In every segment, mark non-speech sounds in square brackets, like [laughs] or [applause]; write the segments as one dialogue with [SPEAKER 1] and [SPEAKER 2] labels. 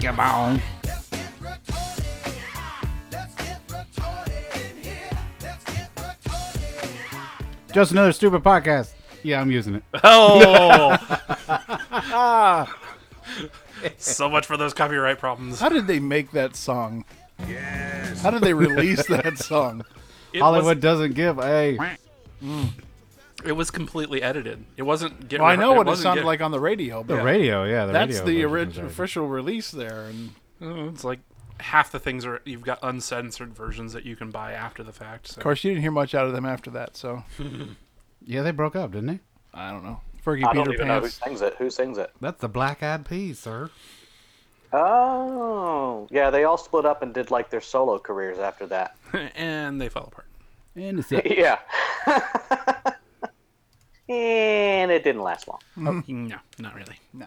[SPEAKER 1] Come on. Just another stupid podcast. Yeah, I'm using it.
[SPEAKER 2] [laughs]
[SPEAKER 3] Oh. so much for those copyright problems.
[SPEAKER 2] How did they make that song? Yes. How did they release
[SPEAKER 3] [laughs]
[SPEAKER 2] that song?
[SPEAKER 3] It
[SPEAKER 1] Hollywood
[SPEAKER 3] Was,
[SPEAKER 1] doesn't give a.
[SPEAKER 3] it was completely edited. It wasn't. Get
[SPEAKER 2] Well, I know
[SPEAKER 3] it
[SPEAKER 2] what it
[SPEAKER 3] wasn't
[SPEAKER 2] sounded
[SPEAKER 3] get-
[SPEAKER 2] like on the radio, but
[SPEAKER 1] The radio, yeah. The
[SPEAKER 2] that's
[SPEAKER 1] radio
[SPEAKER 2] the
[SPEAKER 1] version
[SPEAKER 2] orig-
[SPEAKER 1] is right.
[SPEAKER 2] official release there. And
[SPEAKER 3] Oh, It's like half the things are. You've got uncensored versions that you can buy after the fact. So.
[SPEAKER 2] of course, you didn't hear much out of them after that. So
[SPEAKER 1] Yeah, they broke up, didn't they?
[SPEAKER 2] I don't know. Fergie
[SPEAKER 4] I don't
[SPEAKER 2] Peter
[SPEAKER 4] even know who
[SPEAKER 2] Pants.
[SPEAKER 4] sings it. Who sings it?
[SPEAKER 1] That's the Black Eyed Peas, sir.
[SPEAKER 4] Oh, yeah. They all split up and did like their solo careers after that. [laughs]
[SPEAKER 3] [laughs] and they fell apart.
[SPEAKER 1] And [laughs] it's it.
[SPEAKER 4] Yeah. and it didn't last long.
[SPEAKER 3] No, not really.
[SPEAKER 2] No.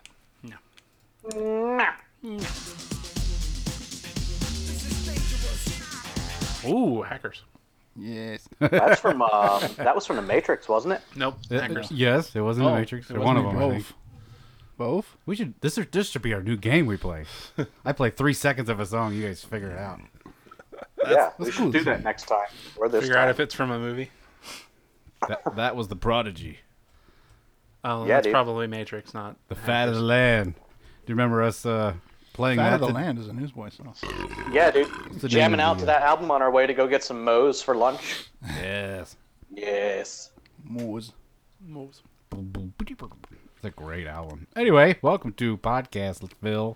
[SPEAKER 3] Ooh, hackers.
[SPEAKER 1] [laughs]
[SPEAKER 2] Yes.
[SPEAKER 4] That's from um, that was from The Matrix, wasn't it?
[SPEAKER 3] Nope, hackers.
[SPEAKER 1] yes, it was in
[SPEAKER 2] Oh,
[SPEAKER 1] the Matrix.
[SPEAKER 2] it
[SPEAKER 1] Or one
[SPEAKER 2] wasn't
[SPEAKER 1] of
[SPEAKER 2] in
[SPEAKER 1] them, I think.
[SPEAKER 2] both. Both?
[SPEAKER 1] We should. This is this should be our new game we
[SPEAKER 2] [laughs]
[SPEAKER 1] play. I play three seconds of a song. You guys figure it out.
[SPEAKER 4] yeah, we
[SPEAKER 2] that's
[SPEAKER 4] should
[SPEAKER 2] cool.
[SPEAKER 4] do that next time or this
[SPEAKER 3] Figure
[SPEAKER 4] time.
[SPEAKER 3] out if it's from a movie.
[SPEAKER 1] That, that was the Prodigy,
[SPEAKER 3] Oh,
[SPEAKER 4] Yeah,
[SPEAKER 3] that's
[SPEAKER 4] dude.
[SPEAKER 3] probably Matrix, not
[SPEAKER 1] the Fat of the Land. Do you remember us uh, playing
[SPEAKER 2] Out
[SPEAKER 1] that?
[SPEAKER 2] of the
[SPEAKER 1] to-
[SPEAKER 2] Land is a Newsboy song.
[SPEAKER 4] yeah, dude,
[SPEAKER 1] the
[SPEAKER 4] jamming
[SPEAKER 1] name of
[SPEAKER 4] out
[SPEAKER 1] the,
[SPEAKER 4] to that album on our way to go get some Moe's for lunch.
[SPEAKER 1] Yes.
[SPEAKER 4] Yes.
[SPEAKER 2] Moose.
[SPEAKER 3] movies.
[SPEAKER 1] It's a great album. Anyway, welcome to Podcastville,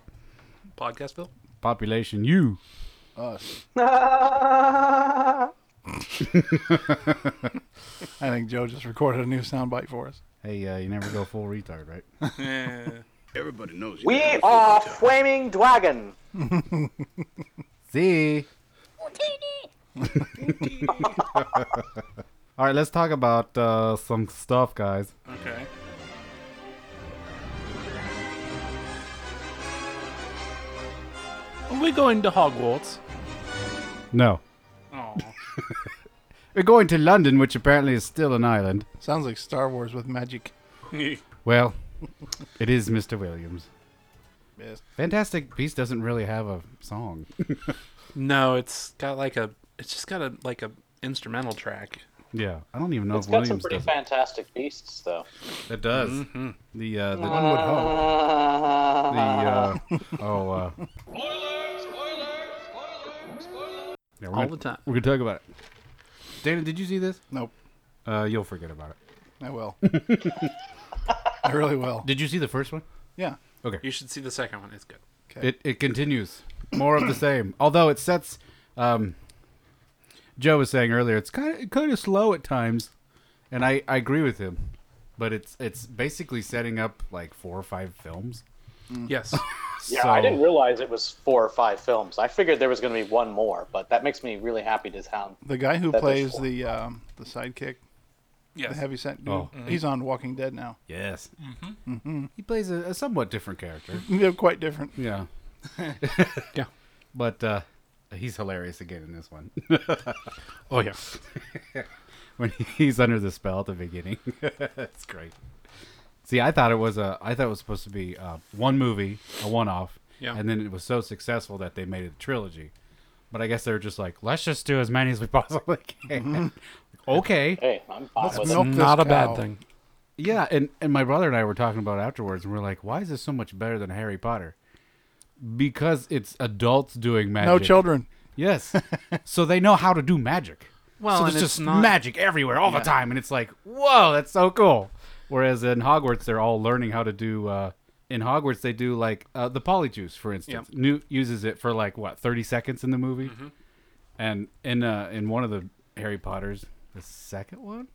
[SPEAKER 3] Podcastville.
[SPEAKER 1] Population U.
[SPEAKER 2] Us.
[SPEAKER 4] That's
[SPEAKER 2] I think Joe just recorded a new soundbite for us.
[SPEAKER 1] Hey, uh, you never go full retard, right? [laughs]
[SPEAKER 5] Everybody knows you.
[SPEAKER 4] We are flaming dragon.
[SPEAKER 1] See. All right, let's talk about uh, some stuff, guys.
[SPEAKER 3] Okay. Are we going to Hogwarts?
[SPEAKER 1] No,
[SPEAKER 3] [laughs] Oh,
[SPEAKER 1] we're going to London, which apparently is still an island.
[SPEAKER 2] Sounds like Star Wars with magic.
[SPEAKER 1] Well, it is Mr. Williams.
[SPEAKER 2] Yes.
[SPEAKER 1] Fantastic Beast doesn't really have a song. [laughs]
[SPEAKER 3] no! It's got like a. It's just got a like a instrumental track.
[SPEAKER 1] yeah, I don't even know
[SPEAKER 4] It's
[SPEAKER 1] if
[SPEAKER 4] got some
[SPEAKER 1] Williams
[SPEAKER 4] pretty
[SPEAKER 1] does.
[SPEAKER 4] fantastic beasts, though.
[SPEAKER 1] It, it does. The uh, the
[SPEAKER 2] One would hope.
[SPEAKER 1] the uh, oh. Uh, Yeah, we're
[SPEAKER 3] All
[SPEAKER 1] gonna-
[SPEAKER 3] the time.
[SPEAKER 1] We're gonna talk about it. Dana, did you see this?
[SPEAKER 2] Nope.
[SPEAKER 1] Uh, you'll forget about it. [laughs]
[SPEAKER 2] I will. I really will.
[SPEAKER 1] Did you see the first one?
[SPEAKER 2] Yeah.
[SPEAKER 3] You should see the second one. It's good.
[SPEAKER 1] It it continues more of the same. Although it sets, um, Joe was saying earlier, it's kind of kind of slow at times, and I I agree with him. But it's it's basically setting up like four or five films.
[SPEAKER 3] Yes.
[SPEAKER 4] Yeah,
[SPEAKER 1] so,
[SPEAKER 4] I didn't realize it was four or five films. I figured there was going to be one more, but that makes me really happy to sound.
[SPEAKER 2] The guy who
[SPEAKER 4] That is
[SPEAKER 2] plays
[SPEAKER 4] cool.
[SPEAKER 2] the um, the sidekick, the
[SPEAKER 3] Yes.
[SPEAKER 2] heavy set dude,
[SPEAKER 1] Oh.
[SPEAKER 2] he's on Walking Dead now. [laughs]
[SPEAKER 1] Yes. Mm-hmm. He plays a, a somewhat different character.
[SPEAKER 2] They're quite different.
[SPEAKER 1] Yeah.
[SPEAKER 3] Yeah.
[SPEAKER 1] But uh, he's hilarious again in this one [laughs]
[SPEAKER 3] Oh yeah.
[SPEAKER 1] when he's under the spell at the beginning. [laughs] it's great. See, I thought it was a. I thought it was supposed to be uh, one movie, a one-off,
[SPEAKER 3] Yeah.
[SPEAKER 1] and then it was so successful that they made it a trilogy. But I guess they were just like, let's just do as many as we [laughs] possibly can. [laughs] okay.
[SPEAKER 4] Hey, I'm fine
[SPEAKER 2] Let's
[SPEAKER 4] with
[SPEAKER 2] milk
[SPEAKER 4] it.
[SPEAKER 2] this
[SPEAKER 3] Not a
[SPEAKER 2] cow.
[SPEAKER 3] bad thing.
[SPEAKER 1] Yeah, and, and my brother and I were talking about it afterwards, and we are like, why is this so much better than Harry Potter? Because it's adults doing magic.
[SPEAKER 2] No children.
[SPEAKER 1] Yes. so they know how to do magic.
[SPEAKER 3] [laughs] Well,
[SPEAKER 1] so
[SPEAKER 3] and
[SPEAKER 1] there's
[SPEAKER 3] it's
[SPEAKER 1] just
[SPEAKER 3] not-
[SPEAKER 1] magic everywhere all the time, and it's like, whoa, that's so cool. Whereas in Hogwarts, they're all learning how to do. Uh, in Hogwarts, they do like uh, the polyjuice, for instance.
[SPEAKER 3] Yep. Mm-hmm.
[SPEAKER 1] Newt uses it for like what thirty seconds in the movie, and in uh, in one of the Harry Potters, the second one,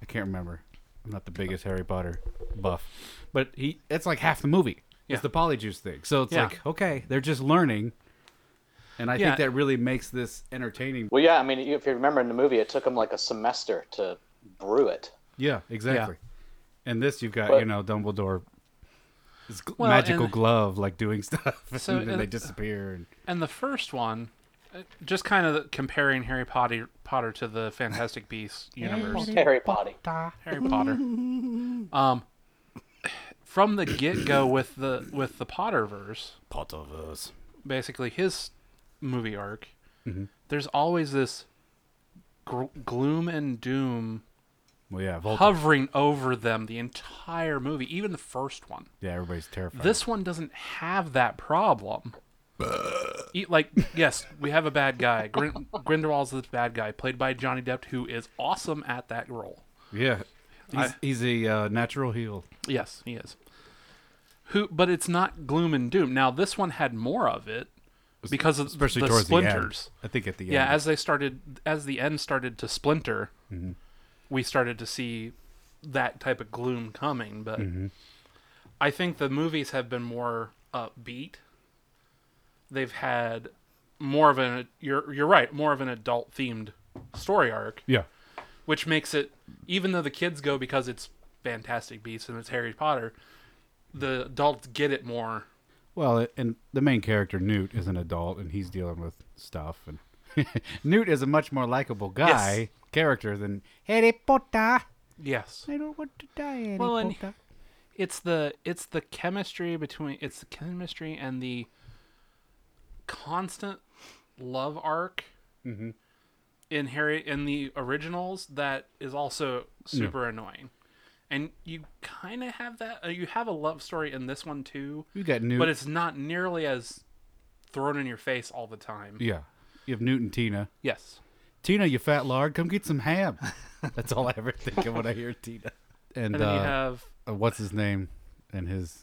[SPEAKER 1] I can't remember. I'm not the
[SPEAKER 3] Uh.
[SPEAKER 1] biggest Harry Potter buff, but he it's like half the movie.
[SPEAKER 3] Yeah.
[SPEAKER 1] It's the polyjuice thing, so it's
[SPEAKER 3] Yeah.
[SPEAKER 1] like okay, they're just learning, and I
[SPEAKER 3] Yeah.
[SPEAKER 1] think that really makes this entertaining.
[SPEAKER 4] Well, yeah, I mean, if you remember in the movie, it took him like a semester to brew it.
[SPEAKER 1] Yeah, exactly. And this, you've got
[SPEAKER 4] But-
[SPEAKER 1] you know Dumbledore, his gl-
[SPEAKER 3] Well,
[SPEAKER 1] magical
[SPEAKER 3] and-
[SPEAKER 1] glove, like doing [laughs] stuff,
[SPEAKER 3] So,
[SPEAKER 1] and then
[SPEAKER 3] and-
[SPEAKER 1] they disappear. And,
[SPEAKER 3] And the first one, uh, just kind of comparing Harry Potter Potter to the Fantastic Beasts universe.
[SPEAKER 4] Harry Potter.
[SPEAKER 3] Harry Potter. Um, from the get go with the with the Potterverse,
[SPEAKER 1] Potterverse.
[SPEAKER 3] basically his movie arc, there's always this gr- gloom and doom
[SPEAKER 1] Well, yeah, Volta.
[SPEAKER 3] hovering over them the entire movie, even the first one.
[SPEAKER 1] yeah, everybody's terrified.
[SPEAKER 3] This one doesn't have that problem. E- like, yes, we have a bad guy. Grin- Grindelwald's the bad guy, played by Johnny Depp, who is awesome at that role.
[SPEAKER 1] yeah, he's, he's a uh, natural heel.
[SPEAKER 3] Yes, he is. Who, but it's not gloom and doom. Now, this one had more of it because of
[SPEAKER 1] especially
[SPEAKER 3] the
[SPEAKER 1] towards the
[SPEAKER 3] splinters.
[SPEAKER 1] end. I think at the
[SPEAKER 3] yeah,
[SPEAKER 1] end. Mm-hmm.
[SPEAKER 3] as they started, as the end started to splinter, we started to see that type of gloom coming. But
[SPEAKER 1] Mm-hmm.
[SPEAKER 3] I think the movies have been more upbeat. They've had more of an you're you're right, more of an adult themed story arc
[SPEAKER 1] yeah,
[SPEAKER 3] which makes it even though the kids go because it's Fantastic Beasts and it's Harry Potter, the adults get it more.
[SPEAKER 1] well, it- and the main character Newt is an adult and he's dealing with stuff. And [laughs] Newt is a much more likable guy
[SPEAKER 3] Yes.
[SPEAKER 1] character than Harry Potter.
[SPEAKER 3] Yes,
[SPEAKER 1] I don't want to die, Harry
[SPEAKER 3] Well, and-
[SPEAKER 1] Potter.
[SPEAKER 3] it's the it's the chemistry between it's the chemistry and the constant love arc in Harry in the originals that is also super annoying, and you kind of have that uh, you have a love story in this one too,
[SPEAKER 1] You got Newt.
[SPEAKER 3] but it's not nearly as thrown in your face all the time.
[SPEAKER 1] yeah, you have Newt and Tina.
[SPEAKER 3] Yes.
[SPEAKER 1] Tina, you fat lard, come get some ham. [laughs] That's all I ever think of when I hear Tina. And,
[SPEAKER 3] And then
[SPEAKER 1] uh,
[SPEAKER 3] you have
[SPEAKER 1] uh, what's his name and his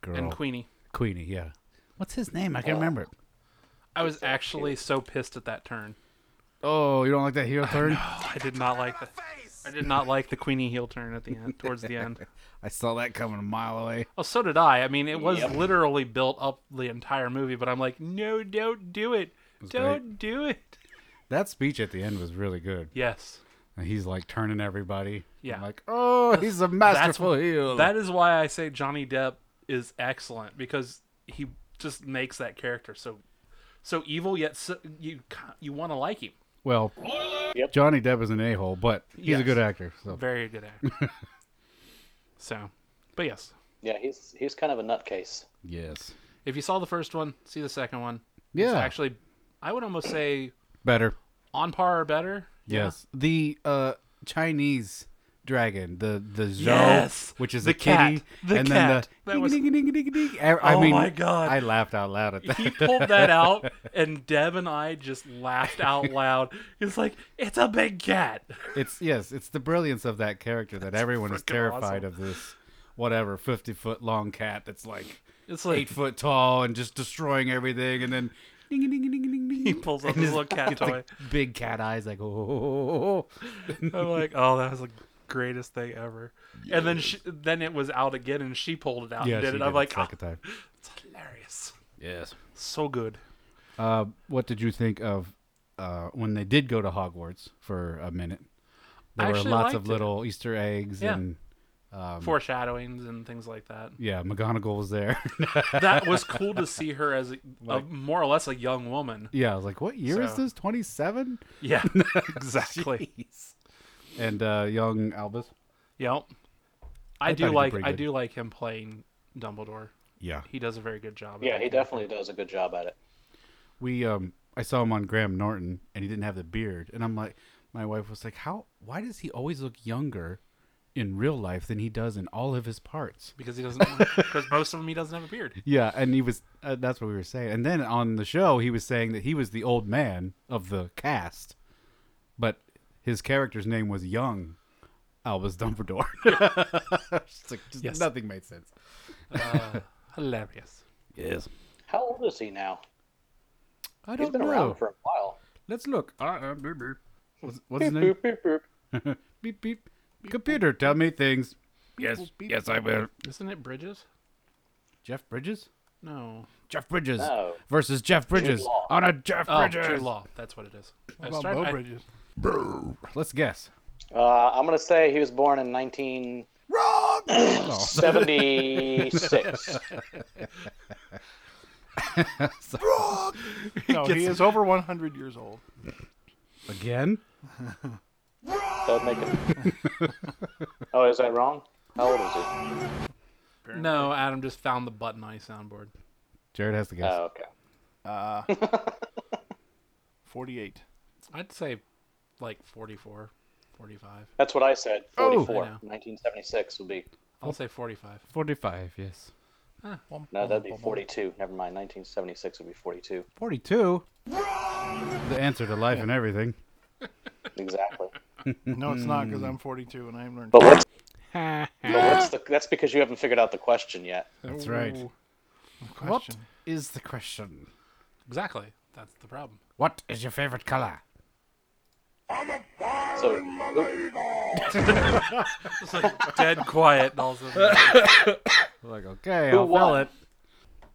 [SPEAKER 1] girl
[SPEAKER 3] and Oh. Queenie.
[SPEAKER 1] Queenie. Yeah, what's his name? I can't remember. it.
[SPEAKER 3] I was actually so pissed at that turn.
[SPEAKER 1] Oh, you don't like that hero turn?
[SPEAKER 3] Oh, I did not like the I did not like the Queenie heel turn at the end towards the [laughs] end.
[SPEAKER 1] I saw that coming a mile away.
[SPEAKER 3] Oh, so did I. I mean, it was literally built up the entire movie, but I'm like, "No, don't do it. Don't do it."
[SPEAKER 1] That speech at the end was really good.
[SPEAKER 3] Yes.
[SPEAKER 1] And he's like turning everybody.
[SPEAKER 3] Yeah.
[SPEAKER 1] I'm like, oh, he's a
[SPEAKER 3] That's
[SPEAKER 1] masterful
[SPEAKER 3] what,
[SPEAKER 1] heel.
[SPEAKER 3] That is why I say Johnny Depp is excellent because he just makes that character so so evil yet so, you you want to like him.
[SPEAKER 1] well,
[SPEAKER 4] Yep.
[SPEAKER 1] Johnny Depp is an a hole, but he's a
[SPEAKER 3] Yes.
[SPEAKER 1] good actor. So
[SPEAKER 3] Very
[SPEAKER 1] [laughs]
[SPEAKER 3] good actor. so, but yes,
[SPEAKER 4] Yeah, he's he's kind of a nutcase.
[SPEAKER 1] yes,
[SPEAKER 3] If you saw the first one, see the second one.
[SPEAKER 1] yeah,
[SPEAKER 3] It's actually, I would almost say
[SPEAKER 1] better.
[SPEAKER 3] on par or better.
[SPEAKER 1] Yes, the uh, Chinese dragon, the the Zhou,
[SPEAKER 3] Yes!
[SPEAKER 1] which is
[SPEAKER 3] The
[SPEAKER 1] a kitty,
[SPEAKER 3] cat. The
[SPEAKER 1] and
[SPEAKER 3] cat.
[SPEAKER 1] then
[SPEAKER 3] That
[SPEAKER 1] the
[SPEAKER 3] was-
[SPEAKER 1] ding, ding, ding, ding, ding. I, I
[SPEAKER 3] Oh
[SPEAKER 1] mean,
[SPEAKER 3] my God.
[SPEAKER 1] I laughed out loud at that.
[SPEAKER 3] [laughs] He pulled that out, and Deb and I just laughed out loud. It's like, it's a big cat.
[SPEAKER 1] [laughs] It's yes, it's the brilliance of that character that everyone is
[SPEAKER 3] freaking
[SPEAKER 1] terrified
[SPEAKER 3] awesome.
[SPEAKER 1] of this whatever fifty foot long cat that's like
[SPEAKER 3] It's like
[SPEAKER 1] eight foot tall and just destroying everything, and then ding, ding, ding, ding, ding, ding.
[SPEAKER 3] he pulls up his
[SPEAKER 1] [laughs]
[SPEAKER 3] little cat toy.
[SPEAKER 1] big cat eyes like [laughs] oh, oh, oh, oh, oh.
[SPEAKER 3] [laughs] I'm like, oh, that was the greatest thing ever. And then she, then it was out again, and she pulled it out
[SPEAKER 1] yeah,
[SPEAKER 3] and did
[SPEAKER 1] she
[SPEAKER 3] it. I'm like,
[SPEAKER 1] second
[SPEAKER 3] "Ah,
[SPEAKER 1] time.
[SPEAKER 3] it's hilarious.
[SPEAKER 1] Yes.
[SPEAKER 3] So good.
[SPEAKER 1] Uh, what did you think of uh, when they did go to Hogwarts for a minute? There
[SPEAKER 3] I
[SPEAKER 1] were
[SPEAKER 3] actually
[SPEAKER 1] lots of
[SPEAKER 3] liked it.
[SPEAKER 1] little Easter eggs
[SPEAKER 3] Yeah.
[SPEAKER 1] and
[SPEAKER 3] Foreshadowings and things like that.
[SPEAKER 1] yeah, McGonagall was
[SPEAKER 3] [laughs]
[SPEAKER 1] there. [laughs]
[SPEAKER 3] That was cool to see her as a, a, more or less a young woman.
[SPEAKER 1] yeah, I was like, what year is
[SPEAKER 3] So-
[SPEAKER 1] this? Twenty seven.
[SPEAKER 3] Yeah, [laughs] exactly.
[SPEAKER 1] And uh, young Albus.
[SPEAKER 3] Yep.
[SPEAKER 1] thought
[SPEAKER 3] I,
[SPEAKER 1] he
[SPEAKER 3] do
[SPEAKER 1] did
[SPEAKER 3] like
[SPEAKER 1] pretty
[SPEAKER 3] I
[SPEAKER 1] good.
[SPEAKER 3] do like him playing Dumbledore.
[SPEAKER 1] Yeah.
[SPEAKER 3] He does a very good job.
[SPEAKER 4] Yeah,
[SPEAKER 3] at
[SPEAKER 4] he
[SPEAKER 3] it.
[SPEAKER 4] definitely does a good job at it.
[SPEAKER 1] we um I saw him on Graham Norton and he didn't have the beard and I'm like my wife was like how why does he always look younger in real life than he does in all of his parts
[SPEAKER 3] because he doesn't because most of them he doesn't have a beard.
[SPEAKER 1] yeah and he was uh, that's what we were saying and then on the show he was saying that he was the old man of the cast but his character's name was young Albus Dumbledore [laughs] It's like, just
[SPEAKER 3] Yes.
[SPEAKER 1] nothing made sense
[SPEAKER 3] Hilarious.
[SPEAKER 1] yes
[SPEAKER 4] How old is he now?
[SPEAKER 1] I
[SPEAKER 4] He's
[SPEAKER 1] don't
[SPEAKER 4] been
[SPEAKER 1] know
[SPEAKER 4] around for a while.
[SPEAKER 1] let's look uh, uh, beep, beep. What's, what's his name
[SPEAKER 4] Boop, boop.
[SPEAKER 1] beep beep computer tell me things yes yes I will
[SPEAKER 3] Isn't it Bridges?
[SPEAKER 1] Jeff Bridges?
[SPEAKER 3] No.
[SPEAKER 1] Jeff Bridges
[SPEAKER 4] No.
[SPEAKER 1] versus Jeff Bridges
[SPEAKER 4] Law.
[SPEAKER 1] on a Jeff
[SPEAKER 3] Oh,
[SPEAKER 1] Bridges.
[SPEAKER 3] Jude Law. That's what it is. I
[SPEAKER 2] About
[SPEAKER 3] started-
[SPEAKER 2] Bo
[SPEAKER 3] I-
[SPEAKER 2] Bridges.
[SPEAKER 1] Let's guess.
[SPEAKER 4] Uh, I'm gonna say he was born
[SPEAKER 1] Oh. [laughs]
[SPEAKER 4] in 1976.
[SPEAKER 2] No, [laughs] he is over 100 years old.
[SPEAKER 1] Again?
[SPEAKER 4] That'd make it- oh, is that wrong? How old is he?
[SPEAKER 5] apparently.
[SPEAKER 3] No, Adam just found the button on his soundboard.
[SPEAKER 1] Jared has to guess.
[SPEAKER 4] Oh, okay.
[SPEAKER 2] 48.
[SPEAKER 3] I'd say like 44, 45.
[SPEAKER 4] That's what I said. 44.
[SPEAKER 3] Oh, I know.
[SPEAKER 4] 1976 would be.
[SPEAKER 3] I'll say 45.
[SPEAKER 1] 45, yes.
[SPEAKER 3] Oh,
[SPEAKER 4] No, that'd be 42. Never mind. 1976 would be 42.
[SPEAKER 1] 42? The answer to life and everything.
[SPEAKER 4] Exactly.
[SPEAKER 3] Mm.
[SPEAKER 2] No, it's not because I'm 42 and I haven't learned.
[SPEAKER 3] [laughs]
[SPEAKER 4] But what's, but what's the, that's because you haven't figured out the question yet.
[SPEAKER 1] That's right.
[SPEAKER 3] Ooh.
[SPEAKER 2] the
[SPEAKER 1] What
[SPEAKER 2] question.
[SPEAKER 1] is the question?
[SPEAKER 3] Exactly. That's the problem.
[SPEAKER 1] What is your favorite color?
[SPEAKER 4] So, oop,
[SPEAKER 3] It's like dead quiet. And all of a sudden,
[SPEAKER 1] Like, okay,
[SPEAKER 4] who
[SPEAKER 1] I'll fill
[SPEAKER 4] won?
[SPEAKER 1] it.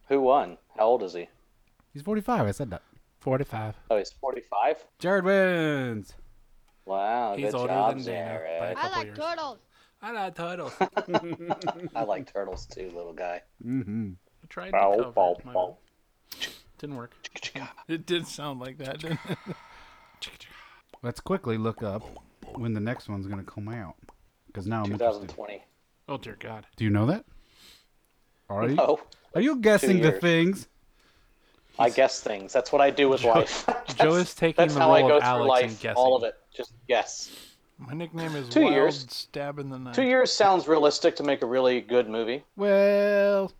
[SPEAKER 4] Who won? How old is he?
[SPEAKER 1] He's 45. I said that.
[SPEAKER 3] 45.
[SPEAKER 4] Oh, he's 45?
[SPEAKER 1] Jared wins.
[SPEAKER 4] Wow.
[SPEAKER 3] He's
[SPEAKER 4] good
[SPEAKER 3] older
[SPEAKER 4] job,
[SPEAKER 3] than Dana. by a
[SPEAKER 4] Jared.
[SPEAKER 6] I
[SPEAKER 3] couple
[SPEAKER 6] like
[SPEAKER 3] years.
[SPEAKER 6] turtles.
[SPEAKER 3] I like
[SPEAKER 4] [laughs]
[SPEAKER 3] turtles.
[SPEAKER 4] I like turtles too,
[SPEAKER 3] [laughs]
[SPEAKER 4] little guy.
[SPEAKER 3] I tried to
[SPEAKER 4] Bow,
[SPEAKER 3] cover
[SPEAKER 4] bow,
[SPEAKER 3] it, my
[SPEAKER 4] bow.
[SPEAKER 3] bad. Didn't work.
[SPEAKER 2] It did sound like that, didn't it?
[SPEAKER 1] Let's quickly look up when the next one's going to come out. Because now I'm interested.
[SPEAKER 4] 2020.
[SPEAKER 3] Oh dear God.
[SPEAKER 1] Do you know that? Are you,
[SPEAKER 4] Oh,
[SPEAKER 1] are you guessing the
[SPEAKER 4] years.
[SPEAKER 1] things?
[SPEAKER 4] I guess things. That's what I do with life. [laughs]
[SPEAKER 3] Joe is taking
[SPEAKER 4] That's
[SPEAKER 3] the
[SPEAKER 4] how I
[SPEAKER 3] role
[SPEAKER 4] go
[SPEAKER 3] of
[SPEAKER 4] through
[SPEAKER 3] Alex and
[SPEAKER 4] life.
[SPEAKER 3] guessing.
[SPEAKER 4] All of it. Just guess.
[SPEAKER 2] My nickname is
[SPEAKER 4] Two
[SPEAKER 2] Wild
[SPEAKER 4] years.
[SPEAKER 2] Stab in the Night.
[SPEAKER 4] Two years sounds realistic to make a really good movie.
[SPEAKER 1] Mm. Well,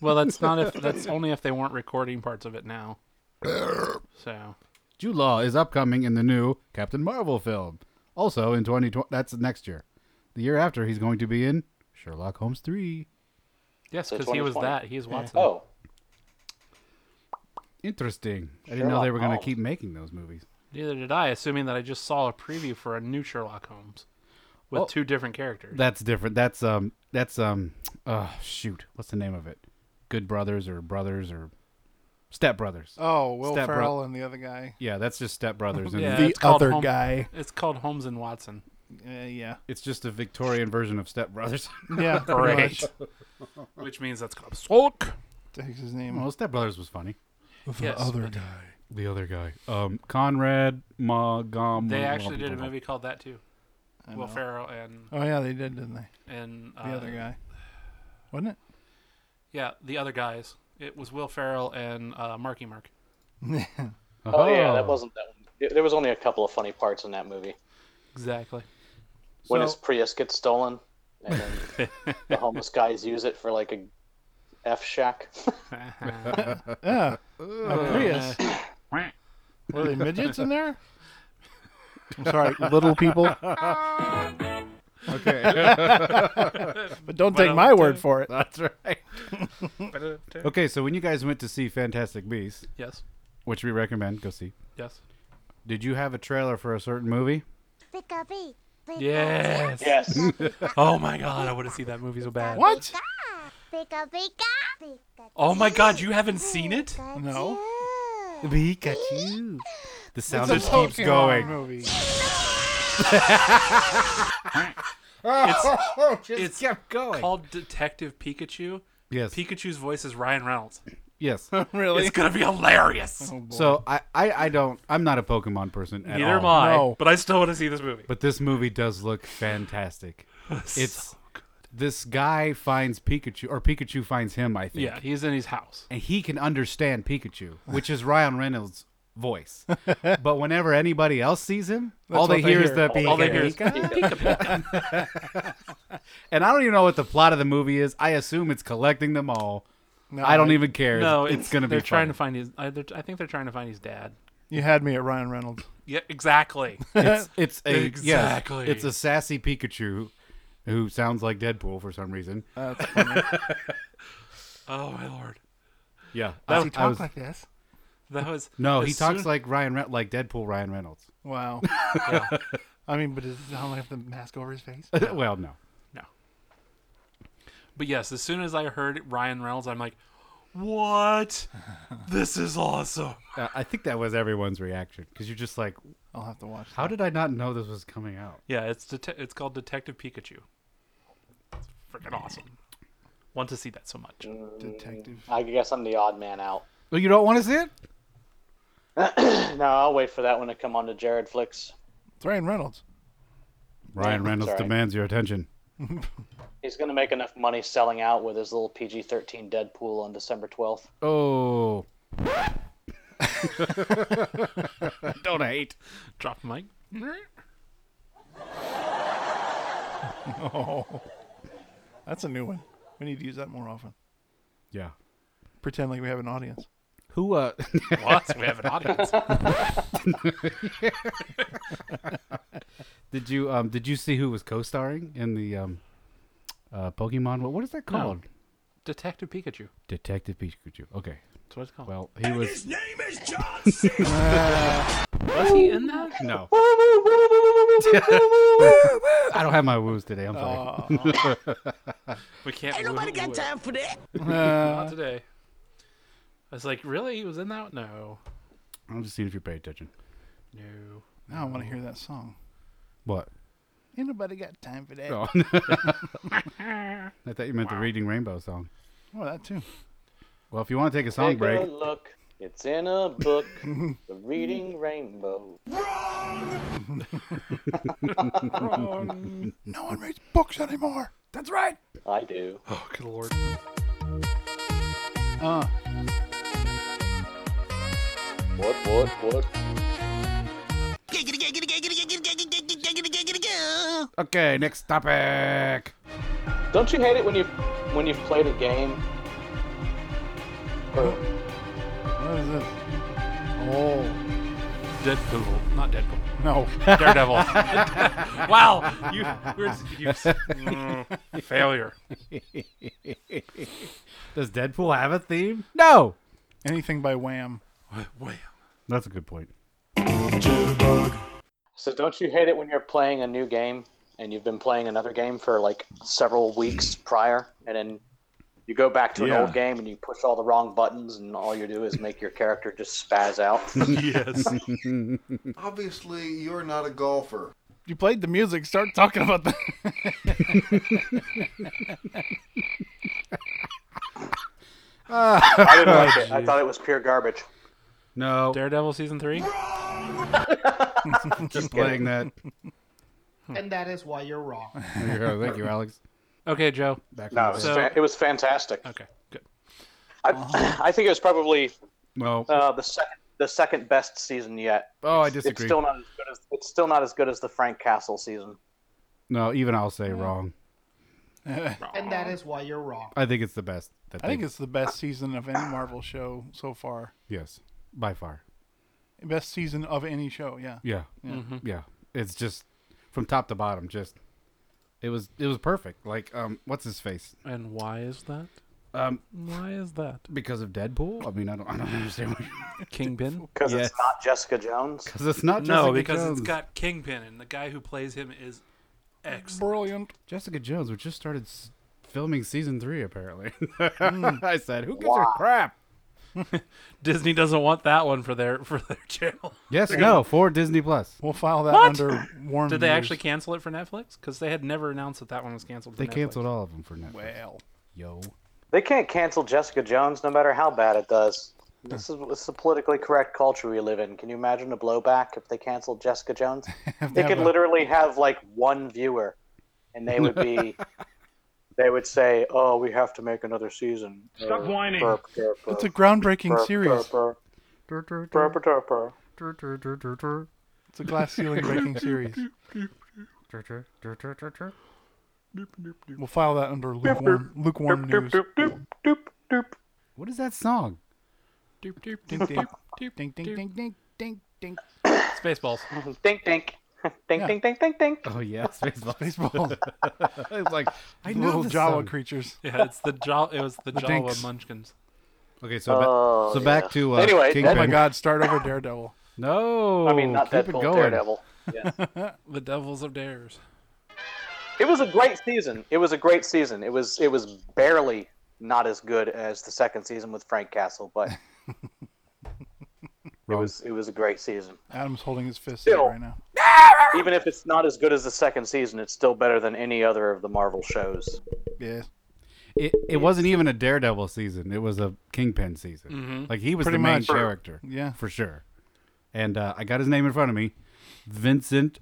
[SPEAKER 3] Well, that's not if
[SPEAKER 4] [laughs]
[SPEAKER 3] that's only if they weren't recording parts of it now. So
[SPEAKER 1] Jude Law is upcoming in the new Captain Marvel film. Also in 2020, that's next year. The year after, he's going to be in Sherlock Holmes 3.
[SPEAKER 3] yes,
[SPEAKER 4] So
[SPEAKER 3] because he was
[SPEAKER 4] 2020.
[SPEAKER 3] that. He is Watson.
[SPEAKER 4] Oh,
[SPEAKER 1] Interesting. I didn't know they
[SPEAKER 4] Sherlock
[SPEAKER 1] were going to
[SPEAKER 4] Holmes.
[SPEAKER 1] keep making those movies.
[SPEAKER 3] Neither did I. Assuming that I just saw a preview for a new Sherlock Holmes with
[SPEAKER 1] Oh.
[SPEAKER 3] two different characters.
[SPEAKER 1] That's different. That's um. That's um. Oh shoot! What's the name of it? Good brothers or brothers or step brothers?
[SPEAKER 2] Oh, Will
[SPEAKER 1] Step
[SPEAKER 2] Ferrell
[SPEAKER 1] Bro-
[SPEAKER 2] and the other guy.
[SPEAKER 1] yeah, that's just step brothers, and
[SPEAKER 3] Yeah,
[SPEAKER 2] The
[SPEAKER 3] it's called
[SPEAKER 2] other
[SPEAKER 3] Home-
[SPEAKER 2] guy.
[SPEAKER 3] It's called Holmes and Watson.
[SPEAKER 2] Uh, yeah.
[SPEAKER 1] it's just a Victorian version of step brothers. [laughs]
[SPEAKER 3] [laughs]
[SPEAKER 2] Yeah. [laughs] pretty much.
[SPEAKER 3] Which means that's called Sulk.
[SPEAKER 2] Takes his name.
[SPEAKER 1] well, step brothers was funny.
[SPEAKER 2] The
[SPEAKER 3] Yes,
[SPEAKER 2] other
[SPEAKER 3] but-
[SPEAKER 2] guy.
[SPEAKER 1] The other guy, um, Conrad Magom.
[SPEAKER 3] They actually did a movie called that too.
[SPEAKER 2] Mm, I
[SPEAKER 3] Will
[SPEAKER 2] know.
[SPEAKER 3] Ferrell and
[SPEAKER 2] Oh yeah, they did, didn't they?
[SPEAKER 3] and uh,
[SPEAKER 2] The other guy. Wasn't it?
[SPEAKER 3] Yeah, the other guys. It was Will Ferrell and uh, Marky Mark.
[SPEAKER 2] [laughs]
[SPEAKER 4] oh
[SPEAKER 1] Uh-huh.
[SPEAKER 4] yeah, that wasn't that one. There- There was only a couple of funny parts in that movie.
[SPEAKER 3] Exactly.
[SPEAKER 4] When
[SPEAKER 1] So-
[SPEAKER 4] his Prius gets stolen, and then
[SPEAKER 1] [laughs]
[SPEAKER 4] the homeless guys use it for like a f shack.
[SPEAKER 2] Yeah. A
[SPEAKER 1] Oh,
[SPEAKER 2] Prius. Were they midgets in there? [laughs] I'm sorry, little people.
[SPEAKER 1] [laughs] okay. [laughs]
[SPEAKER 2] But don't take my word for it.
[SPEAKER 1] that's right. Okay, so when you guys went to see Fantastic Beasts,
[SPEAKER 3] yes.
[SPEAKER 1] which we recommend, go see.
[SPEAKER 3] Yes.
[SPEAKER 1] Did you have a trailer for a certain movie?
[SPEAKER 6] Pika bee. Pika
[SPEAKER 3] Yes.
[SPEAKER 4] yes.
[SPEAKER 3] Oh my god, I want to see that movie so bad.
[SPEAKER 2] What?
[SPEAKER 6] Pika pika. Pika
[SPEAKER 3] Oh my god, you haven't seen it?
[SPEAKER 2] No.
[SPEAKER 6] Pikachu.
[SPEAKER 1] Pikachu. The sound
[SPEAKER 2] It's
[SPEAKER 1] just
[SPEAKER 2] a
[SPEAKER 1] keeps
[SPEAKER 2] Pokemon
[SPEAKER 1] going.
[SPEAKER 2] Movie.
[SPEAKER 1] just
[SPEAKER 3] It's
[SPEAKER 1] kept going.
[SPEAKER 3] Called Detective Pikachu.
[SPEAKER 1] yes.
[SPEAKER 3] Pikachu's voice is Ryan Reynolds.
[SPEAKER 2] [laughs]
[SPEAKER 1] yes.
[SPEAKER 2] Really?
[SPEAKER 3] It's gonna be hilarious.
[SPEAKER 1] So I, I, I don't I'm not a Pokemon person at
[SPEAKER 3] Oh,
[SPEAKER 1] all.
[SPEAKER 3] Neither am I,
[SPEAKER 2] No.
[SPEAKER 3] but I still want to see this movie.
[SPEAKER 1] But this movie does
[SPEAKER 2] [laughs]
[SPEAKER 1] look fantastic. it's
[SPEAKER 3] So-
[SPEAKER 1] this guy finds Pikachu or Pikachu finds him, I think.
[SPEAKER 3] yeah, he's in his house.
[SPEAKER 1] And he can understand
[SPEAKER 2] [laughs]
[SPEAKER 1] Pikachu, which is Ryan Reynolds' voice. but whenever anybody else sees him, all
[SPEAKER 2] what
[SPEAKER 1] they,
[SPEAKER 2] they
[SPEAKER 1] hear is
[SPEAKER 2] hear.
[SPEAKER 1] the
[SPEAKER 3] All they hear is
[SPEAKER 1] Pika.
[SPEAKER 3] Pika Pika.
[SPEAKER 1] And I don't even know what the plot of the movie is. I assume it's collecting them all.
[SPEAKER 2] No,
[SPEAKER 1] I don't even care.
[SPEAKER 3] Uh, No,
[SPEAKER 1] it's, gonna be
[SPEAKER 3] They're trying to
[SPEAKER 1] funny.
[SPEAKER 3] find his. I, they're, I think they're trying to find his dad.
[SPEAKER 2] You had me at Ryan Reynolds.
[SPEAKER 3] Yeah, [laughs] exactly.
[SPEAKER 1] It's it's a
[SPEAKER 3] Exactly.
[SPEAKER 1] yes, it's a sassy Pikachu who sounds like Deadpool for some reason.
[SPEAKER 2] That's funny.
[SPEAKER 3] oh my lord,
[SPEAKER 1] Yeah, that,
[SPEAKER 2] Does he
[SPEAKER 1] I
[SPEAKER 2] talk
[SPEAKER 1] was-
[SPEAKER 2] like this?
[SPEAKER 3] that was
[SPEAKER 1] no,
[SPEAKER 3] as
[SPEAKER 1] he talks
[SPEAKER 3] soon-
[SPEAKER 1] like Ryan Re- like Deadpool Ryan [laughs] Reynolds.
[SPEAKER 2] Wow. I mean, but does Donald have the mask over his face?
[SPEAKER 1] well, no,
[SPEAKER 3] no. But yes, as soon as I heard Ryan Reynolds, I'm like, what? this is awesome.
[SPEAKER 1] uh, I think that was everyone's reaction because you're just like,
[SPEAKER 2] I'll have to watch.
[SPEAKER 1] how did I not know this was coming out?
[SPEAKER 3] Yeah, it's det- it's called Detective Pikachu. It's freaking awesome. Want to see that so much?
[SPEAKER 2] Detective.
[SPEAKER 4] [laughs] I guess I'm the odd man out.
[SPEAKER 1] Oh, you don't want to see it?
[SPEAKER 4] No, I'll wait for that one to come on to Jared Flicks.
[SPEAKER 2] It's Ryan Reynolds.
[SPEAKER 1] Ryan
[SPEAKER 4] Yeah,
[SPEAKER 1] Reynolds
[SPEAKER 4] sorry.
[SPEAKER 1] demands your attention.
[SPEAKER 4] He's going to make enough money selling out with his little PG 13 Deadpool on December 12th.
[SPEAKER 1] Oh. Don't hate.
[SPEAKER 3] Drop mic.
[SPEAKER 2] That's a new one. We need to use that more often.
[SPEAKER 1] Yeah.
[SPEAKER 2] Pretend like we have an audience.
[SPEAKER 1] Who uh [laughs]
[SPEAKER 3] What? We have an audience. [laughs]
[SPEAKER 1] did you um did you see who was co-starring in the um uh Pokemon what, what is that called?
[SPEAKER 3] Detective Pikachu.
[SPEAKER 1] Detective Pikachu. Okay.
[SPEAKER 3] That's what it's called.
[SPEAKER 1] Well, he was
[SPEAKER 5] name is John C.
[SPEAKER 3] Was he in that?
[SPEAKER 1] no. [laughs] I don't have my woos today. I'm sorry.
[SPEAKER 3] We can't. Ain't nobody got time for that. Not today. I was like, really? He was in that? No.
[SPEAKER 1] [laughs] I'm just seeing if you pay attention.
[SPEAKER 3] No.
[SPEAKER 2] Now I want to hear that song.
[SPEAKER 1] What?
[SPEAKER 2] Ain't nobody got time for that.
[SPEAKER 1] Oh. I thought you meant the Reading Rainbow song.
[SPEAKER 2] Oh, that too.
[SPEAKER 1] Well, if you want to take a song
[SPEAKER 4] Take
[SPEAKER 1] break,
[SPEAKER 4] a look. It's in a book. the
[SPEAKER 1] [laughs]
[SPEAKER 4] Reading Rainbow.
[SPEAKER 2] No one reads books anymore. That's right.
[SPEAKER 4] I do.
[SPEAKER 3] Oh, good lord.
[SPEAKER 2] Uh,
[SPEAKER 4] What, what, what?
[SPEAKER 1] okay, next topic.
[SPEAKER 4] Don't you hate it when you've, when you've played a game? Or,
[SPEAKER 2] what is this? Oh
[SPEAKER 3] Deadpool. Not Deadpool.
[SPEAKER 2] no! [laughs]
[SPEAKER 3] Daredevil. [laughs] wow. You, we're, you [laughs] mm, failure.
[SPEAKER 1] Does Deadpool have a theme? No.
[SPEAKER 2] Anything by Wham.
[SPEAKER 3] Wham.
[SPEAKER 1] That's a good point.
[SPEAKER 4] So don't you hate it when you're playing a new game and you've been playing another game for like several weeks prior and then you go back to an
[SPEAKER 5] Yeah.
[SPEAKER 4] old game and you push all the wrong buttons and all you do is make your character just spaz [laughs] out.
[SPEAKER 3] Yes.
[SPEAKER 7] Obviously, you're not a golfer.
[SPEAKER 2] You played the music. Start talking about the.
[SPEAKER 4] I didn't like it. I thought it was pure garbage.
[SPEAKER 1] No,
[SPEAKER 3] Daredevil season three.
[SPEAKER 1] just playing [laughs] that.
[SPEAKER 8] And that is why you're
[SPEAKER 1] [laughs]
[SPEAKER 8] wrong.
[SPEAKER 1] Here you go. Thank you, Alex.
[SPEAKER 3] Okay, Joe.
[SPEAKER 1] Back
[SPEAKER 4] No, it
[SPEAKER 1] on
[SPEAKER 4] was,
[SPEAKER 1] the-
[SPEAKER 3] So-
[SPEAKER 4] fa- it was fantastic.
[SPEAKER 3] Okay, Uh-huh. good.
[SPEAKER 4] I, [clears throat] I think it was probably
[SPEAKER 1] no.
[SPEAKER 4] uh, the second the second best season yet.
[SPEAKER 1] oh, I
[SPEAKER 4] It's
[SPEAKER 1] disagree.
[SPEAKER 4] still not as good as it's still not as good as the Frank Castle season.
[SPEAKER 1] no, even I'll say wrong.
[SPEAKER 8] And that is why you're wrong.
[SPEAKER 1] I think it's the best. That
[SPEAKER 2] [laughs] I think
[SPEAKER 1] they-
[SPEAKER 2] it's the best season of any Marvel show so far.
[SPEAKER 1] yes, by far.
[SPEAKER 2] Best season of any show. Yeah.
[SPEAKER 1] Yeah,
[SPEAKER 3] Mm-hmm.
[SPEAKER 1] yeah. It's just from top to bottom. Just it was it was perfect. Like um, what's his face?
[SPEAKER 3] And why is that?
[SPEAKER 1] Um,
[SPEAKER 3] Why is that?
[SPEAKER 1] because of Deadpool. I mean, I don't I don't [laughs] understand. What
[SPEAKER 3] [laughs] Kingpin?
[SPEAKER 4] Because
[SPEAKER 1] Yes.
[SPEAKER 4] it's not Jessica Jones.
[SPEAKER 1] because it's not Jessica
[SPEAKER 3] No, because
[SPEAKER 1] Jones.
[SPEAKER 3] it's got Kingpin, and the guy who plays him is excellent.
[SPEAKER 2] Brilliant.
[SPEAKER 1] Jessica Jones, which just started s- filming season three. Apparently, [laughs]
[SPEAKER 3] Mm.
[SPEAKER 1] I said, "Who gives a crap?"
[SPEAKER 3] Disney doesn't want that one for their [laughs] for their channel.
[SPEAKER 1] Yes, [laughs] no, for Disney Plus.
[SPEAKER 2] We'll file that under warm.
[SPEAKER 3] Did they
[SPEAKER 2] news. [laughs]
[SPEAKER 3] actually cancel it for Netflix? Because they had never announced that that one was canceled. For
[SPEAKER 1] They
[SPEAKER 3] Netflix.
[SPEAKER 1] canceled all of them for Netflix.
[SPEAKER 2] Well,
[SPEAKER 1] Yo,
[SPEAKER 4] They can't cancel Jessica Jones no matter how bad it does. This is this is a politically correct culture we live in. Can you imagine a blowback if they canceled Jessica
[SPEAKER 1] [laughs]
[SPEAKER 4] Jones? they could literally have like one viewer and they
[SPEAKER 1] [laughs]
[SPEAKER 4] would be they would say, "Oh, we have to make another season." Stop whining.
[SPEAKER 2] it's a groundbreaking series. It's a glass ceiling
[SPEAKER 1] [laughs]
[SPEAKER 2] breaking series. We'll file that under lukewarm, lukewarm news.
[SPEAKER 1] what is that song?
[SPEAKER 3] Doop, doop,
[SPEAKER 2] Dink,
[SPEAKER 3] doop,
[SPEAKER 2] dink,
[SPEAKER 3] doop,
[SPEAKER 2] dink, dink, dink, dink, dink, dink.
[SPEAKER 3] Spaceballs.
[SPEAKER 4] [laughs] Dink dink. Dink
[SPEAKER 2] Yeah.
[SPEAKER 4] dink dink dink dink.
[SPEAKER 1] Oh yeah, [laughs] Spaceballs.
[SPEAKER 2] [laughs] Baseball.
[SPEAKER 1] it's like I know
[SPEAKER 2] little
[SPEAKER 1] the
[SPEAKER 2] Jawa
[SPEAKER 1] song.
[SPEAKER 2] creatures.
[SPEAKER 3] [laughs] Yeah, it's the Jaw. It was the, Jawa
[SPEAKER 2] Dinks.
[SPEAKER 3] Munchkins.
[SPEAKER 1] Okay, so ba-
[SPEAKER 4] Oh,
[SPEAKER 1] so
[SPEAKER 4] yeah.
[SPEAKER 1] back to uh,
[SPEAKER 4] Anyway,
[SPEAKER 1] Kingpin.
[SPEAKER 2] Oh my God! Start over, Daredevil.
[SPEAKER 1] No,
[SPEAKER 4] I mean, not
[SPEAKER 1] Oh, keep it
[SPEAKER 4] Deadpool,
[SPEAKER 1] going.
[SPEAKER 4] Daredevil. Yes.
[SPEAKER 3] The Devils of Dares.
[SPEAKER 4] It was a great season. It was a great season. It was it was barely not as good as the second season with Frank Castle,
[SPEAKER 2] [laughs]
[SPEAKER 4] but it was it was a great season.
[SPEAKER 2] Adam's holding his fist
[SPEAKER 4] Still.
[SPEAKER 2] right now.
[SPEAKER 4] Even if it's not as good as the second season, it's still better than any other of the Marvel shows.
[SPEAKER 2] Yeah.
[SPEAKER 1] It, it wasn't even a Daredevil season. It was a Kingpin season. Like he was
[SPEAKER 2] Pretty
[SPEAKER 1] the main
[SPEAKER 2] much.
[SPEAKER 1] character.
[SPEAKER 2] Yeah.
[SPEAKER 1] for sure. And uh, I got his name in front of me, Vincent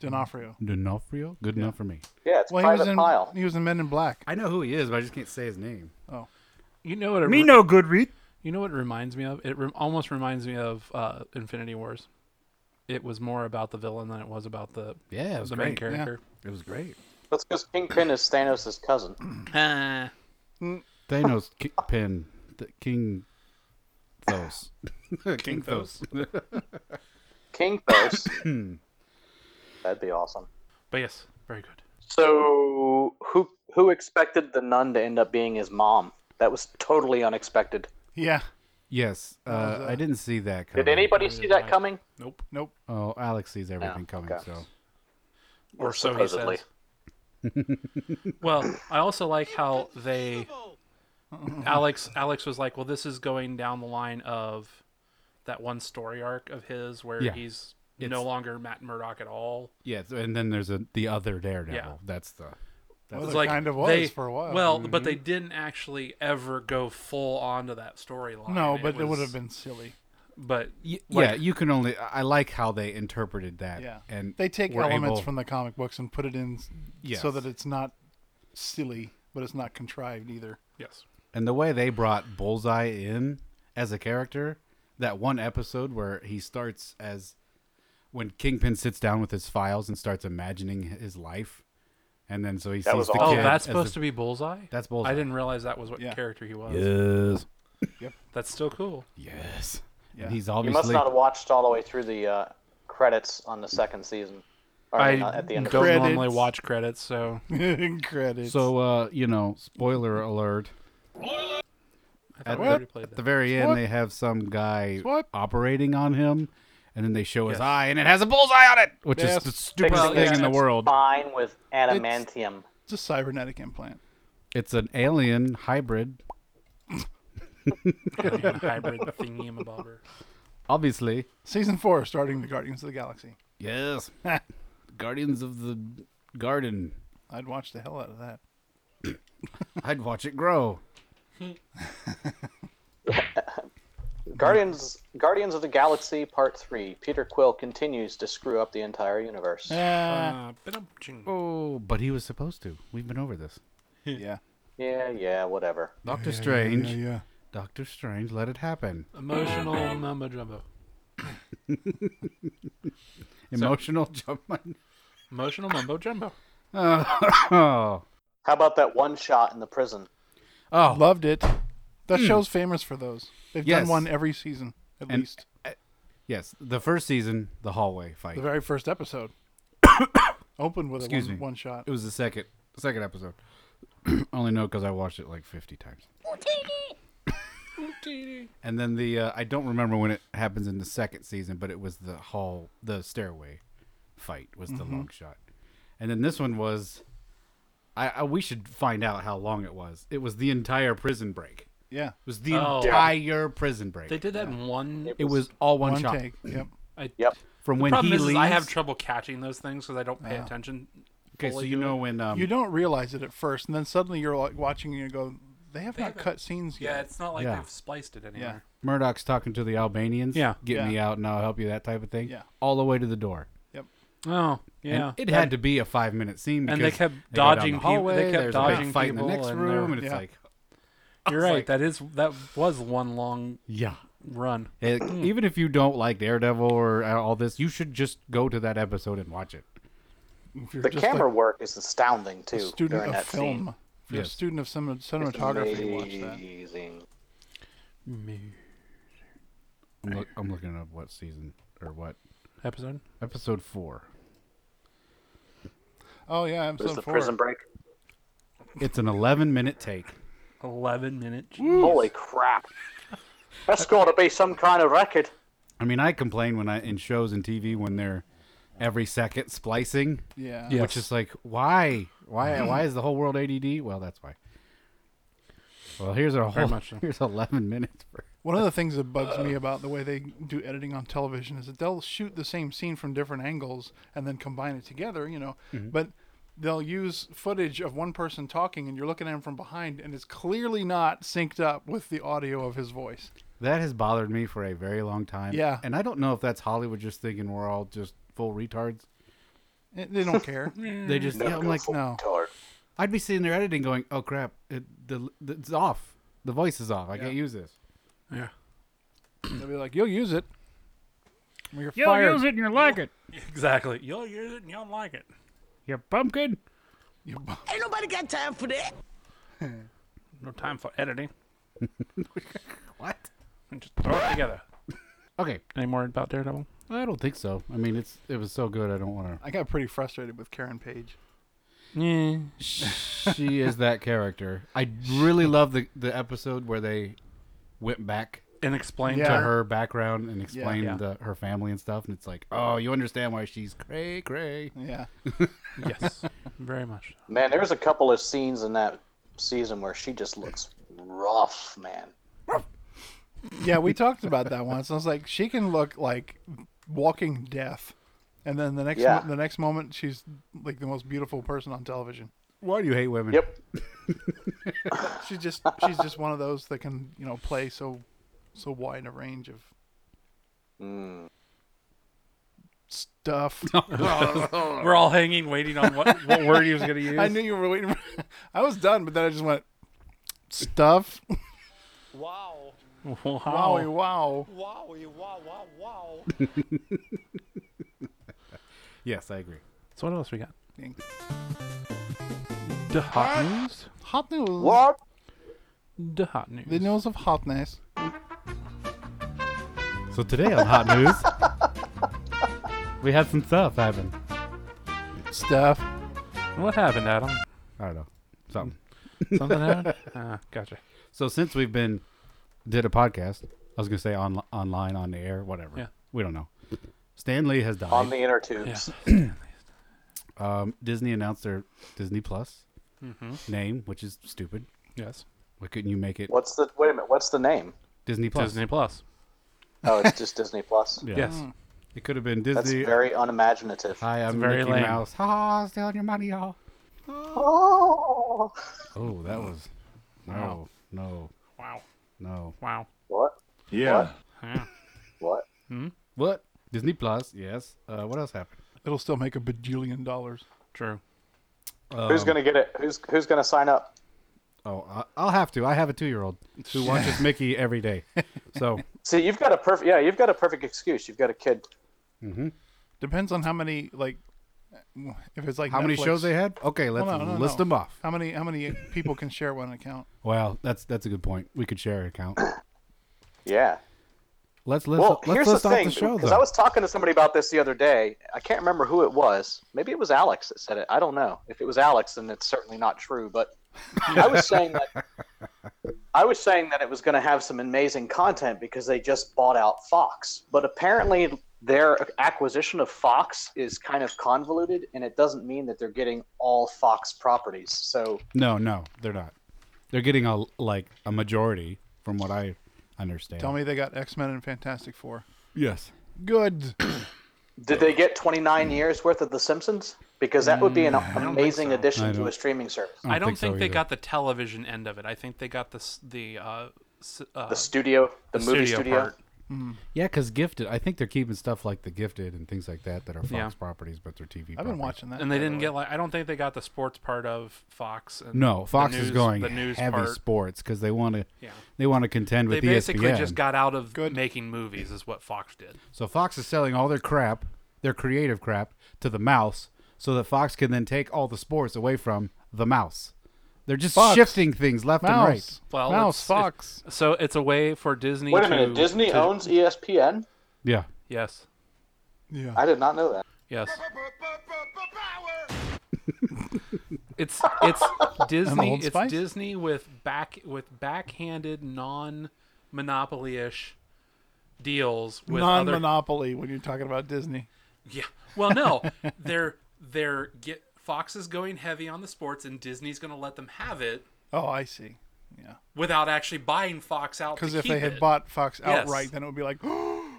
[SPEAKER 3] Hmm.
[SPEAKER 2] D'Onofrio.
[SPEAKER 1] D'Onofrio? Good enough for me.
[SPEAKER 4] Yeah, it's
[SPEAKER 2] Well, he was
[SPEAKER 4] Private
[SPEAKER 2] in
[SPEAKER 4] Pile.
[SPEAKER 2] he was in Men in Black.
[SPEAKER 1] I know who he is, but I just can't say his name.
[SPEAKER 3] You know what? It
[SPEAKER 1] Me
[SPEAKER 3] re-
[SPEAKER 1] no good read.
[SPEAKER 3] You know what it reminds me of? It re- almost reminds me of uh, Infinity Wars. It was more about the villain than it was about the
[SPEAKER 1] Yeah, it was
[SPEAKER 3] the main
[SPEAKER 1] great.
[SPEAKER 3] character.
[SPEAKER 1] It was great.
[SPEAKER 4] That's because Kingpin is Thanos' cousin.
[SPEAKER 3] Ah.
[SPEAKER 1] [laughs] Thanos ki- pin the King Thos. [laughs] King Thos. [laughs]
[SPEAKER 4] King Thos.
[SPEAKER 2] [clears throat]
[SPEAKER 4] That'd be awesome.
[SPEAKER 3] but yes, very good.
[SPEAKER 4] So, who who expected the nun to end up being his mom? That was totally unexpected.
[SPEAKER 2] Yeah.
[SPEAKER 1] yes, uh, I didn't see that coming.
[SPEAKER 4] Did anybody see that coming?
[SPEAKER 3] Nope.
[SPEAKER 2] Nope.
[SPEAKER 1] Oh, Alex sees everything
[SPEAKER 4] No,
[SPEAKER 1] coming.
[SPEAKER 4] okay.
[SPEAKER 1] So
[SPEAKER 3] Or so he
[SPEAKER 4] Supposedly.
[SPEAKER 3] says. well, I also like how
[SPEAKER 2] [laughs]
[SPEAKER 3] they Alex Alex was like, well, this is going down the line of that one story arc of his where
[SPEAKER 1] Yeah.
[SPEAKER 3] he's no
[SPEAKER 1] It's-
[SPEAKER 3] longer Matt Murdock at all.
[SPEAKER 1] yeah, so- and then there's a the other Daredevil.
[SPEAKER 3] Yeah.
[SPEAKER 1] That's the
[SPEAKER 2] Well,
[SPEAKER 3] It's
[SPEAKER 2] it kind of was
[SPEAKER 3] they-
[SPEAKER 2] for a while. Mm-hmm.
[SPEAKER 3] Well, but they didn't actually ever go full onto that storyline.
[SPEAKER 2] no, but it, would
[SPEAKER 3] was-
[SPEAKER 2] have been silly.
[SPEAKER 3] But
[SPEAKER 1] yeah. You can only. I I like how they interpreted that.
[SPEAKER 2] Yeah.
[SPEAKER 1] and
[SPEAKER 2] They take
[SPEAKER 1] were
[SPEAKER 2] elements
[SPEAKER 1] able-
[SPEAKER 2] from the comic books and put it in s-
[SPEAKER 1] Yes.
[SPEAKER 2] so that it's not silly, but it's not contrived either. [laughs]
[SPEAKER 3] yes,
[SPEAKER 1] and the way they brought Bullseye in as a character. That one episode where he starts as when Kingpin sits down with his files and starts imagining his life, and then so he sees
[SPEAKER 4] was
[SPEAKER 1] the
[SPEAKER 3] oh,
[SPEAKER 4] awesome.
[SPEAKER 1] kid
[SPEAKER 3] that's
[SPEAKER 1] as
[SPEAKER 3] supposed
[SPEAKER 1] the,
[SPEAKER 3] to be Bullseye.
[SPEAKER 1] That's Bullseye.
[SPEAKER 3] I didn't realize that was what
[SPEAKER 2] Yeah.
[SPEAKER 3] character he was.
[SPEAKER 1] Yes.
[SPEAKER 3] That's still cool.
[SPEAKER 1] Yes.
[SPEAKER 2] Yeah.
[SPEAKER 1] And he's
[SPEAKER 4] You
[SPEAKER 1] obviously
[SPEAKER 4] must not have watched all the way through the uh, credits on the second season. Or
[SPEAKER 3] I
[SPEAKER 4] not, at the end of
[SPEAKER 3] don't
[SPEAKER 2] Credits.
[SPEAKER 3] normally watch credits, so
[SPEAKER 2] Credits.
[SPEAKER 1] So uh, you know, spoiler alert.
[SPEAKER 3] I
[SPEAKER 1] At
[SPEAKER 3] thought we
[SPEAKER 1] the-
[SPEAKER 3] [laughs] already played
[SPEAKER 1] At the
[SPEAKER 3] that.
[SPEAKER 1] very end,
[SPEAKER 2] What?
[SPEAKER 1] they have some guy
[SPEAKER 2] What?
[SPEAKER 1] operating on him, and then they show his
[SPEAKER 3] Yes.
[SPEAKER 1] eye, and it has a bullseye on it, which
[SPEAKER 2] Yes.
[SPEAKER 1] is the stupidest
[SPEAKER 4] Well,
[SPEAKER 1] thing
[SPEAKER 3] yeah,
[SPEAKER 1] in the
[SPEAKER 3] it's
[SPEAKER 1] world.
[SPEAKER 4] Fine with adamantium.
[SPEAKER 2] it's a cybernetic implant.
[SPEAKER 1] It's an alien hybrid,
[SPEAKER 3] Alien hybrid thingamabobber.
[SPEAKER 1] obviously.
[SPEAKER 2] Season four, starting the Guardians of the Galaxy.
[SPEAKER 1] Yes. [laughs] Guardians of the Garden.
[SPEAKER 2] I'd watch the hell out of that.
[SPEAKER 1] I'd watch it grow.
[SPEAKER 4] Guardians Guardians of the Galaxy Part 3. Peter Quill continues to screw up the entire universe.
[SPEAKER 2] Eh.
[SPEAKER 3] Uh, ba-dum-ching.
[SPEAKER 1] Oh, but he was supposed to. We've been over this.
[SPEAKER 2] yeah.
[SPEAKER 4] Yeah, yeah, whatever.
[SPEAKER 1] Doctor Strange.
[SPEAKER 2] Yeah, yeah.
[SPEAKER 1] Doctor Strange let it happen.
[SPEAKER 3] Emotional mumbo jumbo.
[SPEAKER 1] Emotional [laughs] jump.
[SPEAKER 3] Emotional mumbo jumbo.
[SPEAKER 1] oh.
[SPEAKER 4] How about that one shot in the prison?
[SPEAKER 1] Oh, Hmm.
[SPEAKER 2] Loved it. That show's famous for those. They've
[SPEAKER 1] Yes.
[SPEAKER 2] done one every season, at
[SPEAKER 1] And-
[SPEAKER 2] least.
[SPEAKER 1] Yes, the first season, the hallway fight.
[SPEAKER 2] The very
[SPEAKER 1] [coughs]
[SPEAKER 2] first episode opened with a
[SPEAKER 1] Excuse
[SPEAKER 2] one,
[SPEAKER 1] me.
[SPEAKER 2] one shot.
[SPEAKER 1] it was the second second episode. [clears throat] Only know because I watched it like fifty times. And then the uh, I don't remember when it happens in the second season, but it was the hall, the stairway fight was the
[SPEAKER 3] Mm-hmm.
[SPEAKER 1] long shot, and then this one was. I, I we should find out how long it was. It was the entire prison break.
[SPEAKER 2] Yeah.
[SPEAKER 1] It was the
[SPEAKER 3] Oh.
[SPEAKER 1] entire prison break.
[SPEAKER 3] They did that in one.
[SPEAKER 1] it was all one,
[SPEAKER 2] One
[SPEAKER 1] shot Mm.
[SPEAKER 2] take. Yep.
[SPEAKER 3] I,
[SPEAKER 4] Yep.
[SPEAKER 1] from
[SPEAKER 3] The
[SPEAKER 1] when
[SPEAKER 3] problem
[SPEAKER 1] he
[SPEAKER 3] is, is
[SPEAKER 1] leaves.
[SPEAKER 3] I have trouble catching those things because I don't pay attention.
[SPEAKER 1] okay, so
[SPEAKER 3] fully
[SPEAKER 1] you
[SPEAKER 3] to
[SPEAKER 1] know
[SPEAKER 3] it.
[SPEAKER 1] when um,
[SPEAKER 2] You don't realize it at first, and then suddenly you're like watching and you go, they have not
[SPEAKER 3] haven't-
[SPEAKER 2] cut scenes yet.
[SPEAKER 3] Yeah, it's not like
[SPEAKER 1] Yeah.
[SPEAKER 3] they've spliced it anywhere.
[SPEAKER 1] Murdoch's talking to the Albanians.
[SPEAKER 3] Yeah.
[SPEAKER 1] Get
[SPEAKER 2] Yeah.
[SPEAKER 1] me out and I'll help you, that type of thing.
[SPEAKER 2] Yeah.
[SPEAKER 1] All the way to the door.
[SPEAKER 3] Oh, yeah.
[SPEAKER 1] And it had to be a five minute scene because
[SPEAKER 3] And they kept
[SPEAKER 1] go down
[SPEAKER 3] dodging
[SPEAKER 1] the
[SPEAKER 3] people-
[SPEAKER 1] hallway,
[SPEAKER 3] they kept
[SPEAKER 1] there's a big
[SPEAKER 3] dodging
[SPEAKER 1] fight in
[SPEAKER 3] people
[SPEAKER 1] the next
[SPEAKER 3] and uh, they
[SPEAKER 1] room
[SPEAKER 3] were-
[SPEAKER 1] and it's
[SPEAKER 2] yeah.
[SPEAKER 1] like
[SPEAKER 3] You're right. that is that was one long
[SPEAKER 1] Yeah.
[SPEAKER 3] run.
[SPEAKER 1] It- even if you don't like Daredevil or uh, all this, you should just go to that episode and watch it.
[SPEAKER 2] If you're
[SPEAKER 4] The
[SPEAKER 2] just
[SPEAKER 4] camera
[SPEAKER 2] like
[SPEAKER 4] work is astounding
[SPEAKER 2] a
[SPEAKER 4] too
[SPEAKER 2] student
[SPEAKER 4] during
[SPEAKER 2] of
[SPEAKER 4] that
[SPEAKER 2] film,
[SPEAKER 4] scene.
[SPEAKER 2] if you're a
[SPEAKER 1] Yes.
[SPEAKER 2] student of cinema-
[SPEAKER 4] It's
[SPEAKER 2] cinematography, watch that.
[SPEAKER 4] amazing.
[SPEAKER 1] I'm, look, I'm looking up what season or what
[SPEAKER 3] Episode.
[SPEAKER 1] episode four.
[SPEAKER 2] Oh, yeah.
[SPEAKER 4] It was
[SPEAKER 2] Episode
[SPEAKER 4] the
[SPEAKER 2] four.
[SPEAKER 4] prison break.
[SPEAKER 1] It's an 11 minute take.
[SPEAKER 3] Eleven minutes.
[SPEAKER 2] [laughs]
[SPEAKER 4] Holy crap! That's got to be some kind of record.
[SPEAKER 1] I mean, I complain when I in shows and TV when they're every second splicing.
[SPEAKER 2] Yeah.
[SPEAKER 1] which is like why why why is the whole world ADD? Well, that's why. Well, here's a whole
[SPEAKER 3] much so.
[SPEAKER 1] [laughs] here's 11 minutes for
[SPEAKER 2] One of the things that bugs me about the way they do editing on television is that they'll shoot the same scene from different angles and then combine it together, you know. But they'll use footage of one person talking and you're looking at him from behind and it's clearly not synced up with the audio of his voice.
[SPEAKER 1] that has bothered me for a very long time.
[SPEAKER 2] Yeah.
[SPEAKER 1] and I don't know if that's Hollywood just thinking we're all just full retards,
[SPEAKER 2] Eh, They don't care.
[SPEAKER 1] They
[SPEAKER 3] Mm.
[SPEAKER 1] just [laughs] yeah, I'm like
[SPEAKER 2] no.
[SPEAKER 1] I'd be sitting there editing, going, "Oh crap, it, the, the it's off. The voice is off. I can't use this."
[SPEAKER 3] Yeah.
[SPEAKER 2] They'll be like, you'll use it. Well, you're fired.
[SPEAKER 1] it and you like it.
[SPEAKER 3] Exactly. You'll use it and you don't like it.
[SPEAKER 1] You pumpkin.
[SPEAKER 2] You bu-
[SPEAKER 3] No time for editing.
[SPEAKER 1] What?
[SPEAKER 3] Just throw it together.
[SPEAKER 1] Okay,
[SPEAKER 3] Any more about Daredevil?
[SPEAKER 1] I don't think so. I mean, it's it was so good. I don't want
[SPEAKER 2] I got pretty frustrated with Karen Page.
[SPEAKER 3] Yeah.
[SPEAKER 1] to. she is that character. I really love the the episode where they went back
[SPEAKER 3] [laughs] And explain
[SPEAKER 2] Yeah.
[SPEAKER 3] to
[SPEAKER 1] to
[SPEAKER 3] her.
[SPEAKER 1] her background and explained
[SPEAKER 3] Yeah.
[SPEAKER 1] The, her family and stuff, and it's like, oh, you understand why she's cray cray.
[SPEAKER 2] Yeah.
[SPEAKER 3] [laughs] Yes. Very much.
[SPEAKER 4] Man, there's a couple of scenes in that season where she just looks rough, man.
[SPEAKER 2] Yeah, we talked about that once. I was like, she can look like walking death. And then the next
[SPEAKER 4] Yeah.
[SPEAKER 2] mo- the next moment she's like the most beautiful person on television.
[SPEAKER 1] Why do you hate women?
[SPEAKER 4] Yep.
[SPEAKER 2] She's just she's just one of those that can, you know, play so so wide a range of stuff.
[SPEAKER 3] We're all hanging, waiting on what, what word he was going to use.
[SPEAKER 2] I knew you were waiting for [laughs] I was done, but then I just went stuff.
[SPEAKER 3] Wow.
[SPEAKER 2] Wowie wow.
[SPEAKER 1] Yes, I agree.
[SPEAKER 3] So what else we got?
[SPEAKER 2] Thanks.
[SPEAKER 3] The hot news.
[SPEAKER 2] Hot news.
[SPEAKER 3] The hot news.
[SPEAKER 2] The news of hotness.
[SPEAKER 1] So today on Hot News, we had some stuff happen.
[SPEAKER 2] Stuff.
[SPEAKER 3] What happened, Adam?
[SPEAKER 1] I don't know something.
[SPEAKER 3] Something happened. Ah, gotcha.
[SPEAKER 1] So since we've been did a podcast, I was gonna say on, online on the air, whatever.
[SPEAKER 3] Yeah.
[SPEAKER 1] We don't know. Stan Lee has died.
[SPEAKER 4] On the inner tubes.
[SPEAKER 1] um, Disney announced their Disney Plus
[SPEAKER 3] Mm-hmm.
[SPEAKER 1] name, which is stupid.
[SPEAKER 3] Yes.
[SPEAKER 1] Why couldn't you make it
[SPEAKER 4] What's the wait a minute? What's the name?
[SPEAKER 1] Disney Plus?
[SPEAKER 3] Disney Plus.
[SPEAKER 4] Oh, it's just Disney Plus.
[SPEAKER 1] [laughs] Yeah.
[SPEAKER 3] Yes.
[SPEAKER 1] It could have been
[SPEAKER 4] That's
[SPEAKER 1] Disney.
[SPEAKER 4] very unimaginative. [gasps]
[SPEAKER 1] Hi, I'm
[SPEAKER 3] very
[SPEAKER 1] Mickey
[SPEAKER 3] lame.
[SPEAKER 1] Mouse. Ha ha! Stealing your money, y'all.
[SPEAKER 4] Oh,
[SPEAKER 1] Oh, that was no, no,
[SPEAKER 3] Wow.
[SPEAKER 1] no.
[SPEAKER 3] Wow.
[SPEAKER 4] what?
[SPEAKER 5] Yeah.
[SPEAKER 4] What?
[SPEAKER 1] What? Disney Plus? Yes. Uh, what else happened?
[SPEAKER 2] It'll still make a bajillion dollars.
[SPEAKER 3] True.
[SPEAKER 1] Um,
[SPEAKER 4] who's gonna get it? Who's who's gonna sign up?
[SPEAKER 1] Oh, I- I'll have to. I have a two-year-old
[SPEAKER 2] [laughs]
[SPEAKER 1] who watches Mickey every day. So
[SPEAKER 4] See, you've got a perfect. Yeah, you've got a perfect excuse. You've got a kid.
[SPEAKER 2] Depends on how many like if it's like
[SPEAKER 1] How many
[SPEAKER 2] Netflix,
[SPEAKER 1] shows they had? Okay, let's
[SPEAKER 2] no, no,
[SPEAKER 1] list
[SPEAKER 2] no.
[SPEAKER 1] them off.
[SPEAKER 2] How many how many people can share one account?
[SPEAKER 1] Wow, that's that's a good point. We could share an account.
[SPEAKER 4] Yeah.
[SPEAKER 1] Let's list.
[SPEAKER 4] Well,
[SPEAKER 1] let's
[SPEAKER 4] here's
[SPEAKER 1] list
[SPEAKER 4] the
[SPEAKER 1] off
[SPEAKER 4] thing.
[SPEAKER 1] the show
[SPEAKER 4] Because
[SPEAKER 1] though.
[SPEAKER 4] I was talking to somebody about this the other day. I can't remember who it was. Maybe it was Alex that said it. I don't know. If it was Alex, then it's certainly not true. But I
[SPEAKER 1] [laughs]
[SPEAKER 4] was saying that I was saying that it was going to have some amazing content because they just bought out Fox. But apparently, their acquisition of Fox is kind of convoluted, and it doesn't mean that they're getting all Fox properties. So
[SPEAKER 1] No, no, they're not. They're getting a like a majority from what I understand.
[SPEAKER 2] Tell me they got X Men and Fantastic Four.
[SPEAKER 1] Yes.
[SPEAKER 2] Good.
[SPEAKER 4] Did they get
[SPEAKER 1] Hmm.
[SPEAKER 4] 29 years worth of The Simpsons? Because that would be
[SPEAKER 1] Mm,
[SPEAKER 4] an amazing addition to a streaming service.
[SPEAKER 3] I don't think,
[SPEAKER 1] so
[SPEAKER 3] they
[SPEAKER 1] either.
[SPEAKER 3] got the television end of it. I think they got the s- the uh, s- uh,
[SPEAKER 4] The studio, the, movie studio.
[SPEAKER 3] part.
[SPEAKER 1] Yeah, because Gifted. I think they're keeping stuff like The Gifted and things like that that are Fox
[SPEAKER 3] Yeah.
[SPEAKER 1] properties, but they're TV.
[SPEAKER 2] I've been watching that.
[SPEAKER 3] And they
[SPEAKER 2] by the
[SPEAKER 3] didn't
[SPEAKER 2] way.
[SPEAKER 3] get like I don't think they got the sports part of Fox. And
[SPEAKER 1] No,
[SPEAKER 3] the
[SPEAKER 1] Fox is
[SPEAKER 3] news-
[SPEAKER 1] going
[SPEAKER 3] the news
[SPEAKER 1] heavy
[SPEAKER 3] part.
[SPEAKER 1] sports because they want to.
[SPEAKER 3] Yeah.
[SPEAKER 1] They want to contend
[SPEAKER 3] They
[SPEAKER 1] with E
[SPEAKER 3] basically
[SPEAKER 1] ESPN.
[SPEAKER 3] just got out of making movies, is what Fox did.
[SPEAKER 1] So Fox is selling all their crap, their creative crap, to the mouse, so that Fox can then take all the sports away from the mouse. They're just
[SPEAKER 2] Fox.
[SPEAKER 1] shifting things left and right.
[SPEAKER 2] Mouse.
[SPEAKER 3] Well,
[SPEAKER 2] Mouse
[SPEAKER 3] it's-
[SPEAKER 2] Fox.
[SPEAKER 3] So it's a way for Disney.
[SPEAKER 4] Wait
[SPEAKER 3] to,
[SPEAKER 4] a minute, Disney
[SPEAKER 3] to-
[SPEAKER 4] owns E ESPN?
[SPEAKER 1] Yeah.
[SPEAKER 3] Yes,
[SPEAKER 2] yeah.
[SPEAKER 4] I did not know that.
[SPEAKER 3] yes.
[SPEAKER 4] [laughs]
[SPEAKER 3] It's
[SPEAKER 1] [laughs]
[SPEAKER 3] it's Disney.
[SPEAKER 2] Old
[SPEAKER 3] It's
[SPEAKER 2] Spice?
[SPEAKER 3] Disney with back with backhanded non-monopoly ish deals with
[SPEAKER 2] Non
[SPEAKER 3] other
[SPEAKER 2] monopoly when you're talking about Disney.
[SPEAKER 3] Yeah. Well, no, [laughs] they're they're get Fox is going heavy on the sports, and Disney's going to let them have it
[SPEAKER 2] Oh, I see.
[SPEAKER 3] without actually buying Fox out.
[SPEAKER 2] Because
[SPEAKER 3] to
[SPEAKER 2] if they
[SPEAKER 3] keep
[SPEAKER 2] had
[SPEAKER 3] it.
[SPEAKER 2] bought Fox
[SPEAKER 3] Yes.
[SPEAKER 2] outright, then it would be like [gasps]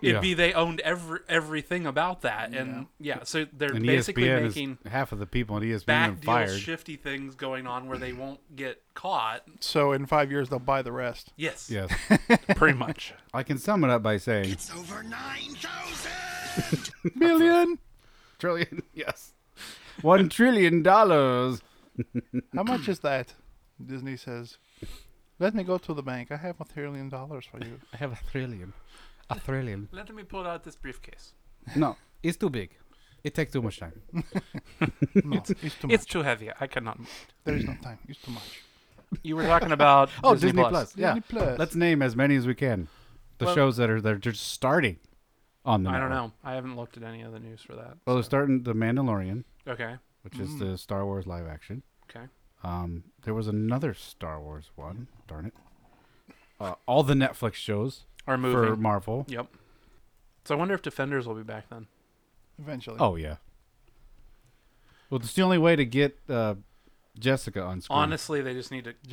[SPEAKER 3] it'd
[SPEAKER 1] Yeah.
[SPEAKER 3] be they owned every everything about that, and yeah, so they're
[SPEAKER 1] And E
[SPEAKER 3] basically
[SPEAKER 1] ESPN
[SPEAKER 3] making
[SPEAKER 1] is half of the people E at ESPN are
[SPEAKER 3] back deals,
[SPEAKER 1] fired.
[SPEAKER 3] shifty things going on where they won't get caught.
[SPEAKER 2] so in five years they'll buy the rest.
[SPEAKER 3] Yes. [laughs]
[SPEAKER 1] Yes. [laughs]
[SPEAKER 3] Pretty much.
[SPEAKER 1] I can sum it up by saying
[SPEAKER 5] It's over 9,000!
[SPEAKER 2] Billion
[SPEAKER 1] [laughs] trillion. Yes. One trillion dollars.
[SPEAKER 2] How much is that? Disney says, Let me go to the bank. I have a trillion dollars for
[SPEAKER 1] [laughs]
[SPEAKER 2] you.
[SPEAKER 1] I have a trillion. A trillion.
[SPEAKER 3] Let me pull out this briefcase.
[SPEAKER 1] No, it's too big. It takes too much time.
[SPEAKER 2] No, it's, too much.
[SPEAKER 3] It's too heavy. I cannot. move it.
[SPEAKER 2] There is no time. It's too much.
[SPEAKER 3] You were talking about
[SPEAKER 1] Oh,
[SPEAKER 3] Disney, Plus.
[SPEAKER 1] Yeah.
[SPEAKER 2] Disney Plus.
[SPEAKER 1] Let's name as many as we can. The
[SPEAKER 3] Well-
[SPEAKER 1] shows that are that are just starting on the
[SPEAKER 3] I don't
[SPEAKER 1] network.
[SPEAKER 3] know. I haven't looked at any of the news for that.
[SPEAKER 1] Well, they're starting The Mandalorian,
[SPEAKER 3] Okay.
[SPEAKER 1] which is
[SPEAKER 3] Mm.
[SPEAKER 1] the Star Wars live action.
[SPEAKER 3] Okay.
[SPEAKER 1] Um, there was another Star Wars one.
[SPEAKER 3] Mm.
[SPEAKER 1] Darn it. Uh, all the Netflix shows
[SPEAKER 3] Or
[SPEAKER 1] for
[SPEAKER 3] moving.
[SPEAKER 1] Marvel.
[SPEAKER 3] Yep. So I wonder if Defenders will be back then.
[SPEAKER 2] Eventually.
[SPEAKER 1] Oh yeah. Well, it's the only way to get uh, Jessica on screen.
[SPEAKER 3] Honestly, they just need to stop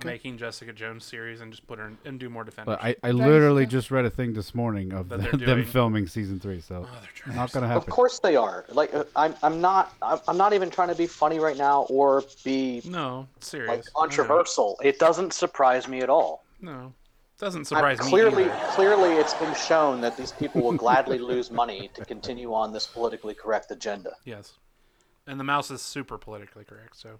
[SPEAKER 2] Jessica.
[SPEAKER 3] making Jessica Jones series and just put her in, and do more Defenders.
[SPEAKER 1] But I, I literally just read a thing this morning of
[SPEAKER 3] That
[SPEAKER 1] [laughs]
[SPEAKER 3] they're
[SPEAKER 1] them
[SPEAKER 3] doing.
[SPEAKER 1] filming season three, so
[SPEAKER 3] Oh, they're trying
[SPEAKER 1] not gonna
[SPEAKER 4] Of
[SPEAKER 1] happen.
[SPEAKER 4] course they are. Like uh, I'm, I'm not, I'm I'm not even trying to be funny right now or be
[SPEAKER 3] no, it's serious. Mm.
[SPEAKER 4] like
[SPEAKER 3] I know.
[SPEAKER 4] controversial. It doesn't surprise me at all.
[SPEAKER 3] No, doesn't
[SPEAKER 4] I'm-
[SPEAKER 3] surprise me.
[SPEAKER 4] clearly,
[SPEAKER 3] either.
[SPEAKER 4] clearly, it's been shown that these people will gladly lose money to continue on this politically correct agenda.
[SPEAKER 3] yes. And the mouse is super politically correct, so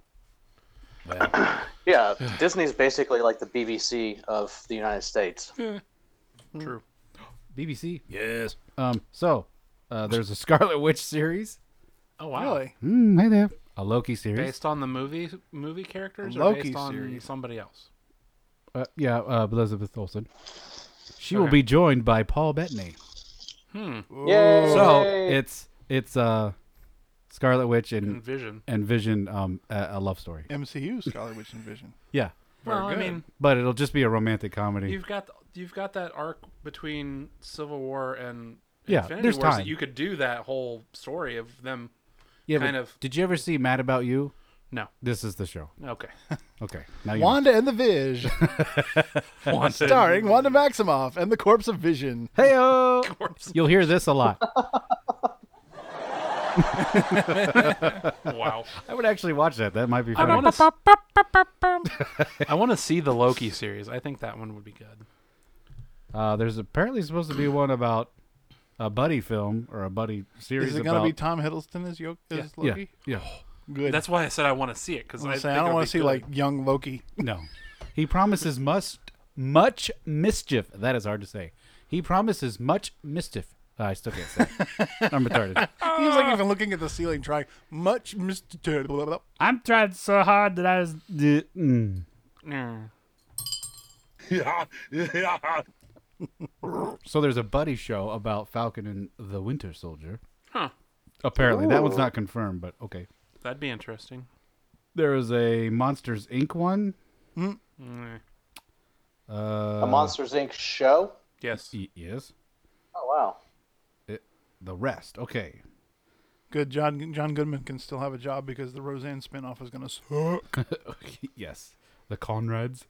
[SPEAKER 3] [sighs]
[SPEAKER 4] Yeah, Disney's basically like the BBC of the United States.
[SPEAKER 2] Hmm.
[SPEAKER 3] true.
[SPEAKER 1] BBC.
[SPEAKER 5] Yes.
[SPEAKER 1] Um, so uh, there's a [laughs] Scarlet Witch series.
[SPEAKER 3] Oh wow!
[SPEAKER 2] Really?
[SPEAKER 1] Mm, hey there. A Loki series.
[SPEAKER 3] Based on the movie movie characters, or
[SPEAKER 2] Loki
[SPEAKER 3] based on
[SPEAKER 2] series.
[SPEAKER 3] somebody else?
[SPEAKER 1] Uh, yeah, uh, Elizabeth Olsen. She will
[SPEAKER 3] Okay.
[SPEAKER 1] be joined by Paul Bettany.
[SPEAKER 4] Yay!
[SPEAKER 1] So it's it's uh, Scarlet Witch
[SPEAKER 3] In
[SPEAKER 1] and
[SPEAKER 3] Vision.
[SPEAKER 1] and Vision um a, a love story.
[SPEAKER 2] MCU Scarlet Witch and Vision.
[SPEAKER 1] Yeah,
[SPEAKER 3] Well, I
[SPEAKER 2] good.
[SPEAKER 3] mean,
[SPEAKER 1] but it'll just be a romantic comedy.
[SPEAKER 3] you've got you've got that arc between Civil War and
[SPEAKER 1] Yeah,
[SPEAKER 3] Infinity
[SPEAKER 1] there's
[SPEAKER 3] Wars
[SPEAKER 1] time.
[SPEAKER 3] that you could do that whole story of them.
[SPEAKER 1] Yeah, but
[SPEAKER 3] kind of-
[SPEAKER 1] Did you ever see Mad About You?
[SPEAKER 3] No,
[SPEAKER 1] This is the show.
[SPEAKER 3] okay.
[SPEAKER 1] Okay, now you.
[SPEAKER 2] Wanda and
[SPEAKER 1] [laughs]
[SPEAKER 2] the Viz, [laughs] starring Wanda Maximoff and the corpse of Vision.
[SPEAKER 1] Hey You'll hear this a lot. [laughs]
[SPEAKER 3] wow.
[SPEAKER 1] I would actually watch that. That might be
[SPEAKER 3] [laughs] I
[SPEAKER 1] funny.
[SPEAKER 3] want, to, I want to see the Loki series. I think that one would be good.
[SPEAKER 1] Uh, there's apparently supposed to be one about a buddy film or a buddy series.
[SPEAKER 2] Is it going to
[SPEAKER 1] about-
[SPEAKER 2] be Tom Hiddleston as, Yo- as Loki?
[SPEAKER 1] Yeah, yeah.
[SPEAKER 2] Good.
[SPEAKER 3] That's why I said I want to see it because
[SPEAKER 2] I'm
[SPEAKER 3] I,
[SPEAKER 2] gonna say,
[SPEAKER 3] think
[SPEAKER 2] I
[SPEAKER 3] it
[SPEAKER 2] don't
[SPEAKER 3] would
[SPEAKER 2] want
[SPEAKER 3] be
[SPEAKER 2] to see
[SPEAKER 3] good.
[SPEAKER 2] like young Loki.
[SPEAKER 1] No, he promises must much mischief. That is hard to say. He promises much mischief. Uh, I still can't say. [laughs] it. I'm retarded.
[SPEAKER 2] He's like even looking at the ceiling, trying much Mr. Turd- blah, blah, blah."
[SPEAKER 1] I'm trying so hard that I was. d- mm.
[SPEAKER 3] Mm.
[SPEAKER 1] So there's a buddy show about Falcon and the Winter Soldier.
[SPEAKER 3] Huh.
[SPEAKER 1] Apparently, that one's not confirmed, but okay.
[SPEAKER 3] That'd be interesting.
[SPEAKER 1] There is a Monsters Inc. one.
[SPEAKER 3] Mm.
[SPEAKER 1] Uh,
[SPEAKER 4] a Monsters Inc. show.
[SPEAKER 3] Yes.
[SPEAKER 1] y- yes.
[SPEAKER 4] Oh wow.
[SPEAKER 1] The rest. Okay.
[SPEAKER 2] Good. John John Goodman can still have a job because the Roseanne spinoff is going to suck.
[SPEAKER 1] [laughs] yes. The Conrads.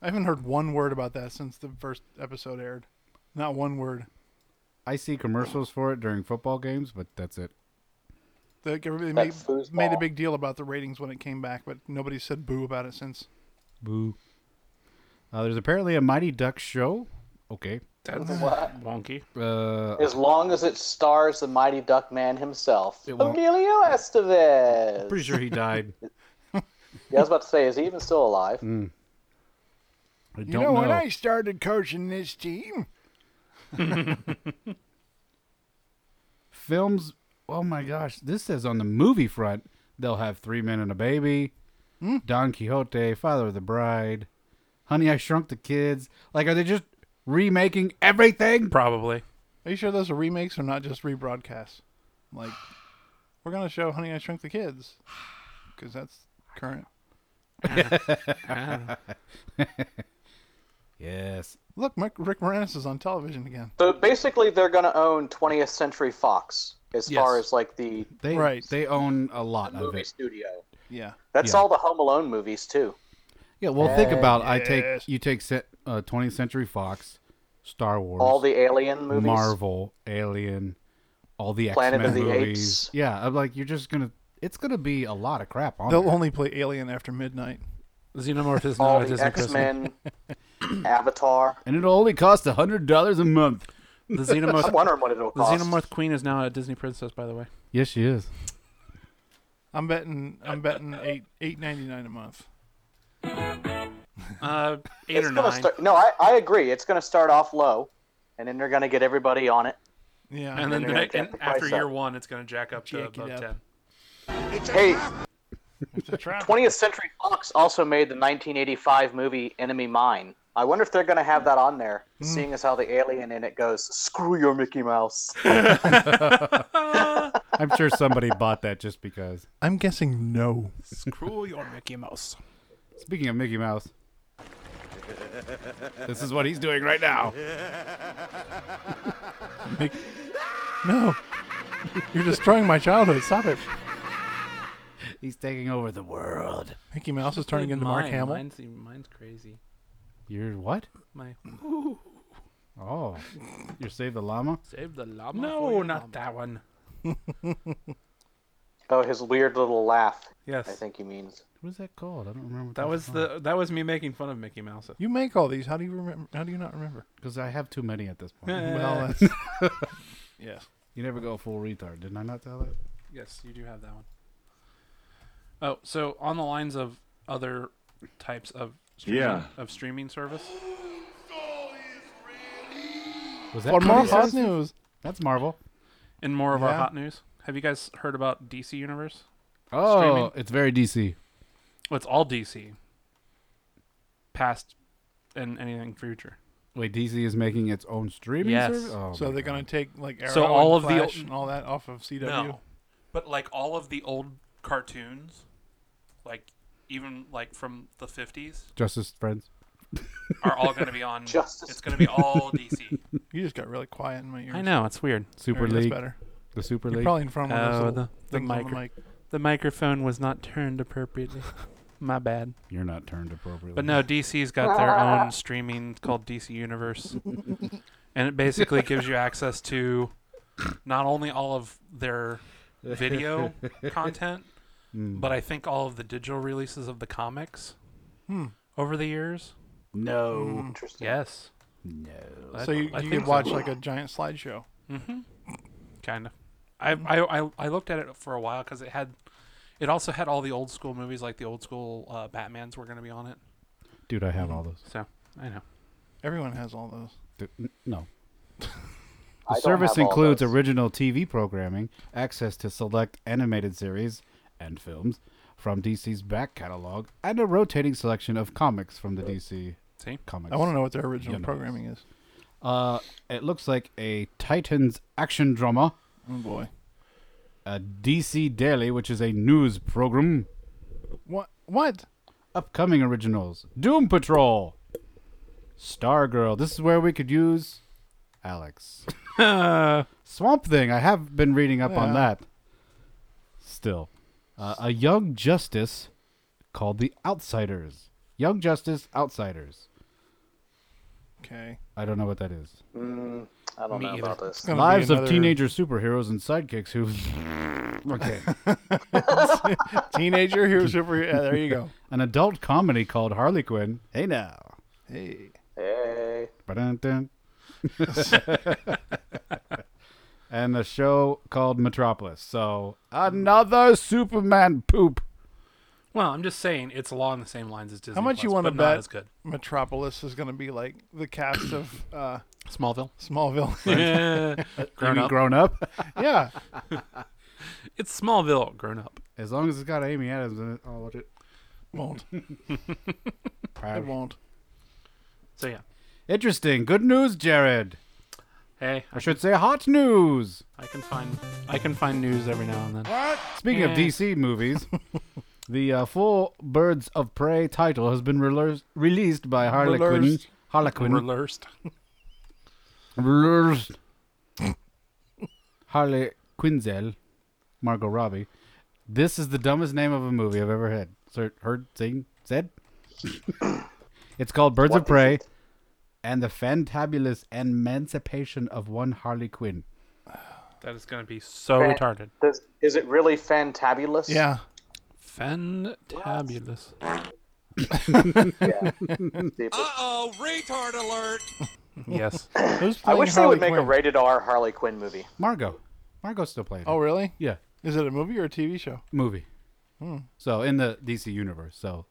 [SPEAKER 2] I haven't heard one word about that since the first episode aired. Not one word.
[SPEAKER 1] I see commercials for it during football games, but that's it.
[SPEAKER 2] Like everybody made,
[SPEAKER 4] That's foosball.
[SPEAKER 2] made a big deal about the ratings when it came back, but nobody said boo about it since.
[SPEAKER 1] Boo. Uh, there's apparently a Mighty Duck show. Okay.
[SPEAKER 3] That's wonky.
[SPEAKER 1] Uh,
[SPEAKER 4] As long as it stars the Mighty Duck Man himself, Emilio Estevez.
[SPEAKER 1] pretty [laughs] sure he died.
[SPEAKER 4] Yeah, I was about to say, is he even still alive?
[SPEAKER 3] Mm.
[SPEAKER 1] I don't know.
[SPEAKER 2] started coaching this team,
[SPEAKER 1] Films. Oh my gosh. This says on the movie front, they'll have Three Men and a Baby, Don Quixote, Father of the Bride, Honey, I Shrunk the Kids. Like, are they just remaking everything?
[SPEAKER 3] Probably.
[SPEAKER 2] Are you sure those are remakes or not just rebroadcasts? Like, we're gonna show "Honey, I Shrunk the Kids" because that's current.
[SPEAKER 1] Yes.
[SPEAKER 2] Look, Mick, Rick Moranis is on television again.
[SPEAKER 4] So basically, they're going to own 20th Century Fox as
[SPEAKER 3] Yes.
[SPEAKER 4] far as like the
[SPEAKER 1] They,
[SPEAKER 2] Right.
[SPEAKER 1] they own a lot of
[SPEAKER 4] movie
[SPEAKER 1] it.
[SPEAKER 4] studio.
[SPEAKER 2] Yeah,
[SPEAKER 4] That's
[SPEAKER 1] Yeah.
[SPEAKER 4] all the Home Alone movies too.
[SPEAKER 1] Yeah, well, think about I take
[SPEAKER 2] yes.
[SPEAKER 1] you take se- uh, 20th Century Fox, Star Wars,
[SPEAKER 4] All the Alien movies.
[SPEAKER 1] Marvel, Alien, all the
[SPEAKER 4] Planet
[SPEAKER 1] X-Men
[SPEAKER 4] of the
[SPEAKER 1] movies.
[SPEAKER 4] Apes.
[SPEAKER 1] Yeah, I'm like you're just gonna. It's gonna be a lot of crap on
[SPEAKER 2] they'll
[SPEAKER 1] there.
[SPEAKER 2] only play Alien after midnight.
[SPEAKER 3] Xenomorph is
[SPEAKER 4] all
[SPEAKER 3] not a
[SPEAKER 4] the
[SPEAKER 3] Oh, Disney
[SPEAKER 4] X
[SPEAKER 3] Christmas. [laughs]
[SPEAKER 4] Men, Avatar.
[SPEAKER 1] and it'll only cost a hundred dollars a month.
[SPEAKER 3] The
[SPEAKER 4] I'm [laughs]
[SPEAKER 3] Xenomorph.
[SPEAKER 4] wondering what it'll
[SPEAKER 3] The
[SPEAKER 4] cost.
[SPEAKER 3] Xenomorph Queen is now a Disney princess, by the way.
[SPEAKER 1] Yes, she is.
[SPEAKER 2] I'm betting. I'm [laughs] betting eight eight ninety nine a month.
[SPEAKER 3] Uh, eight
[SPEAKER 4] It's
[SPEAKER 3] or
[SPEAKER 4] gonna
[SPEAKER 3] nine.
[SPEAKER 4] start. No, I, I agree. It's going to start off low, and then they're going to get everybody on it.
[SPEAKER 2] Yeah. [laughs]
[SPEAKER 3] and then
[SPEAKER 4] they're gonna jack
[SPEAKER 3] and
[SPEAKER 4] the
[SPEAKER 3] after
[SPEAKER 4] price
[SPEAKER 3] year
[SPEAKER 4] up.
[SPEAKER 3] one, it's going to jack up to
[SPEAKER 2] Jack it
[SPEAKER 3] above
[SPEAKER 2] up.
[SPEAKER 3] ten.
[SPEAKER 4] Hey,
[SPEAKER 2] it's a trap.
[SPEAKER 4] 20th Century Fox also made the 1985 movie Enemy Mine. I wonder if they're going to have that on there, seeing as how the alien in it goes, "Screw your Mickey Mouse."
[SPEAKER 1] I'm sure somebody [laughs] bought that just because.
[SPEAKER 2] I'm guessing no.
[SPEAKER 3] Screw your Mickey Mouse.
[SPEAKER 1] Speaking of Mickey Mouse, this is what he's doing right now.
[SPEAKER 2] No. You're destroying my childhood. Stop it.
[SPEAKER 1] He's taking over the world.
[SPEAKER 2] Mickey Mouse is turning into Mark Hamill.
[SPEAKER 3] Mine's, mine's crazy.
[SPEAKER 1] You're what?
[SPEAKER 3] My
[SPEAKER 1] Oh, you saved the llama.
[SPEAKER 3] save the llama. No, not that one.
[SPEAKER 4] oh, his weird little laugh.
[SPEAKER 3] Yes,
[SPEAKER 4] I think he means.
[SPEAKER 1] What is that called? I don't remember. what
[SPEAKER 3] that was the that was me making fun of Mickey Mouse.
[SPEAKER 2] You make all these. How do you remember? How do you not remember?
[SPEAKER 1] because I have too many at this
[SPEAKER 3] [laughs]
[SPEAKER 1] point.
[SPEAKER 2] Well, that's, Eh. [laughs] yeah.
[SPEAKER 1] you never go full retard, didn't I not tell that?
[SPEAKER 3] Yes, you do have that one. Oh, so on the lines of other types of streaming,
[SPEAKER 5] Yeah.
[SPEAKER 3] of streaming service.
[SPEAKER 1] Was
[SPEAKER 2] For
[SPEAKER 1] that
[SPEAKER 2] more
[SPEAKER 1] Marvel?
[SPEAKER 2] hot news,
[SPEAKER 1] That's Marvel.
[SPEAKER 3] And more of our
[SPEAKER 2] Yeah.
[SPEAKER 3] hot news. Have you guys heard about DC Universe?
[SPEAKER 1] Oh,
[SPEAKER 3] Streaming?
[SPEAKER 1] it's very DC.
[SPEAKER 3] Well, it's all DC. Past and anything future.
[SPEAKER 1] Wait, DC is making its own streaming
[SPEAKER 3] Yes.
[SPEAKER 1] service. Oh,
[SPEAKER 2] so
[SPEAKER 1] my
[SPEAKER 2] they're
[SPEAKER 1] God.
[SPEAKER 2] gonna take like Arrow
[SPEAKER 3] So all
[SPEAKER 2] and
[SPEAKER 3] of the
[SPEAKER 2] Flash
[SPEAKER 3] old-
[SPEAKER 2] and all that off of CW.
[SPEAKER 3] But like all of the old cartoons, like even like from the 50s,
[SPEAKER 1] Justice Friends.
[SPEAKER 3] are all going to be on.
[SPEAKER 4] Justice. it's
[SPEAKER 3] going to be all DC.
[SPEAKER 2] You just got really quiet in my ears.
[SPEAKER 3] I know, it's weird.
[SPEAKER 1] Super
[SPEAKER 2] There, that's
[SPEAKER 1] League,
[SPEAKER 2] better.
[SPEAKER 1] the Super
[SPEAKER 2] You're
[SPEAKER 1] League.
[SPEAKER 2] probably in front of one of
[SPEAKER 3] Oh,
[SPEAKER 2] those little
[SPEAKER 3] the- the
[SPEAKER 2] things on the
[SPEAKER 3] micro-
[SPEAKER 2] mic.
[SPEAKER 3] The microphone was not turned appropriately.
[SPEAKER 2] [laughs]
[SPEAKER 3] My bad.
[SPEAKER 1] You're not turned appropriately.
[SPEAKER 3] But no, DC's got their own streaming called DC Universe. and it basically gives you access to not only all of their
[SPEAKER 2] [laughs]
[SPEAKER 3] video content,
[SPEAKER 2] Hmm.
[SPEAKER 3] but I think all of the digital releases of the comics
[SPEAKER 2] Hmm.
[SPEAKER 3] over the years.
[SPEAKER 1] no,
[SPEAKER 2] Mm.
[SPEAKER 4] Interesting.
[SPEAKER 3] Yes.
[SPEAKER 1] no.
[SPEAKER 3] I-
[SPEAKER 2] So you,
[SPEAKER 3] I
[SPEAKER 2] you
[SPEAKER 3] think
[SPEAKER 2] could
[SPEAKER 3] so.
[SPEAKER 2] watch like a giant slideshow.
[SPEAKER 3] kind of. I, I, I, I looked at it for a while because it had, it also had all the old school movies like the old school uh, Batman's were going to be on it.
[SPEAKER 1] Dude, I have all those.
[SPEAKER 3] So I know.
[SPEAKER 2] Everyone has all those.
[SPEAKER 1] Th- n- No. The
[SPEAKER 4] I don't
[SPEAKER 1] service
[SPEAKER 4] have all
[SPEAKER 1] includes
[SPEAKER 4] those.
[SPEAKER 1] original TV programming, access to select animated series and films from DC's back catalog, and a rotating selection of comics from the DC
[SPEAKER 3] See?
[SPEAKER 1] comics.
[SPEAKER 2] I want to know what their original
[SPEAKER 1] Yeah, no.
[SPEAKER 2] programming is.
[SPEAKER 1] Uh, it looks like a Titans action drama,
[SPEAKER 2] Oh boy.
[SPEAKER 1] a DC Daily, which is a news program,
[SPEAKER 2] What? What?
[SPEAKER 1] upcoming originals, Doom Patrol, Stargirl. This is where we could use Alex. Swamp Thing. I have been reading up on
[SPEAKER 2] Yeah.
[SPEAKER 1] that. Still, uh, a Young Justice called the Outsiders. Young Justice Outsiders.
[SPEAKER 2] Okay.
[SPEAKER 1] I don't know what that is.
[SPEAKER 4] I don't
[SPEAKER 3] Me
[SPEAKER 4] know
[SPEAKER 3] either.
[SPEAKER 4] about this.
[SPEAKER 2] Gonna be
[SPEAKER 1] Lives of
[SPEAKER 2] another
[SPEAKER 1] teenager superheroes and sidekicks who. [laughs] okay.
[SPEAKER 2] teenager hero super. Yeah, there you go.
[SPEAKER 1] An adult comedy called Harley Quinn. Hey now.
[SPEAKER 2] Hey.
[SPEAKER 4] Hey,
[SPEAKER 1] Ba-dun-dun. [laughs] and a show called Metropolis. So another Superman poop.
[SPEAKER 3] Well, I'm just saying it's along the same lines as Disney.
[SPEAKER 2] How much you
[SPEAKER 3] Plus,
[SPEAKER 2] want to
[SPEAKER 3] but not
[SPEAKER 2] bet
[SPEAKER 3] As good.
[SPEAKER 2] Metropolis is going to be like the cast of uh,
[SPEAKER 3] [laughs] Smallville.
[SPEAKER 2] Smallville?
[SPEAKER 3] [laughs]
[SPEAKER 1] You
[SPEAKER 3] grown
[SPEAKER 1] mean
[SPEAKER 3] up.
[SPEAKER 1] Grown up.
[SPEAKER 2] [laughs]
[SPEAKER 1] [laughs]
[SPEAKER 2] yeah.
[SPEAKER 3] it's Smallville. Grown up.
[SPEAKER 1] As long as it's got Amy Adams in it, I'll watch it.
[SPEAKER 2] Won't. It won't.
[SPEAKER 3] So yeah.
[SPEAKER 1] Interesting. Good news, Jared.
[SPEAKER 3] Hey,
[SPEAKER 1] I should say hot news.
[SPEAKER 3] I can find I can find news every now and then.
[SPEAKER 1] Speaking
[SPEAKER 3] Yeah.
[SPEAKER 1] of DC movies, [laughs] the uh, full Birds of Prey title has been reler- released by Harley Quinn.
[SPEAKER 2] Released.
[SPEAKER 1] Harlequin.
[SPEAKER 3] Relursed.
[SPEAKER 1] Rrrst. Harley Quinzel, Margot Robbie. This is the dumbest name of a movie I've ever had. Sir, heard, seen, said. it's called Birds of
[SPEAKER 4] What
[SPEAKER 1] Prey
[SPEAKER 4] is
[SPEAKER 1] and the Fantabulous Emancipation of One Harley Quinn.
[SPEAKER 3] That is gonna be so
[SPEAKER 4] Fan-
[SPEAKER 3] retarded.
[SPEAKER 4] Does, is it really fantabulous?
[SPEAKER 2] Yeah.
[SPEAKER 3] Fantabulous.
[SPEAKER 4] People-
[SPEAKER 3] [laughs] yes.
[SPEAKER 2] Who's
[SPEAKER 4] I
[SPEAKER 2] playing
[SPEAKER 4] wish they
[SPEAKER 2] Harley
[SPEAKER 4] would make a
[SPEAKER 2] Quinn?
[SPEAKER 4] rated R Harley Quinn movie.
[SPEAKER 1] Margot. Margot's still playing.
[SPEAKER 2] Oh, really?
[SPEAKER 1] yeah.
[SPEAKER 2] Is it a movie or a TV show?
[SPEAKER 1] Movie. So in the DC universe, so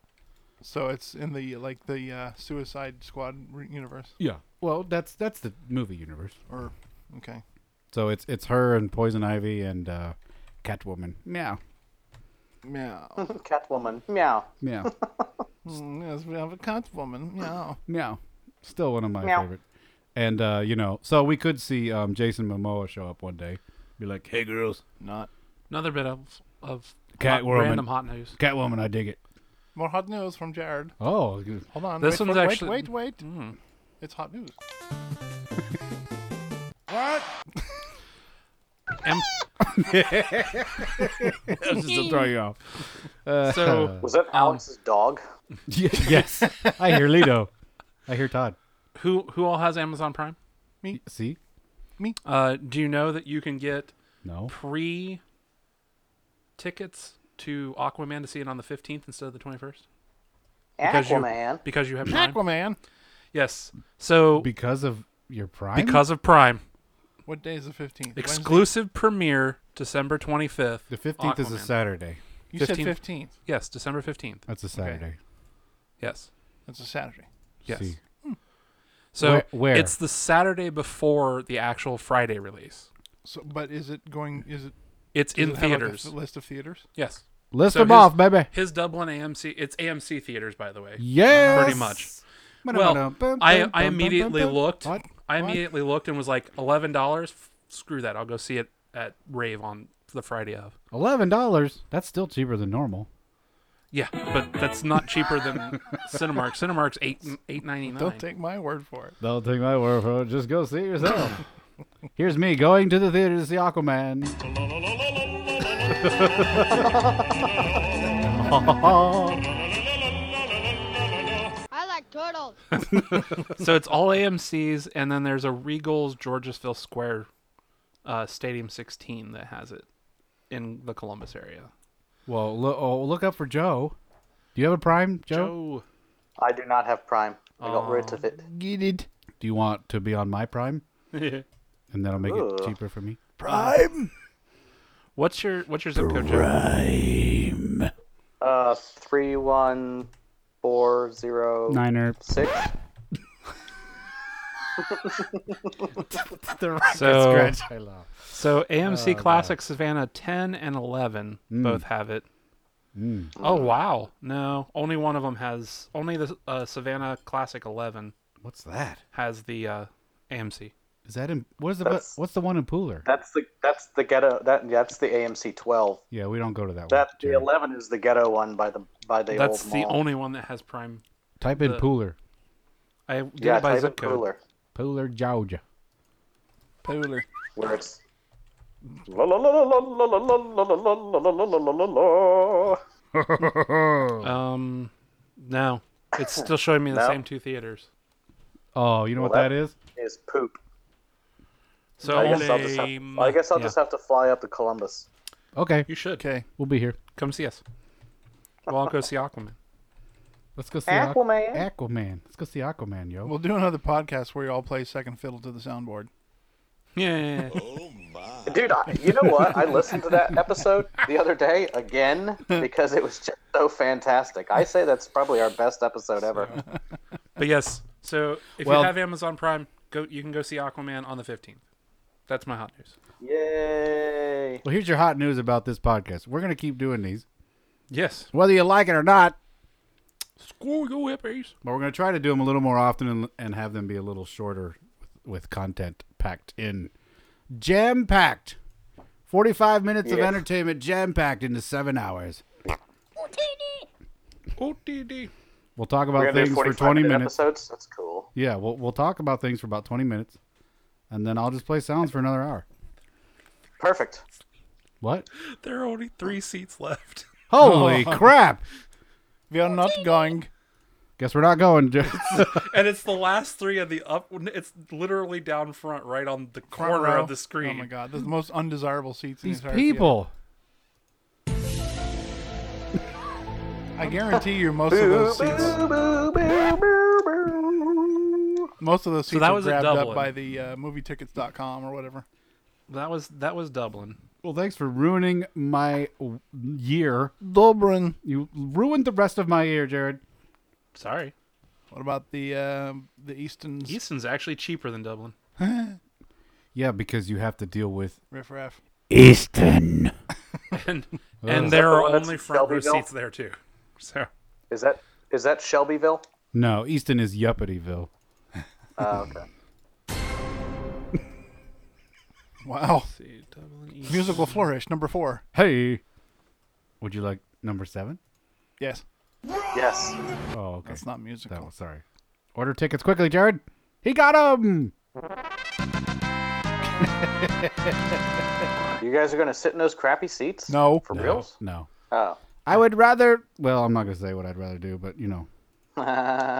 [SPEAKER 2] So it's in the like the uh, Suicide Squad re- universe,
[SPEAKER 1] yeah. Well, that's that's the movie universe.
[SPEAKER 2] or okay,
[SPEAKER 1] So it's it's her and Poison Ivy and uh, Catwoman. Meow,
[SPEAKER 2] meow.
[SPEAKER 4] Catwoman. Meow.
[SPEAKER 1] meow,
[SPEAKER 2] [laughs] Mm, yes, we have a cat woman. Meow.
[SPEAKER 1] meow. Still one of my
[SPEAKER 4] Meow.
[SPEAKER 1] favorite. And uh, you know, so we could see um, Jason Momoa show up one day, be like, "Hey girls,
[SPEAKER 2] Not
[SPEAKER 3] Another bit of of hot,
[SPEAKER 1] Catwoman.
[SPEAKER 3] random hot news.
[SPEAKER 1] Catwoman, I dig it."
[SPEAKER 2] more hot news from Jared.
[SPEAKER 1] [laughs] Oh,
[SPEAKER 2] Hold on.
[SPEAKER 3] This
[SPEAKER 2] wait
[SPEAKER 3] one's
[SPEAKER 2] for,
[SPEAKER 3] actually- Hmm.
[SPEAKER 2] wait, wait, wait. It's hot [laughs] news.
[SPEAKER 3] [laughs] Em-
[SPEAKER 1] I was just to throw you [laughs] off.
[SPEAKER 3] so
[SPEAKER 4] Was that Alex's dog?
[SPEAKER 1] yes, I hear Lido. I hear Todd.
[SPEAKER 3] who who all has Amazon Prime?
[SPEAKER 1] See?
[SPEAKER 3] Uh, do you know that you can get
[SPEAKER 1] No.
[SPEAKER 3] pre tickets to Aquaman to see it on the 15th instead of the 21st? Because you-
[SPEAKER 4] Aquaman.
[SPEAKER 3] Because you have Prime?
[SPEAKER 2] Aquaman.
[SPEAKER 3] Yes. So
[SPEAKER 1] Because of your prime.
[SPEAKER 3] because of Prime,
[SPEAKER 2] What day is the fifteenth?
[SPEAKER 3] exclusive premiere December 25th.
[SPEAKER 1] the fifteenth is a
[SPEAKER 3] Aquaman.
[SPEAKER 1] Saturday.
[SPEAKER 2] You
[SPEAKER 3] 15th.
[SPEAKER 2] said fifteenth.
[SPEAKER 3] Yes, December 15th.
[SPEAKER 1] That's a Saturday.
[SPEAKER 3] Yes.
[SPEAKER 2] That's a Saturday.
[SPEAKER 3] Yes.
[SPEAKER 1] See.
[SPEAKER 3] So
[SPEAKER 1] Where- where?
[SPEAKER 3] it's the Saturday before the actual Friday release.
[SPEAKER 2] So, but is it going? Is it
[SPEAKER 3] It's
[SPEAKER 2] does
[SPEAKER 3] in
[SPEAKER 2] it have, like, a
[SPEAKER 3] theaters.
[SPEAKER 2] f- list of theaters.
[SPEAKER 3] yes.
[SPEAKER 1] List
[SPEAKER 3] So
[SPEAKER 1] them
[SPEAKER 3] his-
[SPEAKER 1] off, baby.
[SPEAKER 3] His Dublin AMC. It's AMC theaters, by the way.
[SPEAKER 1] Yes.
[SPEAKER 3] Pretty much. Well, I I immediately looked.
[SPEAKER 1] What?
[SPEAKER 3] I
[SPEAKER 1] What?
[SPEAKER 3] immediately looked and was like, eleven dollars. Screw that. I'll go see it at Rave on the Friday of.
[SPEAKER 1] Eleven dollars. That's still cheaper than normal.
[SPEAKER 3] Yeah, but that's not cheaper than Cinemark. Cinemark's eight eight ninety
[SPEAKER 2] Don't
[SPEAKER 3] nine.
[SPEAKER 2] take my word for it.
[SPEAKER 1] Don't take my word for it. Just go see it [laughs] yourself. Here's me going to the theater to see Aquaman.
[SPEAKER 6] I like
[SPEAKER 3] [laughs]
[SPEAKER 6] turtles.
[SPEAKER 3] so it's all AMC's, and then there's a Regal's Georgesville Square, uh, Stadium sixteen that has it in the Columbus area.
[SPEAKER 1] Well, lo- oh, look up for Joe. Do you have a Prime, Joe?
[SPEAKER 3] Joe,
[SPEAKER 4] I do not have Prime. I got rid of it.
[SPEAKER 1] Get it. Do you want to be on my
[SPEAKER 4] [laughs]
[SPEAKER 1] Prime? And that'll make
[SPEAKER 4] Ugh.
[SPEAKER 1] it cheaper for me.
[SPEAKER 3] what's your what's your zip code, Joe?
[SPEAKER 4] Uh, three one four zero
[SPEAKER 1] Niner.
[SPEAKER 4] six.
[SPEAKER 3] So
[SPEAKER 1] I love.
[SPEAKER 3] so AMC Classic Savannah ten and eleven both have it. Oh wow! No, only one of them has. Only the uh, Savannah Classic eleven
[SPEAKER 1] What's that?
[SPEAKER 3] has the uh, AMC.
[SPEAKER 1] Is that in? What's the
[SPEAKER 4] That's-
[SPEAKER 1] what's the one in Pooler?
[SPEAKER 4] That's the that's the ghetto. That that's the AMC twelve.
[SPEAKER 1] yeah, we don't go to that,
[SPEAKER 4] That
[SPEAKER 1] one.
[SPEAKER 4] the
[SPEAKER 1] Jared.
[SPEAKER 4] eleven is the ghetto one by the by the
[SPEAKER 3] That's
[SPEAKER 4] old
[SPEAKER 3] the
[SPEAKER 4] mall.
[SPEAKER 3] only one that has Prime.
[SPEAKER 1] Type in
[SPEAKER 3] the-
[SPEAKER 1] Pooler.
[SPEAKER 3] I did
[SPEAKER 4] yeah
[SPEAKER 3] it by
[SPEAKER 4] type
[SPEAKER 3] zip
[SPEAKER 4] in
[SPEAKER 3] code.
[SPEAKER 4] Pooler,
[SPEAKER 1] Pooler, Georgia.
[SPEAKER 2] Polar.
[SPEAKER 4] where it's. La la la la la la la la la la la la la la la la.
[SPEAKER 3] Um, no,
[SPEAKER 4] [laughs]
[SPEAKER 3] it's still showing me the
[SPEAKER 4] No.
[SPEAKER 3] same two theaters.
[SPEAKER 1] Oh, you know what
[SPEAKER 4] Well,
[SPEAKER 1] that
[SPEAKER 4] that-
[SPEAKER 1] is?
[SPEAKER 4] Is poop.
[SPEAKER 3] So
[SPEAKER 4] I guess I'll just have,
[SPEAKER 3] lame.
[SPEAKER 4] I guess I'll
[SPEAKER 3] Yeah.
[SPEAKER 4] just have to fly up to Columbus.
[SPEAKER 1] Okay,
[SPEAKER 3] You should
[SPEAKER 2] Okay.
[SPEAKER 1] we'll be here.
[SPEAKER 3] come see us. Well, I'll go see Aquaman. [laughs]
[SPEAKER 1] Let's go see Aqu-
[SPEAKER 4] Aquaman.
[SPEAKER 1] Aquaman. Let's go see Aquaman, yo.
[SPEAKER 2] We'll do another podcast where you all play second fiddle to the soundboard.
[SPEAKER 3] Yeah.
[SPEAKER 4] Dude, I, you know what? I listened to that episode the other day again because it was just so fantastic. I say that's probably our best episode ever.
[SPEAKER 3] but yes, so if
[SPEAKER 1] Well-
[SPEAKER 3] you have Amazon Prime, go. You can go see Aquaman on the fifteenth. That's my hot news.
[SPEAKER 4] Yay.
[SPEAKER 1] Well, here's your hot news about this podcast. We're gonna keep doing these,
[SPEAKER 3] Yes.
[SPEAKER 1] whether you like it or not.
[SPEAKER 3] Screw you, hippies.
[SPEAKER 1] But we're gonna try to do them a little more often and, and have them be a little shorter, with, with content packed in, jam packed. Forty-five minutes of
[SPEAKER 4] Yeah.
[SPEAKER 1] entertainment, jam packed into seven hours.
[SPEAKER 3] OTD.
[SPEAKER 1] We'll talk
[SPEAKER 4] We're
[SPEAKER 1] about
[SPEAKER 4] gonna
[SPEAKER 1] things
[SPEAKER 4] do
[SPEAKER 1] for
[SPEAKER 4] 45
[SPEAKER 1] twenty
[SPEAKER 4] minute
[SPEAKER 1] minutes.
[SPEAKER 4] episodes. That's cool.
[SPEAKER 1] Yeah, we'll we'll talk about things for about twenty minutes, and then I'll just play sounds for another hour.
[SPEAKER 4] Perfect.
[SPEAKER 1] What?
[SPEAKER 3] There are only three seats left.
[SPEAKER 1] Holy crap!
[SPEAKER 2] We are not going.
[SPEAKER 1] Guess we're not going. Joe.
[SPEAKER 3] [laughs] and it's the last three of the up. It's literally down front, right on the
[SPEAKER 2] Front
[SPEAKER 3] corner
[SPEAKER 2] row.
[SPEAKER 3] of the screen.
[SPEAKER 2] Oh my god, this is the most undesirable seats
[SPEAKER 1] These
[SPEAKER 2] in the entire
[SPEAKER 1] people.
[SPEAKER 2] theater. I guarantee you, most of those seats, most of those seats
[SPEAKER 3] that
[SPEAKER 2] are
[SPEAKER 3] was a
[SPEAKER 2] grabbed
[SPEAKER 3] Dublin.
[SPEAKER 2] up by the uh, movietickets.com or whatever.
[SPEAKER 3] That was that was Dublin.
[SPEAKER 1] Well, thanks for ruining my w- year.
[SPEAKER 2] Dobrin.
[SPEAKER 1] You ruined the rest of my year, Jared.
[SPEAKER 3] Sorry.
[SPEAKER 2] What about the uh, the Easton's
[SPEAKER 3] Easton's actually cheaper than Dublin. [laughs]
[SPEAKER 1] Yeah, because you have to deal with
[SPEAKER 2] riffraff?
[SPEAKER 1] Easton. Is
[SPEAKER 3] And
[SPEAKER 1] that
[SPEAKER 3] and there
[SPEAKER 4] the
[SPEAKER 3] are
[SPEAKER 4] one that's
[SPEAKER 3] only
[SPEAKER 4] in
[SPEAKER 3] front row
[SPEAKER 4] Shelbyville?
[SPEAKER 3] seats there too. So
[SPEAKER 4] Is that is that Shelbyville?
[SPEAKER 1] No, Easton is Yuppityville.
[SPEAKER 4] Oh, okay.
[SPEAKER 2] Wow.
[SPEAKER 3] see, Dublin East.
[SPEAKER 2] Musical flourish number four.
[SPEAKER 1] Hey, would you like number seven?
[SPEAKER 2] Yes,
[SPEAKER 4] Yes.
[SPEAKER 1] Oh, okay.
[SPEAKER 2] that's not
[SPEAKER 1] That
[SPEAKER 2] musical.
[SPEAKER 1] was sorry. Order tickets quickly, Jared. He got them.
[SPEAKER 4] You guys are gonna sit in those crappy seats?
[SPEAKER 2] No.
[SPEAKER 4] For reals?
[SPEAKER 1] No,
[SPEAKER 4] Oh.
[SPEAKER 1] I would rather. Well, I'm not gonna say what I'd rather do, but you know,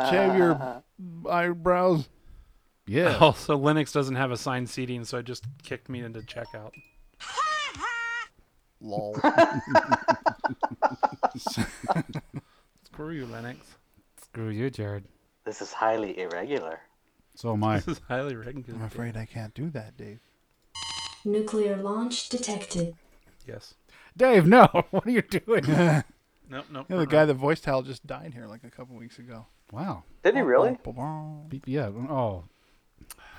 [SPEAKER 2] Shave your eyebrows. [laughs]
[SPEAKER 3] [laughs]
[SPEAKER 1] yeah.
[SPEAKER 2] Oh.
[SPEAKER 3] Also, Oh, Linux doesn't have assigned seating, so it just kicked me into checkout.
[SPEAKER 2] Lol.
[SPEAKER 3] [laughs] Screw you, Linux.
[SPEAKER 1] Screw you, Jared.
[SPEAKER 4] This is highly irregular.
[SPEAKER 1] So am I. [laughs]
[SPEAKER 3] This is highly regulated.
[SPEAKER 2] I'm afraid I can't do that, Dave.
[SPEAKER 9] Nuclear launch detected.
[SPEAKER 3] Yes.
[SPEAKER 1] Dave, no. [laughs] What are you doing?
[SPEAKER 2] [laughs]
[SPEAKER 3] Nope. Nope.
[SPEAKER 2] You know, the
[SPEAKER 3] uh-uh.
[SPEAKER 2] guy that voiced Hal just died here like a couple weeks ago.
[SPEAKER 1] wow.
[SPEAKER 4] Did he really?
[SPEAKER 2] Ba-bom.
[SPEAKER 1] Beep- Yeah. Oh,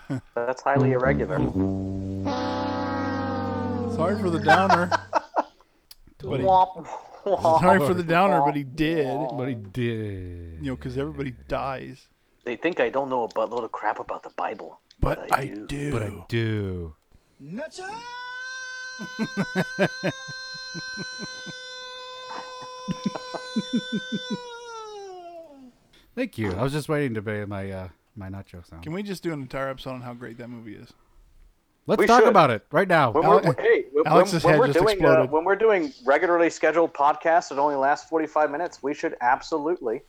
[SPEAKER 4] That's
[SPEAKER 2] Mm-hmm.
[SPEAKER 4] highly irregular.
[SPEAKER 2] Sorry for the downer. [laughs] but he,
[SPEAKER 4] Womp, womp.
[SPEAKER 2] sorry for the downer, but he did.
[SPEAKER 1] but he did.
[SPEAKER 2] You know, because everybody dies.
[SPEAKER 4] They think I don't know a buttload of crap about the Bible.
[SPEAKER 2] But I do.
[SPEAKER 1] But I do. Thank you. I was just waiting to pay my uh, my nacho sound.
[SPEAKER 2] Can we just do an entire episode on how great that movie is?
[SPEAKER 1] Let's
[SPEAKER 4] We
[SPEAKER 1] talk
[SPEAKER 4] should.
[SPEAKER 1] about it right now.
[SPEAKER 4] When
[SPEAKER 2] Alex-
[SPEAKER 4] we're, hey, when,
[SPEAKER 2] Alex's
[SPEAKER 4] when
[SPEAKER 2] head
[SPEAKER 4] we're
[SPEAKER 2] just
[SPEAKER 4] doing uh,
[SPEAKER 2] exploded.
[SPEAKER 4] when we're doing regularly scheduled podcasts that only last forty five minutes, we should
[SPEAKER 2] [laughs]
[SPEAKER 4] absolutely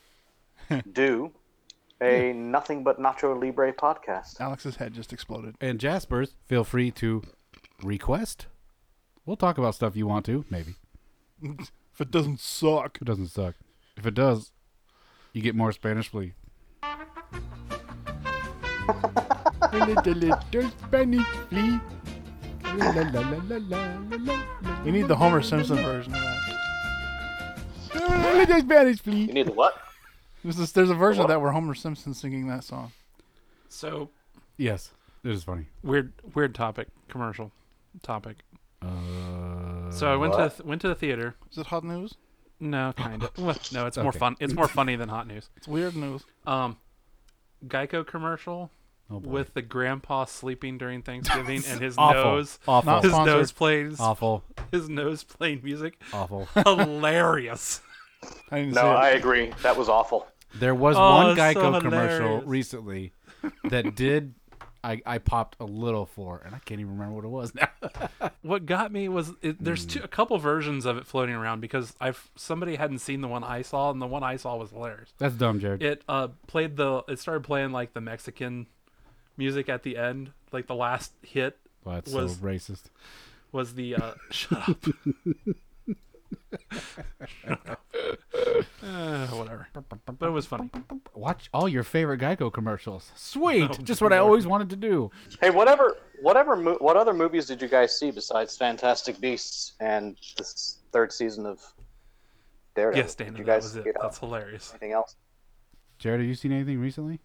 [SPEAKER 4] do a nothing but Nacho Libre podcast.
[SPEAKER 2] Alex's head just exploded.
[SPEAKER 1] and Jaspers, feel free to request. We'll talk about stuff you want to, maybe.
[SPEAKER 2] If it doesn't [laughs] suck.
[SPEAKER 1] It doesn't suck. If it does, you get more Spanish flea.
[SPEAKER 2] We need the Homer Simpson version of that. Just vanish, please.
[SPEAKER 4] You need the what?
[SPEAKER 2] There's, this, there's a version of that where Homer Simpson's singing that song.
[SPEAKER 3] So
[SPEAKER 1] Yes, it is funny.
[SPEAKER 3] weird. Weird topic. Commercial topic.
[SPEAKER 1] Uh,
[SPEAKER 3] So I went to the, went to the theater.
[SPEAKER 2] Is it hot news?
[SPEAKER 3] No, kind
[SPEAKER 1] [laughs]
[SPEAKER 3] of. Well, no, it's more
[SPEAKER 1] Okay.
[SPEAKER 3] fun. It's more funny than hot news.
[SPEAKER 2] It's weird news.
[SPEAKER 3] Um, Geico commercial
[SPEAKER 1] oh boy.
[SPEAKER 3] with the grandpa sleeping during Thanksgiving
[SPEAKER 1] [laughs]
[SPEAKER 3] and his
[SPEAKER 1] awful.
[SPEAKER 3] nose,
[SPEAKER 1] Awful.
[SPEAKER 2] Not
[SPEAKER 3] his
[SPEAKER 2] sponsored.
[SPEAKER 3] nose plays,
[SPEAKER 1] awful,
[SPEAKER 3] his nose playing music.
[SPEAKER 1] awful.
[SPEAKER 3] Hilarious.
[SPEAKER 2] I didn't
[SPEAKER 4] No,
[SPEAKER 2] say it.
[SPEAKER 4] I agree. That was awful.
[SPEAKER 1] There was
[SPEAKER 3] Oh,
[SPEAKER 1] one
[SPEAKER 3] it's
[SPEAKER 1] Geico
[SPEAKER 3] so
[SPEAKER 1] commercial
[SPEAKER 3] hilarious.
[SPEAKER 1] recently [laughs] that did. I, I popped a little for, and I can't even remember what it was now.
[SPEAKER 3] [laughs] what got me was it, there's two, a couple versions of it floating around because I've somebody hadn't seen the one I saw and the one I saw was hilarious.
[SPEAKER 1] [laughs] That's dumb, Jared.
[SPEAKER 3] It uh played the it started playing like the Mexican music at the end, like the last hit
[SPEAKER 1] Well, that's
[SPEAKER 3] was-
[SPEAKER 1] so racist.
[SPEAKER 3] was the uh [laughs] shut up. Shut up. [laughs] Uh, whatever. But it was funny.
[SPEAKER 1] Watch all your favorite Geico commercials. [laughs] Sweet, just what I always wanted to do.
[SPEAKER 4] Hey, whatever, whatever, mo- what other movies did you guys see besides Fantastic Beasts and this third season of Daredevil?
[SPEAKER 3] Yes, Dana,
[SPEAKER 4] Did you
[SPEAKER 3] that
[SPEAKER 4] guys
[SPEAKER 3] was it.
[SPEAKER 4] get out
[SPEAKER 3] That's hilarious.
[SPEAKER 4] anything else?
[SPEAKER 1] Jared, have you seen anything recently?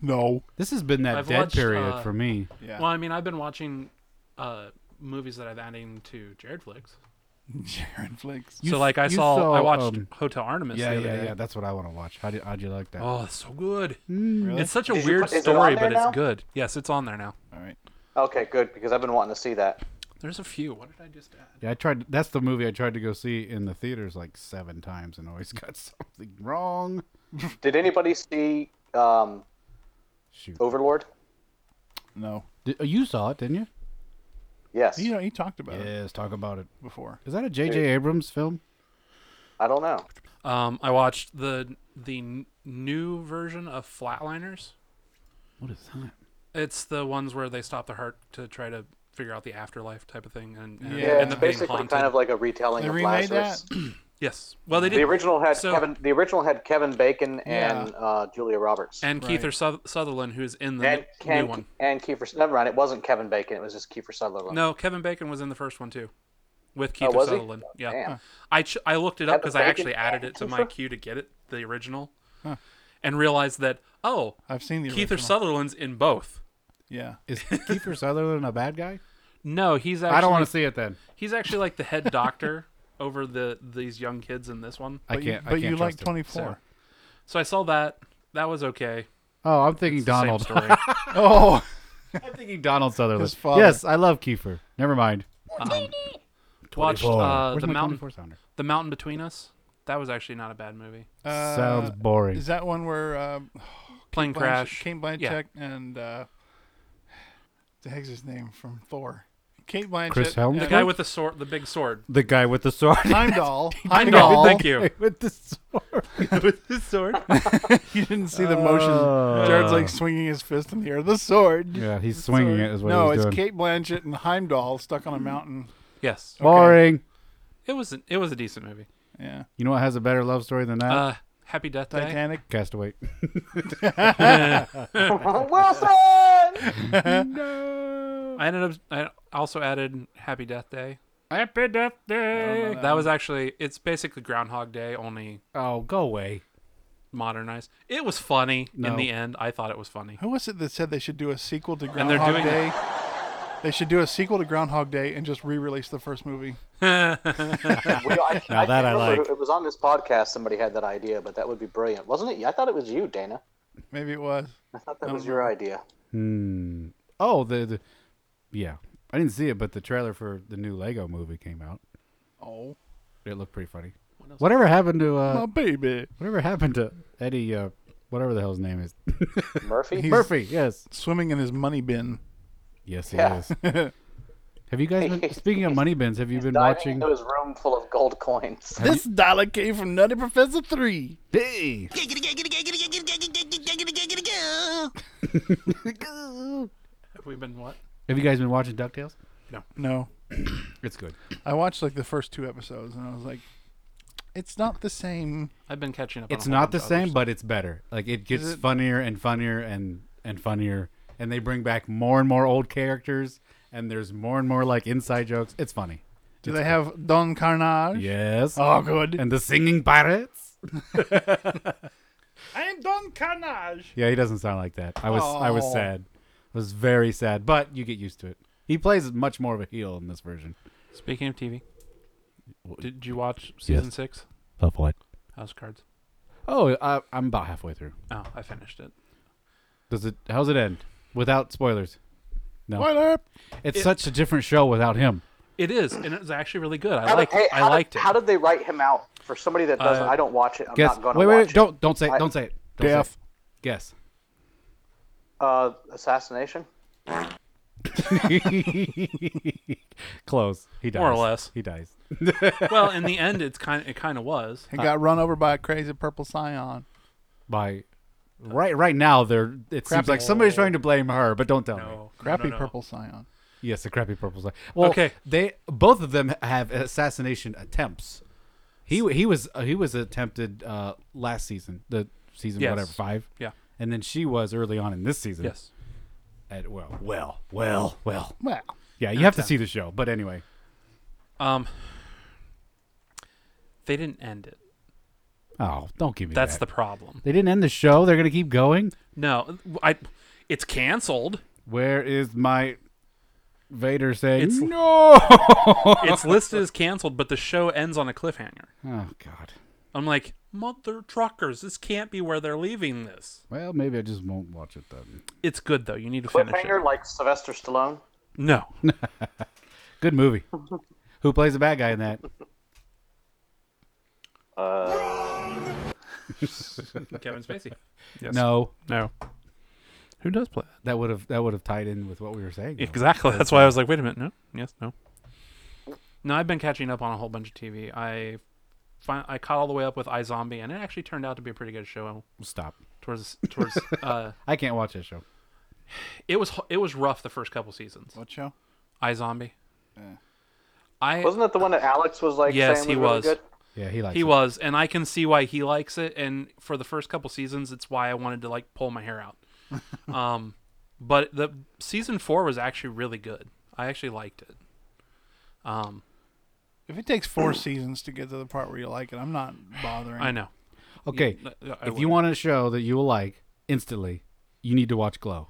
[SPEAKER 2] No.
[SPEAKER 1] This has been that
[SPEAKER 3] I've
[SPEAKER 1] dead
[SPEAKER 3] watched,
[SPEAKER 1] period
[SPEAKER 3] uh,
[SPEAKER 1] for me.
[SPEAKER 2] Yeah. [laughs]
[SPEAKER 3] Well, I mean, I've been watching uh movies that I've adding to Jared Flicks.
[SPEAKER 2] Jared Flakes.
[SPEAKER 1] You
[SPEAKER 3] so
[SPEAKER 1] s-
[SPEAKER 3] like I
[SPEAKER 1] you
[SPEAKER 3] saw, I
[SPEAKER 1] saw,
[SPEAKER 3] watched
[SPEAKER 1] um,
[SPEAKER 3] Hotel Artemis
[SPEAKER 1] Yeah,
[SPEAKER 3] the other
[SPEAKER 1] yeah,
[SPEAKER 3] day.
[SPEAKER 1] yeah. That's what I want to watch. How did how'd you like that?
[SPEAKER 3] Oh, it's so good.
[SPEAKER 1] Mm.
[SPEAKER 2] Really?
[SPEAKER 3] It's such a
[SPEAKER 4] Is it-
[SPEAKER 3] weird
[SPEAKER 4] is it on
[SPEAKER 3] story,
[SPEAKER 4] there
[SPEAKER 3] but
[SPEAKER 4] now?
[SPEAKER 3] it's good. Yes, it's on there now.
[SPEAKER 2] All right.
[SPEAKER 4] Okay, good because I've been wanting to see that.
[SPEAKER 3] There's a few. What did I just add?
[SPEAKER 1] Yeah, I tried. That's the movie I tried to go see in the theaters like seven times and always [laughs] got something wrong.
[SPEAKER 4] Did anybody see um,
[SPEAKER 1] Shoot,
[SPEAKER 4] Overlord?
[SPEAKER 2] No.
[SPEAKER 1] Did- oh, you saw it, didn't you?
[SPEAKER 4] Yes.
[SPEAKER 2] You know, you talked about it
[SPEAKER 1] Yes, talk about it.
[SPEAKER 2] before.
[SPEAKER 1] Is that a J.J. Abrams film?
[SPEAKER 4] I don't know.
[SPEAKER 3] Um, I watched the the n- new version of Flatliners.
[SPEAKER 1] What is that?
[SPEAKER 3] It's the ones where they stop the heart to try to figure out the afterlife type of thing, and, and
[SPEAKER 2] Yeah,
[SPEAKER 3] end
[SPEAKER 4] it's
[SPEAKER 3] up being
[SPEAKER 4] basically
[SPEAKER 3] haunted.
[SPEAKER 4] kind of like a retelling
[SPEAKER 2] They
[SPEAKER 4] of
[SPEAKER 2] remade
[SPEAKER 4] Lazarus.
[SPEAKER 3] Yes. Well, they did.
[SPEAKER 4] The original had
[SPEAKER 3] So-
[SPEAKER 4] Kevin. The original had Kevin Bacon and
[SPEAKER 2] Yeah.
[SPEAKER 4] uh, Julia Roberts.
[SPEAKER 3] and Keith or Suth- Sutherland, who's in the
[SPEAKER 4] and
[SPEAKER 3] n- new
[SPEAKER 4] and,
[SPEAKER 3] one.
[SPEAKER 4] and Kiefer. Never mind. It wasn't Kevin Bacon. It was just Kiefer Sutherland.
[SPEAKER 3] No, Kevin Bacon was in the first one too, with Keith
[SPEAKER 4] Oh,
[SPEAKER 3] or
[SPEAKER 4] was he?
[SPEAKER 3] Sutherland. Yeah, Hmm.
[SPEAKER 4] Damn.
[SPEAKER 3] I ch- I looked it up
[SPEAKER 4] Kevin
[SPEAKER 3] because I
[SPEAKER 4] Bacon
[SPEAKER 3] actually added
[SPEAKER 4] and
[SPEAKER 3] it to
[SPEAKER 4] Kiefer?
[SPEAKER 3] my queue to get it the original, and realized that oh,
[SPEAKER 2] I've seen the
[SPEAKER 3] Keith or
[SPEAKER 2] original.
[SPEAKER 3] Sutherland's in both.
[SPEAKER 2] Yeah.
[SPEAKER 1] Is Kiefer Sutherland a bad
[SPEAKER 2] [laughs]
[SPEAKER 1] guy?
[SPEAKER 3] No, he's actually
[SPEAKER 1] I don't want to see it then.
[SPEAKER 3] he's actually like the head doctor [laughs] over the these young kids in this one.
[SPEAKER 1] I can't.
[SPEAKER 2] But
[SPEAKER 1] I can't
[SPEAKER 2] you like
[SPEAKER 1] trust him.
[SPEAKER 2] 24.
[SPEAKER 3] So I saw that. That was okay.
[SPEAKER 1] Oh, I'm thinking
[SPEAKER 3] It's the
[SPEAKER 1] Donald. [laughs]
[SPEAKER 3] Same story.
[SPEAKER 2] [laughs] Oh,
[SPEAKER 1] I'm thinking Donald Sutherland.
[SPEAKER 2] His father.
[SPEAKER 1] Yes, I love Kiefer. Never mind.
[SPEAKER 3] Watched uh,
[SPEAKER 1] Where's
[SPEAKER 3] the
[SPEAKER 1] my
[SPEAKER 3] mountain
[SPEAKER 1] 24 sounder?
[SPEAKER 3] the mountain between us. That was actually not a bad movie.
[SPEAKER 2] uh,
[SPEAKER 1] Sounds boring.
[SPEAKER 2] Is that one where uh,
[SPEAKER 3] Plane crash.
[SPEAKER 2] Kate Blanchett
[SPEAKER 3] Yeah.
[SPEAKER 2] and uh, the heck's his name from Thor? Kate Blanchett.
[SPEAKER 1] Chris Helms?
[SPEAKER 3] The guy with the sword, the big sword.
[SPEAKER 1] the guy with the sword. [laughs]
[SPEAKER 2] Heimdall.
[SPEAKER 3] Heimdall,
[SPEAKER 2] Heimdall.
[SPEAKER 3] thank you.
[SPEAKER 1] with the sword.
[SPEAKER 3] with his sword.
[SPEAKER 2] you didn't see the motion.
[SPEAKER 1] Oh.
[SPEAKER 2] Jared's like swinging his fist in the air. The sword.
[SPEAKER 1] [laughs] Yeah, he's swinging
[SPEAKER 2] Sword.
[SPEAKER 1] it is what
[SPEAKER 2] no,
[SPEAKER 1] he's
[SPEAKER 2] it's
[SPEAKER 1] doing.
[SPEAKER 2] Kate Blanchett and Heimdall stuck on a mountain.
[SPEAKER 3] Yes,
[SPEAKER 1] boring.
[SPEAKER 3] it was an, it was a decent movie.
[SPEAKER 2] Yeah.
[SPEAKER 1] You know what has a better love story than that?
[SPEAKER 3] Uh, Happy Death Day.
[SPEAKER 2] Titanic.
[SPEAKER 1] Castaway.
[SPEAKER 4] [laughs] Wilson.
[SPEAKER 3] I ended up. I also added Happy Death Day.
[SPEAKER 1] Happy Death Day.
[SPEAKER 3] That was actually. It's basically Groundhog Day, only
[SPEAKER 1] Oh, go away.
[SPEAKER 3] modernized. It was funny
[SPEAKER 1] No.
[SPEAKER 3] in the end. I thought it was funny.
[SPEAKER 2] Who was it that said they should do a sequel to
[SPEAKER 3] they're
[SPEAKER 2] Groundhog
[SPEAKER 3] doing-
[SPEAKER 2] Day? They should do a sequel to Groundhog Day and just re-release the first movie.
[SPEAKER 4] We- I,
[SPEAKER 1] Now that I
[SPEAKER 4] remember
[SPEAKER 1] like.
[SPEAKER 4] who- It was on this podcast. Somebody had that idea, but that would be brilliant, wasn't it? I thought it was you, Dana.
[SPEAKER 2] Maybe it was.
[SPEAKER 4] I thought
[SPEAKER 3] Oh,
[SPEAKER 4] that was your idea.
[SPEAKER 1] Hmm. Oh, the, the yeah. I didn't see it, but the trailer for the new Lego movie came out.
[SPEAKER 2] Oh,
[SPEAKER 1] It looked pretty funny. Whatever happened to uh,
[SPEAKER 2] my baby.
[SPEAKER 1] whatever happened to Eddie? Uh, whatever the hell his name is. [laughs]
[SPEAKER 4] Murphy.
[SPEAKER 2] He's
[SPEAKER 1] Murphy. Yes.
[SPEAKER 2] swimming in his money bin.
[SPEAKER 1] Yes, he
[SPEAKER 4] Yeah.
[SPEAKER 2] [laughs]
[SPEAKER 1] is. Have you guys been speaking of money bins? Have you been
[SPEAKER 4] diving
[SPEAKER 1] watching?
[SPEAKER 4] into his room full of gold coins.
[SPEAKER 2] This dollar came from Nutty Professor Three.
[SPEAKER 1] Hey.
[SPEAKER 3] Have we been what?
[SPEAKER 1] Have you guys been watching Ducktales?
[SPEAKER 2] No,
[SPEAKER 1] It's good.
[SPEAKER 2] I watched like the first two episodes and I was like, it's not the same.
[SPEAKER 3] I've been catching up. on a
[SPEAKER 1] It's
[SPEAKER 3] whole
[SPEAKER 1] not the
[SPEAKER 3] bunch of
[SPEAKER 1] same,
[SPEAKER 3] others.
[SPEAKER 1] but it's better. Like it gets
[SPEAKER 2] it-
[SPEAKER 1] funnier and funnier and and funnier, and they bring back more and more old characters, and there's more and more like inside jokes. It's funny.
[SPEAKER 2] Do they have Don Carnage?
[SPEAKER 1] Yes.
[SPEAKER 2] Oh, good.
[SPEAKER 1] And the singing pirates.
[SPEAKER 2] I am Don Carnage.
[SPEAKER 1] Yeah, he doesn't sound like that. I was I was
[SPEAKER 2] Oh.
[SPEAKER 1] sad. I was very sad, but you get used to it. He plays much more of a heel in this version.
[SPEAKER 3] Speaking of TV, did you watch season six?
[SPEAKER 1] Of what?
[SPEAKER 3] House Cards.
[SPEAKER 1] Oh, I, I'm about halfway through.
[SPEAKER 3] Oh, I finished it.
[SPEAKER 1] Does it? How's it end? Without spoilers. No,
[SPEAKER 2] Spoiler.
[SPEAKER 1] it's such a different show without him.
[SPEAKER 3] It is, and it was actually really good. I
[SPEAKER 4] How did-
[SPEAKER 3] liked.
[SPEAKER 4] hey,
[SPEAKER 3] I
[SPEAKER 4] how did-
[SPEAKER 3] liked it.
[SPEAKER 4] How did they write him out? For somebody that doesn't,
[SPEAKER 3] Uh,
[SPEAKER 4] I don't watch it. I'm
[SPEAKER 1] Guess.
[SPEAKER 4] not going to
[SPEAKER 1] wait,
[SPEAKER 4] watch
[SPEAKER 1] wait, wait,
[SPEAKER 4] it.
[SPEAKER 1] don't don't say it.
[SPEAKER 4] I-
[SPEAKER 1] Don't say it. Don't say
[SPEAKER 2] Death.
[SPEAKER 1] it. Guess.
[SPEAKER 4] Uh, assassination.
[SPEAKER 1] Close. He dies.
[SPEAKER 3] More or less.
[SPEAKER 1] He dies.
[SPEAKER 3] well, in the end, it's kind. It kind of was.
[SPEAKER 2] He got run over by a crazy purple scion.
[SPEAKER 1] By right right now they're it seems
[SPEAKER 2] Crappy-
[SPEAKER 1] like somebody's trying to blame her, but don't tell me.
[SPEAKER 3] No,
[SPEAKER 2] Crappy
[SPEAKER 3] no, no, no.
[SPEAKER 2] purple scion.
[SPEAKER 1] Yes, the crappy purple side. Well,
[SPEAKER 3] Okay.
[SPEAKER 1] They both of them have assassination attempts. He he was uh, he was attempted uh, last season, the season
[SPEAKER 3] Yes.
[SPEAKER 1] whatever five.
[SPEAKER 3] Yeah.
[SPEAKER 1] and then she was early on in this season.
[SPEAKER 3] Yes.
[SPEAKER 1] And, well, well, well, well.
[SPEAKER 2] Well,
[SPEAKER 1] Yeah, you have to see the show. But anyway,
[SPEAKER 3] Um. They didn't end it.
[SPEAKER 1] oh, don't give me
[SPEAKER 3] That's
[SPEAKER 1] that.
[SPEAKER 3] the problem.
[SPEAKER 1] They didn't end the show. They're gonna keep going.
[SPEAKER 3] No, I. It's [laughs] canceled.
[SPEAKER 1] Where is my Vader saying
[SPEAKER 3] It's- [laughs]
[SPEAKER 1] no?
[SPEAKER 3] It's listed as canceled, but the show ends on a cliffhanger.
[SPEAKER 1] oh God.
[SPEAKER 3] I'm like, mother truckers, this can't be where they're leaving this.
[SPEAKER 1] Well, maybe I just won't watch it then.
[SPEAKER 3] It's good though. You need to finish
[SPEAKER 4] Cliffhanger
[SPEAKER 3] it.
[SPEAKER 4] like Sylvester Stallone.
[SPEAKER 3] [laughs] No,
[SPEAKER 1] Good
[SPEAKER 3] [laughs]
[SPEAKER 1] movie. Who plays the bad guy in that?
[SPEAKER 3] Kevin Spacey. Yes.
[SPEAKER 1] No,
[SPEAKER 3] No. Who does play that?
[SPEAKER 1] that would have that would have tied in with what we were saying. though.
[SPEAKER 3] Exactly. That's why I was like, wait a minute. No. Yes. No. No, I've been catching up on a whole bunch of TV. I, fin- I caught all the way up with iZombie, and it actually turned out to be a pretty good show.
[SPEAKER 1] Stop.
[SPEAKER 3] Towards [laughs] towards, uh,
[SPEAKER 1] I can't watch that show.
[SPEAKER 3] it was h- it was rough the first couple seasons.
[SPEAKER 2] what show?
[SPEAKER 3] iZombie. I
[SPEAKER 4] Wasn't that the one that Alex was like
[SPEAKER 3] Yes,
[SPEAKER 4] saying
[SPEAKER 3] he was.
[SPEAKER 4] was, really good?
[SPEAKER 1] Yeah, he likes
[SPEAKER 3] He
[SPEAKER 1] it.
[SPEAKER 3] was, and I can see why he likes it. And for the first couple seasons, it's why I wanted to like pull my hair out.
[SPEAKER 1] [laughs]
[SPEAKER 3] um, but the season four was actually really good. I actually liked it. Um,
[SPEAKER 2] If it takes four seasons to get to the part where you like it, I'm not bothering.
[SPEAKER 3] I know. Uh,
[SPEAKER 1] Okay,
[SPEAKER 3] Yeah, I- I
[SPEAKER 1] if you
[SPEAKER 3] would.
[SPEAKER 1] want a show that you will like instantly, you need to watch Glow.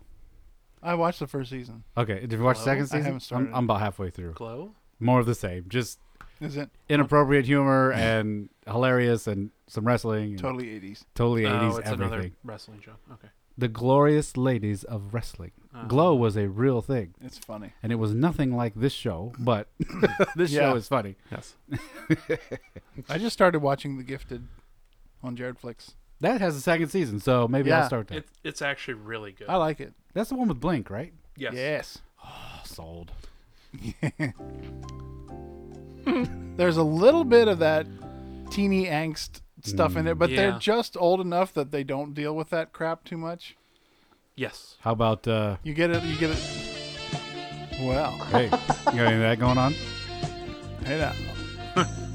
[SPEAKER 2] I watched the first season.
[SPEAKER 1] Okay, did you watch the second
[SPEAKER 2] I
[SPEAKER 1] season?
[SPEAKER 2] haven't started.
[SPEAKER 1] am I'm about halfway through.
[SPEAKER 3] Glow.
[SPEAKER 1] More of the same, just
[SPEAKER 2] Is it
[SPEAKER 1] inappropriate
[SPEAKER 3] [laughs]
[SPEAKER 1] humor and hilarious and some wrestling. and
[SPEAKER 2] totally 80s?
[SPEAKER 1] totally 80s
[SPEAKER 3] oh, it's
[SPEAKER 1] everything.
[SPEAKER 3] another wrestling show. Okay.
[SPEAKER 1] The Glorious Ladies of Wrestling.
[SPEAKER 3] Oh.
[SPEAKER 1] Glow was a real thing,
[SPEAKER 2] It's funny.
[SPEAKER 1] and it was nothing like this show, but [laughs] this
[SPEAKER 2] Yeah.
[SPEAKER 1] show is funny.
[SPEAKER 3] Yes.
[SPEAKER 2] I just started watching The Gifted on Jared Flicks.
[SPEAKER 1] That has a second season, so maybe I'll
[SPEAKER 2] Yeah.
[SPEAKER 1] start that.
[SPEAKER 3] It, it's actually really good.
[SPEAKER 2] I
[SPEAKER 1] Oh,
[SPEAKER 2] like it.
[SPEAKER 1] That's the one with Blink, right? Oh,
[SPEAKER 3] yes.
[SPEAKER 2] Yes.
[SPEAKER 1] Sold.
[SPEAKER 2] There's a little bit of that teeny angst stuff in it, but
[SPEAKER 3] Yeah.
[SPEAKER 2] they're just old enough that they don't deal with that crap too much.
[SPEAKER 3] Yes.
[SPEAKER 1] How about uh
[SPEAKER 2] You get it. You get it. Well,
[SPEAKER 1] hey, you got any of that going [laughs] on?
[SPEAKER 2] hey now.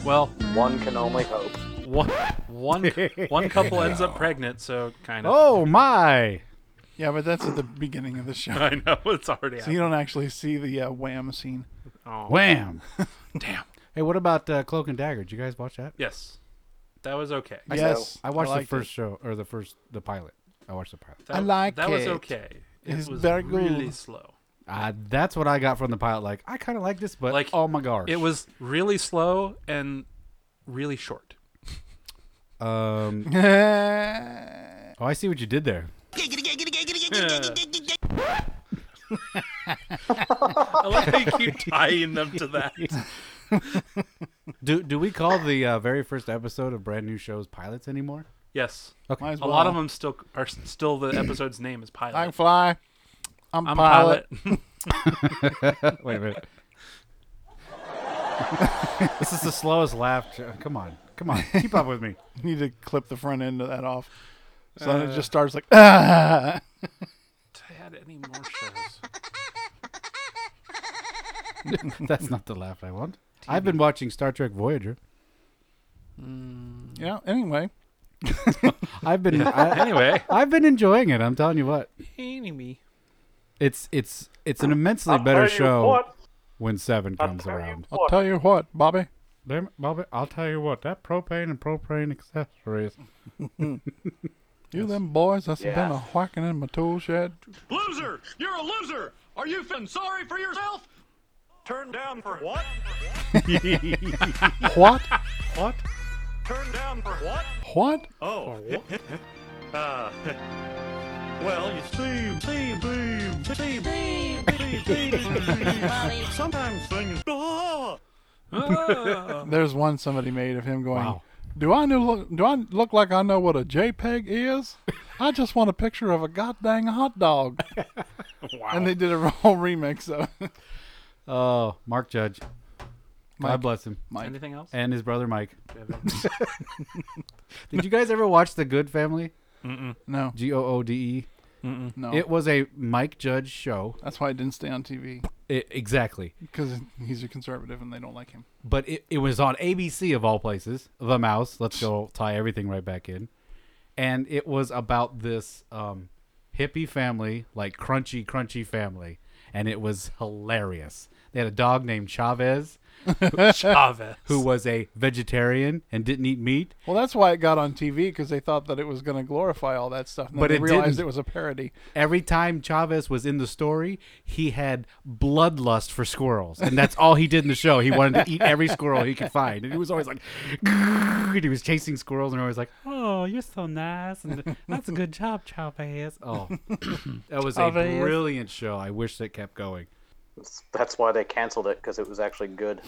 [SPEAKER 3] Well,
[SPEAKER 4] One can only hope.
[SPEAKER 3] one
[SPEAKER 1] [laughs]
[SPEAKER 3] one one couple ends up pregnant, so kind of.
[SPEAKER 1] Oh my.
[SPEAKER 2] Yeah, but that's at the beginning of the
[SPEAKER 3] [laughs]
[SPEAKER 2] show.
[SPEAKER 3] [laughs] I know it's already.
[SPEAKER 2] So you don't actually see the uh, wham scene.
[SPEAKER 3] out. Oh.
[SPEAKER 1] [laughs] Wham.
[SPEAKER 3] Damn.
[SPEAKER 1] Hey, what about uh, Cloak and Dagger? Did you guys watch that?
[SPEAKER 3] Yes. That was okay.
[SPEAKER 2] yes,
[SPEAKER 1] I watched the
[SPEAKER 2] liked it. [laughs]
[SPEAKER 1] first show or the first the pilot. I watched the pilot.
[SPEAKER 3] That,
[SPEAKER 2] I like
[SPEAKER 3] That was
[SPEAKER 2] it.
[SPEAKER 3] okay. It
[SPEAKER 2] It's
[SPEAKER 3] was
[SPEAKER 2] very good.
[SPEAKER 3] really slow.
[SPEAKER 1] Uh, that's what I got from the pilot. Like I kind of like this, but
[SPEAKER 3] Like,
[SPEAKER 1] oh my gosh,
[SPEAKER 3] It was really slow and really short.
[SPEAKER 1] Um, oh, I see what you did there.
[SPEAKER 3] I like how you keep tying them to that.
[SPEAKER 1] Do do we call the uh, very first episode of brand new shows pilots anymore?
[SPEAKER 3] Yes.
[SPEAKER 2] Might as
[SPEAKER 3] A
[SPEAKER 2] well.
[SPEAKER 3] lot of them still are still the episode's name is pilot.
[SPEAKER 2] I can fly. I'm,
[SPEAKER 3] I'm
[SPEAKER 2] pilot.
[SPEAKER 3] pilot.
[SPEAKER 1] [laughs]
[SPEAKER 3] [laughs]
[SPEAKER 1] Wait a minute. this is the slowest laugh. Jo- Come on, come on, keep up with [laughs] me.
[SPEAKER 2] [laughs] Need to clip the front end of that off. So then it
[SPEAKER 3] Uh.
[SPEAKER 2] just starts like [laughs] ah.
[SPEAKER 3] I had any more shows.
[SPEAKER 1] That's not the laugh I want. I've been watching Star Trek Voyager.
[SPEAKER 2] Yeah. Anyway,
[SPEAKER 1] I've been [laughs] I,
[SPEAKER 3] Anyway,
[SPEAKER 1] I've been enjoying it. I'm telling you what,
[SPEAKER 3] enemy.
[SPEAKER 1] it's it's it's an immensely better show when Seven comes around.
[SPEAKER 2] I'll tell you what, Bobby.
[SPEAKER 1] Damn it, Bobby, I'll tell you what, that propane and propane accessories.
[SPEAKER 2] You them boys, that's
[SPEAKER 4] Yeah.
[SPEAKER 2] been a whacking in my tool shed.
[SPEAKER 5] Loser! You're a loser! Are you fin sorry for yourself? Turn down for [laughs] what?
[SPEAKER 2] What?
[SPEAKER 1] What?
[SPEAKER 5] Turn down for what?
[SPEAKER 2] What?
[SPEAKER 1] Uh-huh.
[SPEAKER 5] Oh. uh, well, you see, see, see, see, see, see, see, Sometimes things. Ah!
[SPEAKER 2] There's one somebody made of him going.
[SPEAKER 1] Wow.
[SPEAKER 2] Do I know, look? Do I look like I know what a JPEG is? I just want a picture of a goddamn hot
[SPEAKER 1] [laughs]
[SPEAKER 2] dog. wow. And they did a [laughs] whole remix of it.
[SPEAKER 1] Oh, Mark Judge. God
[SPEAKER 2] Mike.
[SPEAKER 1] bless him.
[SPEAKER 3] Anything else?
[SPEAKER 1] And his brother Mike. [laughs] Did you guys ever watch The Good Family?
[SPEAKER 2] No,
[SPEAKER 1] G O O D E.
[SPEAKER 2] no.
[SPEAKER 1] It was a Mike Judge show.
[SPEAKER 2] That's why it didn't stay on TV
[SPEAKER 1] I- exactly.
[SPEAKER 2] because he's a conservative and they don't like him.
[SPEAKER 1] But it, it was on ABC of all places. The Mouse. Let's go tie everything right back in. And it was about this um, hippie family, like crunchy, crunchy family. And it was hilarious. They had a dog named Chavez
[SPEAKER 3] Chavez.
[SPEAKER 1] who was a vegetarian and didn't eat meat.
[SPEAKER 2] Well, that's why it got on TV because they thought that it was going to glorify all that stuff. And then
[SPEAKER 1] But
[SPEAKER 2] they
[SPEAKER 1] it
[SPEAKER 2] realized
[SPEAKER 1] didn't.
[SPEAKER 2] it was a parody.
[SPEAKER 1] Every time Chavez was in the story, he had bloodlust for squirrels, and that's all he did in the show. He wanted to eat every squirrel he could find, and he was always like, "Grrrr," and he was chasing squirrels, and always like, "Oh, you're so nice, and that's a good job, Chavez." Oh, [coughs] that was a
[SPEAKER 2] Chavez.
[SPEAKER 1] brilliant show. I wish that kept going.
[SPEAKER 4] It's- That's why they canceled it because it was actually good.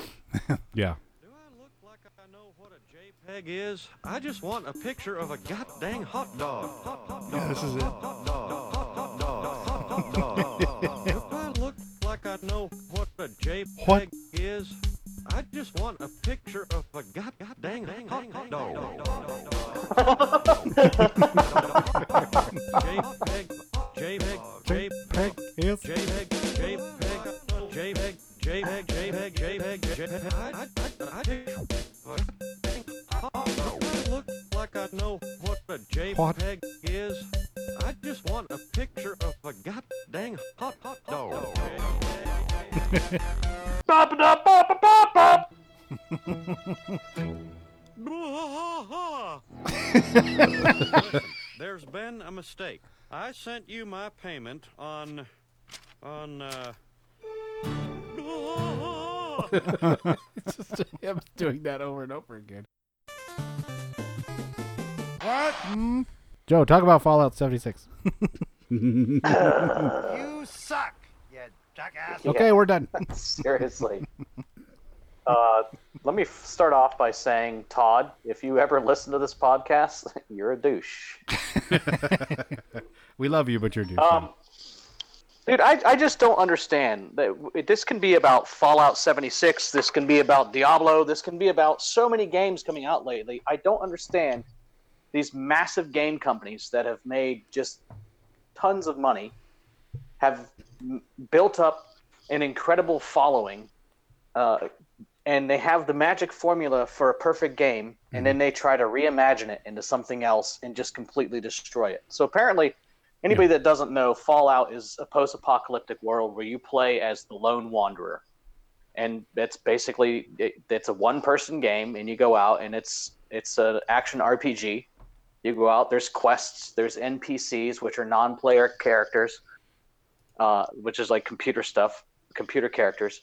[SPEAKER 1] Yeah,
[SPEAKER 10] Do I look like I know what a JPEG is? I just want a picture of a goddamn hot dog. Hot dog.
[SPEAKER 1] Oh.
[SPEAKER 2] Yeah, this is it.
[SPEAKER 10] Do I look like I know what a JPEG
[SPEAKER 2] What?
[SPEAKER 10] is? I just want a picture of a god- goddamn hot dog. JPEG, JPEG, JPEG, JPEG,
[SPEAKER 1] yes.
[SPEAKER 10] JPEG, JPEG, JPEG, JPEG, JPEG, JPEG. I- I- I- I- I know what a JPEG
[SPEAKER 11] What?
[SPEAKER 10] is. I just want a picture of a god dang hot hot dog.
[SPEAKER 5] Bop, bop, bop, bop, bop.
[SPEAKER 10] There's been a mistake. I sent you my payment on on uh
[SPEAKER 1] it's just him doing that over and over again.
[SPEAKER 2] What?
[SPEAKER 1] Joe, talk about Fallout
[SPEAKER 4] [laughs]
[SPEAKER 1] 76.
[SPEAKER 12] You suck, you jackass.
[SPEAKER 1] Okay, we're done.
[SPEAKER 4] Seriously. Uh, let me f- start off by saying, Todd, if you ever listen to this podcast, [laughs] you're a douche.
[SPEAKER 1] we love you, but you're a douche.
[SPEAKER 4] Um, dude, I, I just don't understand. that This can be about Fallout 76. This can be about Diablo. This can be about so many games coming out lately. I don't understand these massive game companies that have made just tons of money, have m- built up an incredible following, uh, and they have the magic formula for a perfect game, and then they try to reimagine it into something else and just completely destroy it. So apparently, anybody that doesn't know, Fallout is a post-apocalyptic world where you play as the lone wanderer, and that's basically it, it's a one-person game, and you go out and it's it's an action RPG. You go out. There's quests. There's NPCs, which are non-player characters, uh, which is like computer stuff, computer characters.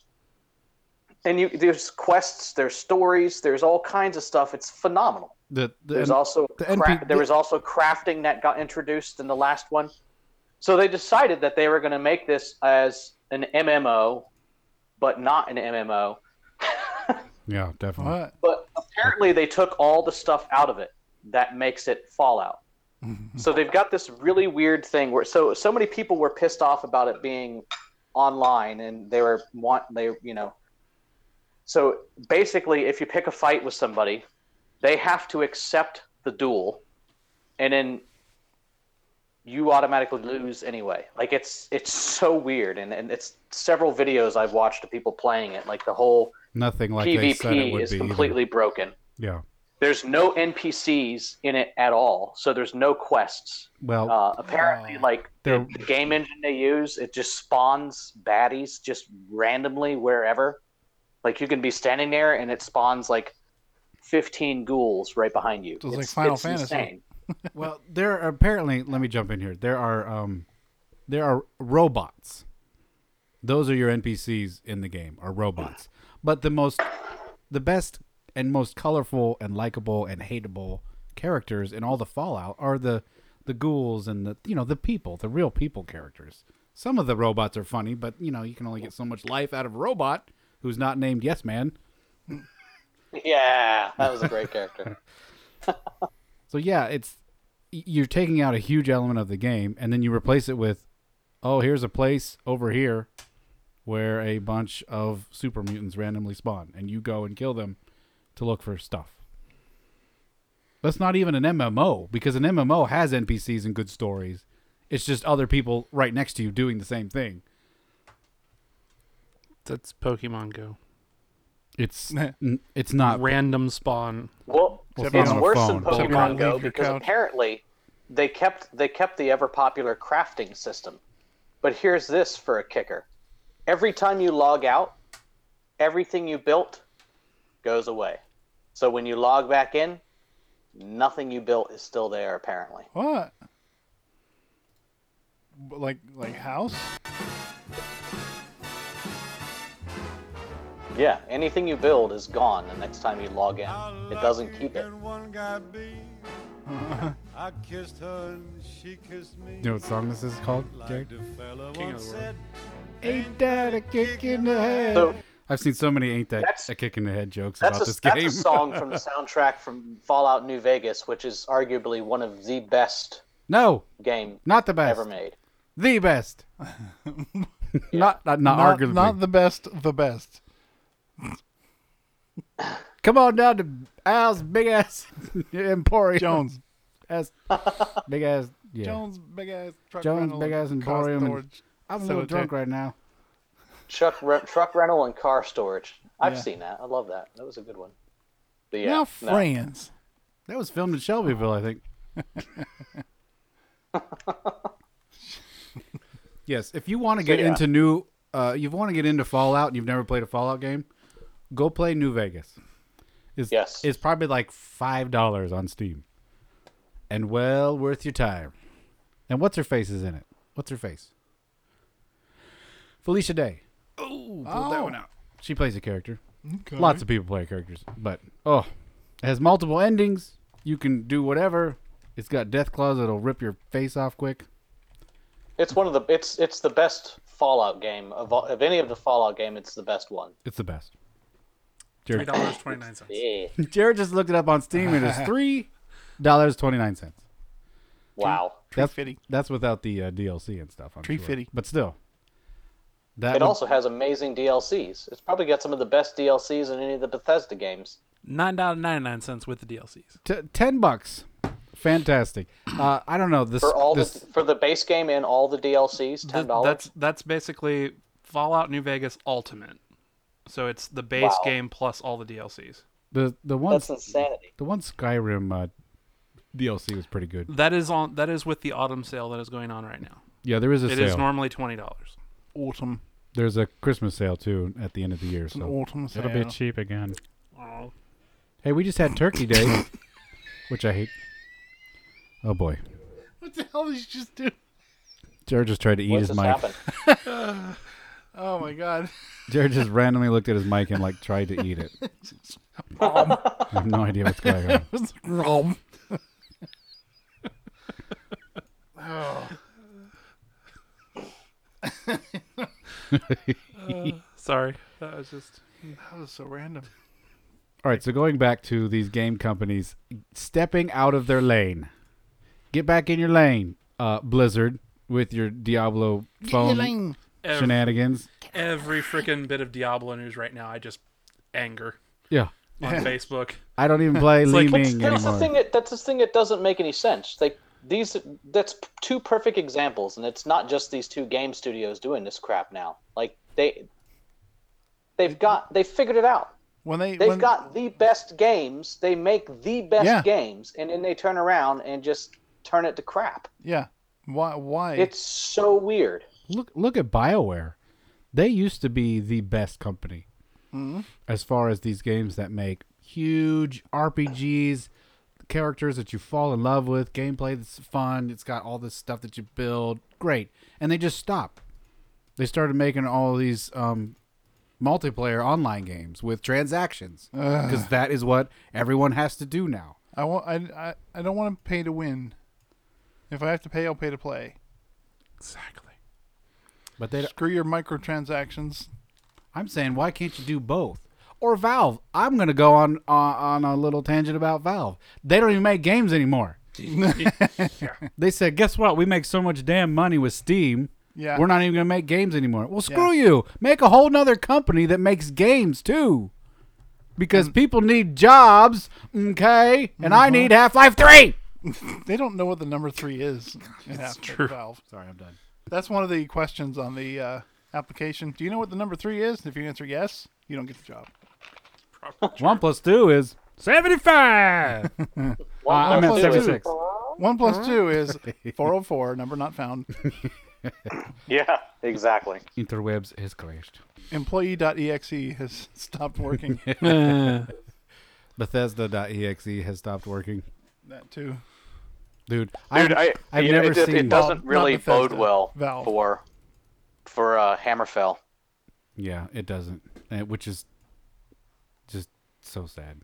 [SPEAKER 4] And you, there's quests. There's stories. There's all kinds of stuff. It's phenomenal
[SPEAKER 1] the, the,
[SPEAKER 4] there's also
[SPEAKER 1] the
[SPEAKER 4] cra-
[SPEAKER 1] NP
[SPEAKER 4] there was also crafting that got introduced in the last one. So they decided that they were going to make this as an MMO, but not an MMO.
[SPEAKER 1] yeah, definitely.
[SPEAKER 4] But apparently, they took all the stuff out of it that makes it Fallout. so they've got this really weird thing where so so many people were pissed off about it being online, and they were want they you know. So basically, if you pick a fight with somebody, they have to accept the duel, and then you automatically lose anyway. Like it's it's so weird, and, and it's several videos I've watched of people playing it. Like the whole
[SPEAKER 1] Nothing like they said it
[SPEAKER 4] PvP
[SPEAKER 1] would
[SPEAKER 4] is
[SPEAKER 1] be. either.
[SPEAKER 4] completely broken.
[SPEAKER 1] Yeah.
[SPEAKER 4] There's no NPCs in it at all, so there's no quests.
[SPEAKER 1] Well,
[SPEAKER 4] uh, apparently, like the,
[SPEAKER 1] There-
[SPEAKER 4] [laughs] the game engine they use, it just spawns baddies just randomly wherever. Like you can be standing there, and it spawns like 15 ghouls right behind you.
[SPEAKER 2] So it's like
[SPEAKER 4] it's
[SPEAKER 2] Final
[SPEAKER 4] it's
[SPEAKER 2] Fantasy.
[SPEAKER 4] Insane. [laughs]
[SPEAKER 1] well, there are apparently. Let me jump in here. There are um, there are robots. Those are your NPCs in the game. Are robots, but the most, the best and most colorful and likable and hateable characters in all the Fallout are the the ghouls and the you know the people, the real people characters. Some of the robots are funny, but you know you can only get so much life out of a robot who's not named Yes Man.
[SPEAKER 4] Yeah, that was a great character.
[SPEAKER 1] So yeah, it's y- you're taking out a huge element of the game, and then you replace it with, oh, here's a place over here where a bunch of super mutants randomly spawn, and you go and kill them to look for stuff. That's not even an MMO because an MMO has NPCs and good stories. It's just other people right next to you doing the same thing.
[SPEAKER 3] [laughs] That's Pokemon Go.
[SPEAKER 4] [laughs]
[SPEAKER 1] It's n- it's not
[SPEAKER 3] random spawn.
[SPEAKER 4] Well,
[SPEAKER 3] Except
[SPEAKER 4] it's
[SPEAKER 3] on a
[SPEAKER 4] worse
[SPEAKER 3] phone.
[SPEAKER 4] than
[SPEAKER 3] Except on a
[SPEAKER 4] Pokemon Go
[SPEAKER 3] leave your
[SPEAKER 4] because
[SPEAKER 3] couch.
[SPEAKER 4] apparently they kept they kept the ever popular crafting system. But here's this for a kicker: every time you log out, everything you built goes away. So when you log back in, nothing you built is still there. Apparently,
[SPEAKER 2] What? B- Like like house?
[SPEAKER 4] yeah, anything you build is gone the next time you log in. It doesn't keep it.
[SPEAKER 13] One got beat. [laughs] I kissed her and she kissed me.
[SPEAKER 1] You know what song this is called? Jared?
[SPEAKER 13] Fella once said,
[SPEAKER 1] Ain't that a kick in the head?
[SPEAKER 4] So-
[SPEAKER 1] I've seen so many ain't that a kick in the head jokes
[SPEAKER 4] That's
[SPEAKER 1] about
[SPEAKER 4] a,
[SPEAKER 1] this game.
[SPEAKER 4] that's a song
[SPEAKER 3] [laughs]
[SPEAKER 4] from the soundtrack from Fallout New Vegas, which is arguably one of the best
[SPEAKER 1] [laughs] no,
[SPEAKER 4] game
[SPEAKER 1] Not the best.
[SPEAKER 4] ever made.
[SPEAKER 1] the
[SPEAKER 2] [laughs]
[SPEAKER 1] best. [laughs] not, not, not
[SPEAKER 2] not,
[SPEAKER 1] arguably.
[SPEAKER 2] not the best,
[SPEAKER 1] [laughs]
[SPEAKER 2] the best.
[SPEAKER 1] Come on down to Al's big ass [laughs] emporium. Jones,
[SPEAKER 2] [laughs]
[SPEAKER 1] ass, big ass. Yeah.
[SPEAKER 2] Jones big ass truck
[SPEAKER 1] Jones
[SPEAKER 2] rental
[SPEAKER 1] big ass
[SPEAKER 2] and car
[SPEAKER 1] emporium. and-
[SPEAKER 2] storage
[SPEAKER 1] I'm a little
[SPEAKER 2] cemetery.
[SPEAKER 1] drunk right now.
[SPEAKER 4] Truck re- truck rental and car storage. I've
[SPEAKER 1] Yeah.
[SPEAKER 4] seen that. I love that. That was a good one. But yeah,
[SPEAKER 2] now
[SPEAKER 4] no.
[SPEAKER 2] friends.
[SPEAKER 1] That was filmed in Shelbyville, I think. [laughs] yes, if you want to
[SPEAKER 11] So,
[SPEAKER 1] get
[SPEAKER 11] yeah.
[SPEAKER 1] into new, uh, you want to get into Fallout and you've never played a Fallout game, go play New Vegas. It's, yes, it's probably like five dollars on Steam, and well worth your time. And what's her face is in it? What's her face? Felicia Day.
[SPEAKER 2] Oh,
[SPEAKER 1] pulled that one out. She plays a character.
[SPEAKER 2] Okay.
[SPEAKER 1] Lots of people play characters, but oh, it has multiple endings. You can do whatever. It's got death claws that'll rip your face off quick.
[SPEAKER 4] It's one of the it's it's the best Fallout game of all, of any of the Fallout game. It's the best one.
[SPEAKER 1] It's the best.
[SPEAKER 3] Three
[SPEAKER 1] Jared, [laughs]
[SPEAKER 3] dollars twenty nine cents.
[SPEAKER 4] Yeah.
[SPEAKER 1] Jared just looked it up on Steam. It is three dollars twenty nine cents.
[SPEAKER 4] Wow.
[SPEAKER 1] That's that's without the uh, DLC and stuff. I'm
[SPEAKER 4] Tree
[SPEAKER 1] sure.
[SPEAKER 4] fitty.
[SPEAKER 1] but still, that
[SPEAKER 4] it
[SPEAKER 1] would-
[SPEAKER 4] also has amazing DLCs. It's probably got some of the best DLCs in any of the Bethesda games.
[SPEAKER 3] Nine dollars ninety nine cents with the DLCs.
[SPEAKER 1] T- ten bucks. Fantastic. Uh, I don't know this.
[SPEAKER 4] for all
[SPEAKER 1] this
[SPEAKER 4] the for the base game and all the DLCs, ten dollars.
[SPEAKER 3] That's that's basically Fallout New Vegas Ultimate. So it's the base
[SPEAKER 4] Wow.
[SPEAKER 3] game plus all the DLCs.
[SPEAKER 1] the the one
[SPEAKER 3] That's insanity.
[SPEAKER 1] The one Skyrim uh, DLC was pretty good.
[SPEAKER 3] That is on that is with the autumn sale that is going on right now.
[SPEAKER 1] Yeah, there is a
[SPEAKER 3] It
[SPEAKER 1] sale.
[SPEAKER 3] normally twenty dollars.
[SPEAKER 2] Autumn.
[SPEAKER 1] There's a Christmas sale too at the end of the year,
[SPEAKER 2] an
[SPEAKER 1] so
[SPEAKER 2] autumn
[SPEAKER 1] it'll be
[SPEAKER 2] sale.
[SPEAKER 1] cheap again.
[SPEAKER 3] Oh.
[SPEAKER 1] Hey, we just had Turkey Day, which I hate. Oh boy,
[SPEAKER 2] What the hell did you just do?
[SPEAKER 1] Jared just tried to eat his mic.
[SPEAKER 2] oh my god.
[SPEAKER 1] [laughs] Jared just randomly looked at his mic and like tried to eat it.
[SPEAKER 2] Nom.
[SPEAKER 1] I have no idea what's going on.
[SPEAKER 2] Nom. oh.
[SPEAKER 3] sorry, that was just
[SPEAKER 2] that was so random.
[SPEAKER 1] All right, so going back to these game companies stepping out of their lane. Get back in your lane, uh, Blizzard, with your Diablo
[SPEAKER 3] in your
[SPEAKER 1] phone
[SPEAKER 3] lane. Ev-
[SPEAKER 1] shenanigans.
[SPEAKER 3] Every freaking bit of Diablo news right now, I just anger.
[SPEAKER 1] Yeah.
[SPEAKER 3] On Facebook.
[SPEAKER 1] [laughs] I don't even play
[SPEAKER 3] It's
[SPEAKER 1] Li
[SPEAKER 3] like-
[SPEAKER 1] Ming
[SPEAKER 4] That's the
[SPEAKER 1] anymore.
[SPEAKER 4] thing that that's the thing that doesn't make any sense. Like these, that's p- two perfect examples, and it's not just these two game studios doing this crap now. Like they, they've got they figured it out.
[SPEAKER 2] When they
[SPEAKER 4] They've
[SPEAKER 2] when,
[SPEAKER 4] got the best games. They make the best
[SPEAKER 2] Yeah.
[SPEAKER 4] games, and then they turn around and just turn it to crap.
[SPEAKER 2] yeah. Why why
[SPEAKER 4] It's so weird.
[SPEAKER 1] Look look at BioWare. They used to be the best company
[SPEAKER 2] Mhm.
[SPEAKER 1] as far as these games that make huge RPGs, characters that you fall in love with, gameplay that's fun, it's got all this stuff that you build. Great. And they just stopped. They started making all these um, multiplayer online games with transactions
[SPEAKER 2] Ugh.
[SPEAKER 1] because that is what everyone has to do now.
[SPEAKER 2] I want I, I, I don't want to pay to win. If I have to pay, I'll pay to play.
[SPEAKER 3] Exactly.
[SPEAKER 1] But they
[SPEAKER 2] screw your microtransactions.
[SPEAKER 1] I'm saying, why can't you do both? Or Valve. I'm going to go on, uh, on on a little tangent about Valve. They don't even make games [laughs] anymore. They said, guess what? We make so much damn money with Steam.
[SPEAKER 2] Yeah.
[SPEAKER 1] We're not even going to make games anymore. Well, screw you. Make a whole nother company that makes games too. Because people need jobs, okay? And I
[SPEAKER 2] Mhm.
[SPEAKER 1] need Half Life 3.
[SPEAKER 2] they don't know what the number three is. in
[SPEAKER 1] It's
[SPEAKER 2] Half-Life
[SPEAKER 1] true.
[SPEAKER 2] Valve.
[SPEAKER 1] Sorry, I'm done.
[SPEAKER 2] That's one of the questions on the uh, application. Do you know what the number three is? And if you answer yes, you don't get the job.
[SPEAKER 1] One plus two is [laughs] 75. Uh, I meant 76.
[SPEAKER 2] One plus two is 404, number not found.
[SPEAKER 4] Yeah, exactly.
[SPEAKER 1] Interwebs has crashed.
[SPEAKER 2] Employee.exe has [laughs] stopped working.
[SPEAKER 1] Bethesda.exe has stopped working.
[SPEAKER 2] that too.
[SPEAKER 1] Dude,
[SPEAKER 4] Dude, I,
[SPEAKER 1] I've, I've
[SPEAKER 4] it-
[SPEAKER 1] never
[SPEAKER 4] it,
[SPEAKER 1] seen
[SPEAKER 4] it doesn't
[SPEAKER 1] Valve-
[SPEAKER 4] really
[SPEAKER 1] not Bethesda,
[SPEAKER 4] bode well
[SPEAKER 1] Valve.
[SPEAKER 4] for for uh, Hammerfell.
[SPEAKER 1] Yeah, it doesn't, and, which is just so sad.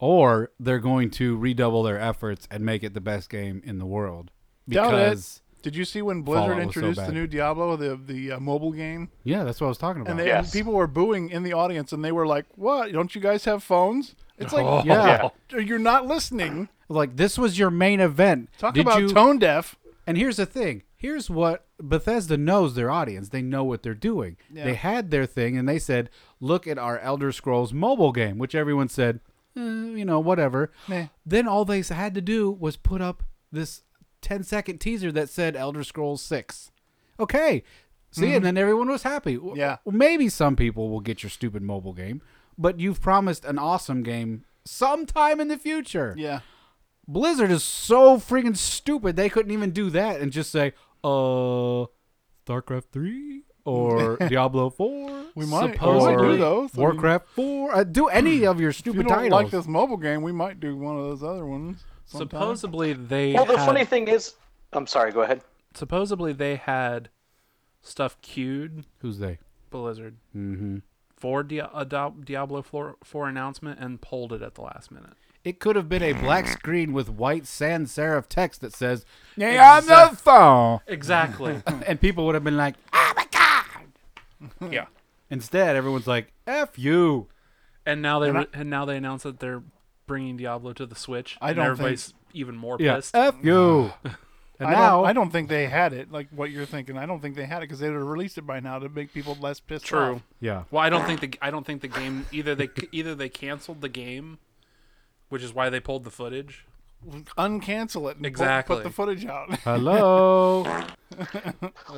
[SPEAKER 1] Or they're going to redouble their efforts and make it the best game in the world
[SPEAKER 2] Doubt
[SPEAKER 1] because
[SPEAKER 2] it. Did you see when Blizzard
[SPEAKER 1] Fallout was so
[SPEAKER 2] introduced the
[SPEAKER 1] bad.
[SPEAKER 2] new Diablo, the the uh, mobile game?
[SPEAKER 1] yeah, that's what I was talking about.
[SPEAKER 2] And, they, and people were booing in the audience, and they were like, "What? Don't you guys have phones?" It's like, Uh,
[SPEAKER 1] Oh. Yeah.
[SPEAKER 2] you're not listening.
[SPEAKER 1] like this was your main event.
[SPEAKER 2] Talk about tone deaf.
[SPEAKER 1] And here's the thing. Here's what Bethesda knows their audience. They know what they're doing.
[SPEAKER 2] Yeah.
[SPEAKER 1] They had their thing and they said, "Look at our Elder Scrolls mobile game," which everyone said, eh, you know, whatever.
[SPEAKER 2] Meh.
[SPEAKER 1] Then all they had to do was put up this 10-second teaser that said Elder Scrolls 6. Okay. See,
[SPEAKER 2] Mhm.
[SPEAKER 1] and then everyone was happy. Yeah. Well, maybe some people will get your stupid mobile game, but you've promised an awesome game sometime in the future.
[SPEAKER 2] Yeah.
[SPEAKER 1] Blizzard is so freaking stupid they couldn't even do that and just say, uh, StarCraft 3
[SPEAKER 2] [laughs]
[SPEAKER 1] or Diablo 4.
[SPEAKER 2] We might- Oh,
[SPEAKER 1] suppose-
[SPEAKER 2] we might do
[SPEAKER 1] or
[SPEAKER 2] those. I mean-
[SPEAKER 1] Warcraft 4. Uh, do any of your
[SPEAKER 2] [clears throat] if you
[SPEAKER 1] stupid
[SPEAKER 2] don't
[SPEAKER 1] titles.
[SPEAKER 2] like this mobile game, we might do one of those other ones. sometime.
[SPEAKER 3] Supposedly they.
[SPEAKER 4] Well, the
[SPEAKER 3] had-
[SPEAKER 4] funny thing is, I'm sorry. Go ahead.
[SPEAKER 3] Supposedly they had stuff queued.
[SPEAKER 1] Who's they?
[SPEAKER 3] Blizzard.
[SPEAKER 1] Mm-hmm.
[SPEAKER 3] For Dia- Adop- Diablo 4, 4 announcement and pulled it at the last minute.
[SPEAKER 1] It could have been a black screen with white sans serif text that says,
[SPEAKER 3] Exa-
[SPEAKER 1] Yeah, on the phone. [laughs]
[SPEAKER 3] Exactly.
[SPEAKER 1] and people would have been like, Oh my God.
[SPEAKER 3] Yeah.
[SPEAKER 1] Instead, everyone's like, F you.
[SPEAKER 3] And now they
[SPEAKER 1] And
[SPEAKER 3] and,
[SPEAKER 1] I-
[SPEAKER 3] and now they announce that they're bringing Diablo to the Switch.
[SPEAKER 2] I
[SPEAKER 3] and
[SPEAKER 2] don't think-
[SPEAKER 3] everybody's even more
[SPEAKER 1] Yeah,
[SPEAKER 3] pissed.
[SPEAKER 1] F you. And
[SPEAKER 2] [laughs] I
[SPEAKER 1] now-
[SPEAKER 2] don't, I don't think they had it like what you're thinking. I don't think they had it because they'd have released it by now to make people less pissed
[SPEAKER 3] True.
[SPEAKER 2] off.
[SPEAKER 1] Yeah.
[SPEAKER 3] Well, I don't think the I don't think the game either they [laughs] either they canceled the game, which is why they pulled the footage.
[SPEAKER 2] Uncancel it. And put-
[SPEAKER 3] Exactly.
[SPEAKER 2] Put, the footage out.
[SPEAKER 1] [laughs]
[SPEAKER 2] [laughs]
[SPEAKER 1] Hello.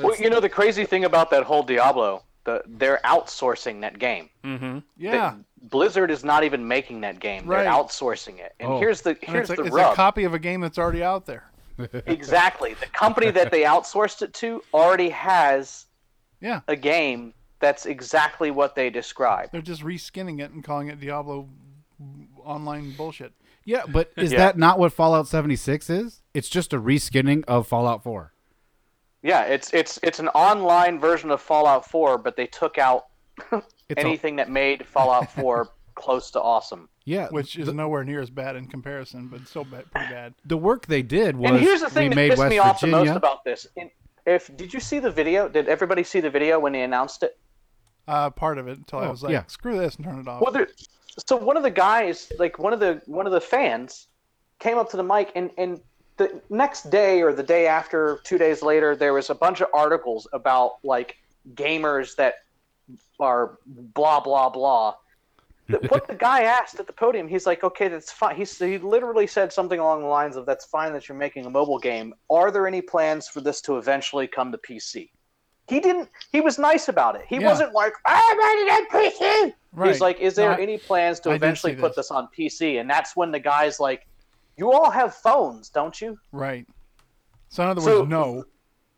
[SPEAKER 4] Well, you know the crazy thing about that whole Diablo, the, they're outsourcing that game.
[SPEAKER 3] Mm-hmm.
[SPEAKER 2] Yeah.
[SPEAKER 4] Blizzard is not even making that game;
[SPEAKER 2] Right.
[SPEAKER 4] they're outsourcing it. And
[SPEAKER 2] Oh.
[SPEAKER 4] here's the
[SPEAKER 2] And
[SPEAKER 4] here's
[SPEAKER 2] it's, a,
[SPEAKER 4] the
[SPEAKER 2] it's
[SPEAKER 4] rub.
[SPEAKER 2] a copy of a game that's already out there.
[SPEAKER 4] exactly. The company that they outsourced it to already has
[SPEAKER 2] [laughs] Yeah.
[SPEAKER 4] a game that's exactly what they describe.
[SPEAKER 2] They're just reskinning it and calling it Diablo online bullshit.
[SPEAKER 1] Yeah, but is
[SPEAKER 4] Yeah.
[SPEAKER 1] that not what Fallout 76 is? It's just a reskinning of Fallout 4.
[SPEAKER 4] Yeah, it's it's it's an online version of Fallout 4, but they took
[SPEAKER 2] [laughs]
[SPEAKER 4] out anything that made Fallout 4 close to awesome.
[SPEAKER 1] Yeah,
[SPEAKER 2] which is nowhere near as bad in comparison, but still bad, pretty bad.
[SPEAKER 1] The work they did was
[SPEAKER 4] and here's the thing
[SPEAKER 1] we
[SPEAKER 4] that
[SPEAKER 1] made
[SPEAKER 4] pissed
[SPEAKER 1] West
[SPEAKER 4] me off
[SPEAKER 1] Virginia.
[SPEAKER 4] the most about this. In, if did you see the video? Did everybody see the video when they announced it?
[SPEAKER 2] Uh, part of it until I
[SPEAKER 4] Oh,
[SPEAKER 2] was like,
[SPEAKER 4] yeah.
[SPEAKER 2] screw this and turn it off.
[SPEAKER 4] Well, there, so one of the guys, like one of the one of the fans, came up to the mic, and and the next day or the day after, two days later, there was a bunch of articles about like gamers that are blah blah blah. That- what the guy asked at the podium, he's like, "Okay, that's fine." He he literally said something along the lines of, "That's fine that you're making a mobile game. Are there any plans for this to eventually come to PC?" He didn't. He was nice about it. He
[SPEAKER 11] Yeah.
[SPEAKER 4] wasn't like, "I'm not an NPC."
[SPEAKER 11] Right.
[SPEAKER 4] He's like, is there
[SPEAKER 11] No, I-
[SPEAKER 4] any plans to
[SPEAKER 11] I did
[SPEAKER 4] eventually
[SPEAKER 11] see
[SPEAKER 4] put this on PC? And that's when the guy's like, you all have phones, don't you?
[SPEAKER 2] Right. So in other words,
[SPEAKER 4] So-
[SPEAKER 2] no.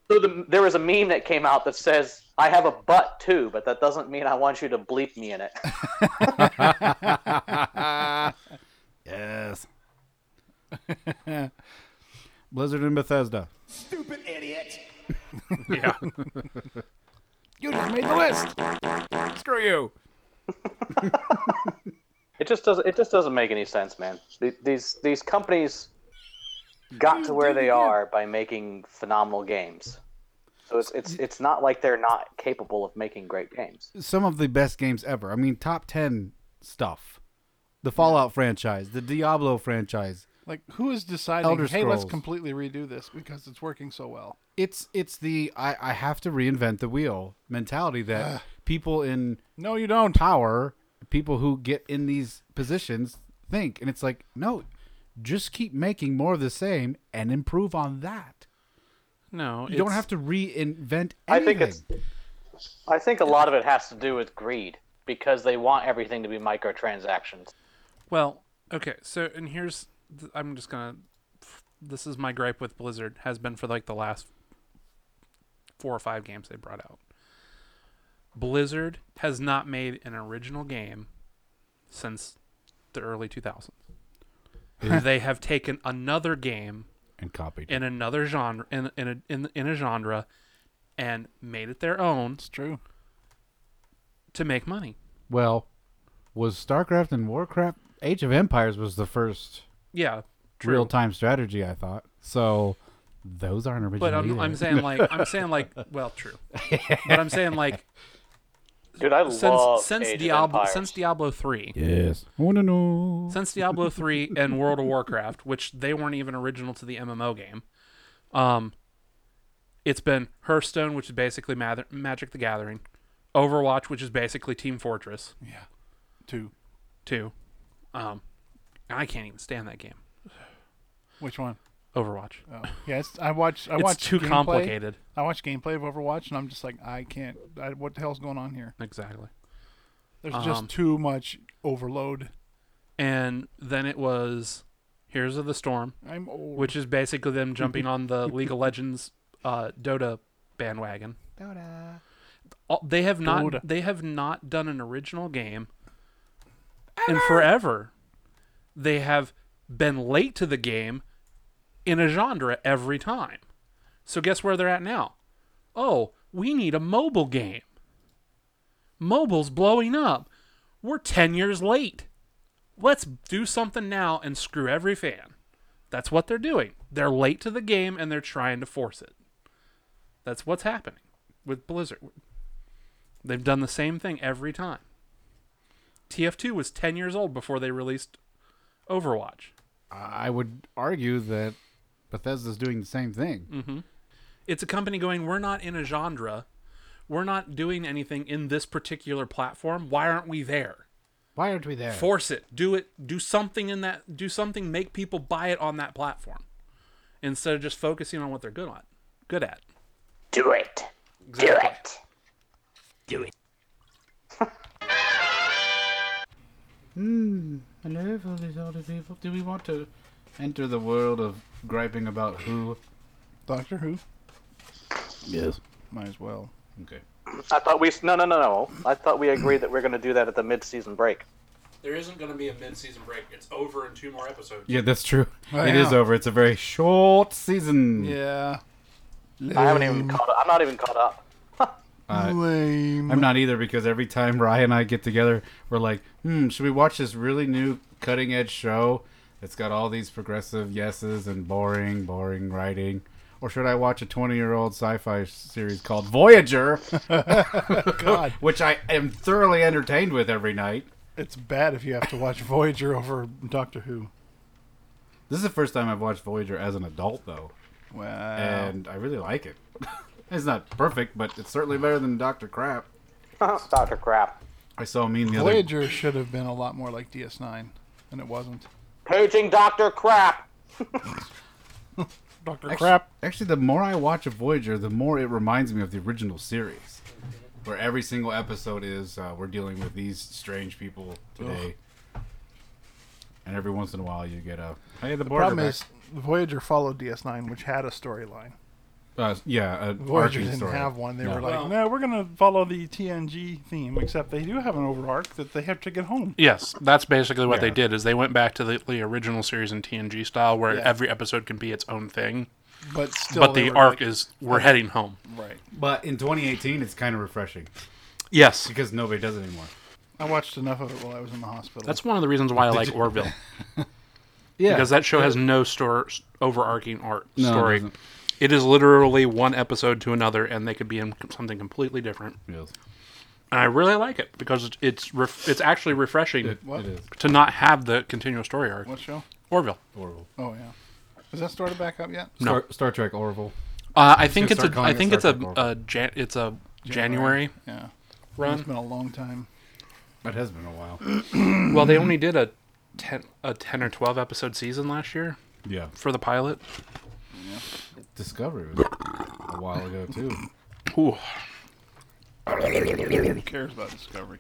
[SPEAKER 4] So the, there was a meme that came out that says, I have a butt too, but that doesn't mean I want you to bleep me
[SPEAKER 11] [laughs]
[SPEAKER 4] in it.
[SPEAKER 1] yes. [laughs] Blizzard and Bethesda.
[SPEAKER 11] Stupid idiot.
[SPEAKER 1] [laughs] Yeah.
[SPEAKER 11] You
[SPEAKER 2] just made the
[SPEAKER 1] list. Screw you.
[SPEAKER 4] it just doesn't. It just doesn't make any sense, man. Th- These these companies got to where they are by making phenomenal games. So it's it's it's not like they're not capable of making great games.
[SPEAKER 1] Some of the best games ever. I mean, top 10 stuff. The Fallout franchise, the Diablo franchise.
[SPEAKER 2] Like, who is deciding,
[SPEAKER 1] Elder
[SPEAKER 2] hey, let's
[SPEAKER 1] Scrolls.
[SPEAKER 2] completely redo this because it's working so well?
[SPEAKER 1] It's it's the I, I have to reinvent the wheel mentality that people in
[SPEAKER 2] no you don't
[SPEAKER 1] power people who get in these positions think and it's like no just keep making more of the same and improve on that
[SPEAKER 3] No,
[SPEAKER 1] you don't
[SPEAKER 3] it's-
[SPEAKER 1] have to reinvent anything
[SPEAKER 4] I think it's. I think a lot of it has to do with greed because they want everything to be microtransactions.
[SPEAKER 3] Well, okay. So, and here's th- I'm just gonna. This is my gripe with Blizzard has been for like the last four or five games they brought out. Blizzard has not made an original game since the early 2000s. they have taken another game
[SPEAKER 1] and copied
[SPEAKER 3] in another genre in in a, in, in a genre and made it their own. It's
[SPEAKER 2] true.
[SPEAKER 3] To make money.
[SPEAKER 1] well was starcraft and warcraft age of empires was the first
[SPEAKER 3] Yeah, true.
[SPEAKER 1] real-time strategy i thought so those aren't original
[SPEAKER 3] But I'm,
[SPEAKER 1] either.
[SPEAKER 3] I'm saying like I'm saying like well true, but I'm saying like
[SPEAKER 4] Dude, I
[SPEAKER 3] since
[SPEAKER 4] love
[SPEAKER 3] since
[SPEAKER 4] Age of
[SPEAKER 3] Diablo
[SPEAKER 4] Empires.
[SPEAKER 3] since Diablo three
[SPEAKER 1] [laughs] yes i want to know
[SPEAKER 3] since Diablo three and World of Warcraft, which they weren't even original to the MMO game, um, it's been Hearthstone, which is basically Mather- Magic the Gathering, Overwatch, which is basically Team Fortress.
[SPEAKER 2] Yeah, two,
[SPEAKER 3] two. Um, I can't even stand that game.
[SPEAKER 2] Which one?
[SPEAKER 3] Overwatch.
[SPEAKER 2] Oh, yeah, it's, I watch. I
[SPEAKER 3] It's
[SPEAKER 2] watch
[SPEAKER 3] too
[SPEAKER 2] gameplay-
[SPEAKER 3] complicated.
[SPEAKER 2] I watch gameplay of Overwatch, and I'm just like, I can't. I, what the hell's going on here?
[SPEAKER 3] Exactly.
[SPEAKER 2] There's just
[SPEAKER 3] Um,
[SPEAKER 2] too much overload.
[SPEAKER 10] and then it was Heroes of the Storm,
[SPEAKER 2] I'm old.
[SPEAKER 10] which is basically them jumping on
[SPEAKER 2] [laughs]
[SPEAKER 10] the League of Legends uh, Dota bandwagon.
[SPEAKER 2] Dota.
[SPEAKER 10] All- They have not
[SPEAKER 2] Dota.
[SPEAKER 10] they have not done an original game in forever. They have been late to the game in a genre every time. So guess where they're at now? Oh, we need a mobile game. Mobile's blowing up. We're 10 years late. Let's do something now and screw every fan. That's what they're doing. They're late to the game and they're trying to force it. That's what's happening with Blizzard. They've done the same thing every time. TF2 was 10 years old before they released Overwatch.
[SPEAKER 1] I would argue that Bethesda's doing the same thing.
[SPEAKER 10] Mm-hmm. It's a company going, we're not in a genre. We're not doing anything in this particular platform. Why aren't we there?
[SPEAKER 1] Why aren't we there?
[SPEAKER 10] Force it. Do it. Do something in that. Do something. Make people buy it on that platform instead of just focusing on what they're good on, good at.
[SPEAKER 3] Do it.
[SPEAKER 10] Exactly.
[SPEAKER 3] Do it.
[SPEAKER 1] Hmm. Hello, all these older people. Do we want to enter the world of griping about who?
[SPEAKER 2] Doctor Who.
[SPEAKER 1] Yes.
[SPEAKER 2] Might as well.
[SPEAKER 1] Okay.
[SPEAKER 4] I thought we no no no no. I thought we agreed that we're going to do that at the mid-season break.
[SPEAKER 10] There isn't going to be a mid-season break. It's over in two more episodes.
[SPEAKER 1] Yeah, that's true. It is
[SPEAKER 4] Right now.
[SPEAKER 1] over. It's a very short season.
[SPEAKER 3] Hmm.
[SPEAKER 2] Yeah.
[SPEAKER 4] I haven't even caught up. I'm not even caught up. [laughs]
[SPEAKER 1] Uh,
[SPEAKER 2] Lame.
[SPEAKER 1] I'm not either because every time Ryan and I get together, we're like, hmm, should we watch this really new cutting edge show that's got all these progressive yeses and boring, boring writing? Or should I watch a 20 year old sci fi series called Voyager?
[SPEAKER 2] [laughs] God.
[SPEAKER 1] [laughs] Which I am thoroughly entertained with every night.
[SPEAKER 2] It's bad if you have to watch [laughs] Voyager over Doctor Who.
[SPEAKER 1] This is the first time I've watched Voyager as an adult, though.
[SPEAKER 2] Wow.
[SPEAKER 1] And I really like it. [laughs] it's not perfect, but it's certainly better than Dr. Crap.
[SPEAKER 4] Dr. Crap.
[SPEAKER 1] I saw a meme the other
[SPEAKER 2] Voyager should have been a lot more like DS9, and it wasn't.
[SPEAKER 4] Paging Doctor Crap.
[SPEAKER 2] Doctor
[SPEAKER 1] Actu-
[SPEAKER 2] Crap.
[SPEAKER 1] Actually, the more I watch of Voyager, the more it reminds me of the original series, where every single episode is uh, we're dealing with these strange people today, and every once in a while you get a hey the,
[SPEAKER 2] The
[SPEAKER 1] border
[SPEAKER 2] problem
[SPEAKER 1] back."
[SPEAKER 2] is Voyager followed DS9, which had a storyline.
[SPEAKER 1] uh, yeah a
[SPEAKER 2] Voyager
[SPEAKER 1] arcing
[SPEAKER 2] didn't
[SPEAKER 1] story.
[SPEAKER 2] have one. They
[SPEAKER 1] No.
[SPEAKER 2] were like, no, we're going to follow the TNG theme, except they do have an over arc that they have to get home.
[SPEAKER 10] Yes, that's basically what they
[SPEAKER 2] Yeah.
[SPEAKER 10] did. Is they went back to the, the original series in TNG style, where
[SPEAKER 2] Yeah.
[SPEAKER 10] every episode can be its own thing.
[SPEAKER 2] But still
[SPEAKER 10] but
[SPEAKER 2] they
[SPEAKER 10] the
[SPEAKER 2] were
[SPEAKER 10] arc
[SPEAKER 2] like-
[SPEAKER 10] is we're heading home.
[SPEAKER 2] Right.
[SPEAKER 1] But in 2018, it's kind of refreshing.
[SPEAKER 10] Yes,
[SPEAKER 1] because nobody does it anymore.
[SPEAKER 2] I watched enough of it while I was in the hospital.
[SPEAKER 10] That's one of the reasons why I like Orville.
[SPEAKER 1] [laughs] Yeah.
[SPEAKER 10] because that show has no stor- overarching art
[SPEAKER 1] No, it
[SPEAKER 10] story.
[SPEAKER 1] doesn't.
[SPEAKER 10] it is literally one episode to another, and they could be in something completely different.
[SPEAKER 1] Yes.
[SPEAKER 10] And I really like it because it- it's ref- it's actually refreshing
[SPEAKER 2] What? it is.
[SPEAKER 10] to not have the continuous story arc.
[SPEAKER 2] What show?
[SPEAKER 10] Orville.
[SPEAKER 1] Orville.
[SPEAKER 2] Oh, yeah. Has that started back up yet?
[SPEAKER 10] No.
[SPEAKER 1] Star, Star Trek Orville.
[SPEAKER 10] Uh, I
[SPEAKER 1] I'm just
[SPEAKER 10] think
[SPEAKER 1] gonna
[SPEAKER 10] it's
[SPEAKER 1] start
[SPEAKER 10] a
[SPEAKER 1] calling
[SPEAKER 10] I
[SPEAKER 1] it
[SPEAKER 10] think
[SPEAKER 1] Star
[SPEAKER 10] it's a,
[SPEAKER 1] Trek Orville.
[SPEAKER 10] a Jan- it's a January.
[SPEAKER 2] Yeah.
[SPEAKER 10] Run.
[SPEAKER 1] Mm-hmm.
[SPEAKER 2] It's been a long time.
[SPEAKER 1] That has been a while.
[SPEAKER 10] well, they only did a ten a ten or twelve episode season last year.
[SPEAKER 1] Yeah.
[SPEAKER 10] For the pilot.
[SPEAKER 1] Discovery was a while ago too.
[SPEAKER 10] Ooh.
[SPEAKER 2] Who cares about Discovery?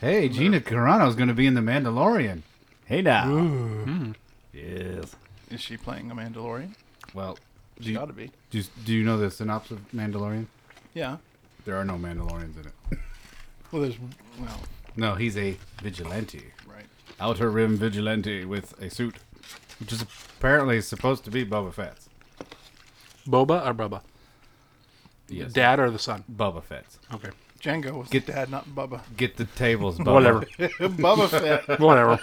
[SPEAKER 1] Hey, Gina Carano's going to be in The Mandalorian. Hey now. Yes.
[SPEAKER 2] Is she playing a Mandalorian?
[SPEAKER 1] Well,
[SPEAKER 2] She ought to be.
[SPEAKER 1] Do you, do you know the synopsis of Mandalorian?
[SPEAKER 2] Yeah.
[SPEAKER 1] There are no Mandalorians in it.
[SPEAKER 2] Well, there's well,
[SPEAKER 1] No, he's a vigilante.
[SPEAKER 2] Right.
[SPEAKER 1] Outer Rim vigilante with a suit, which is apparently supposed to be Boba Fett's.
[SPEAKER 10] Boba or Bubba?
[SPEAKER 1] Yes.
[SPEAKER 10] Dad or the son?
[SPEAKER 1] Bubba Fett's.
[SPEAKER 10] Okay.
[SPEAKER 2] Django was the dad, not Bubba.
[SPEAKER 1] Get the tables, Bubba.
[SPEAKER 10] [laughs] Whatever.
[SPEAKER 2] Bubba [laughs] Fett.
[SPEAKER 10] Whatever.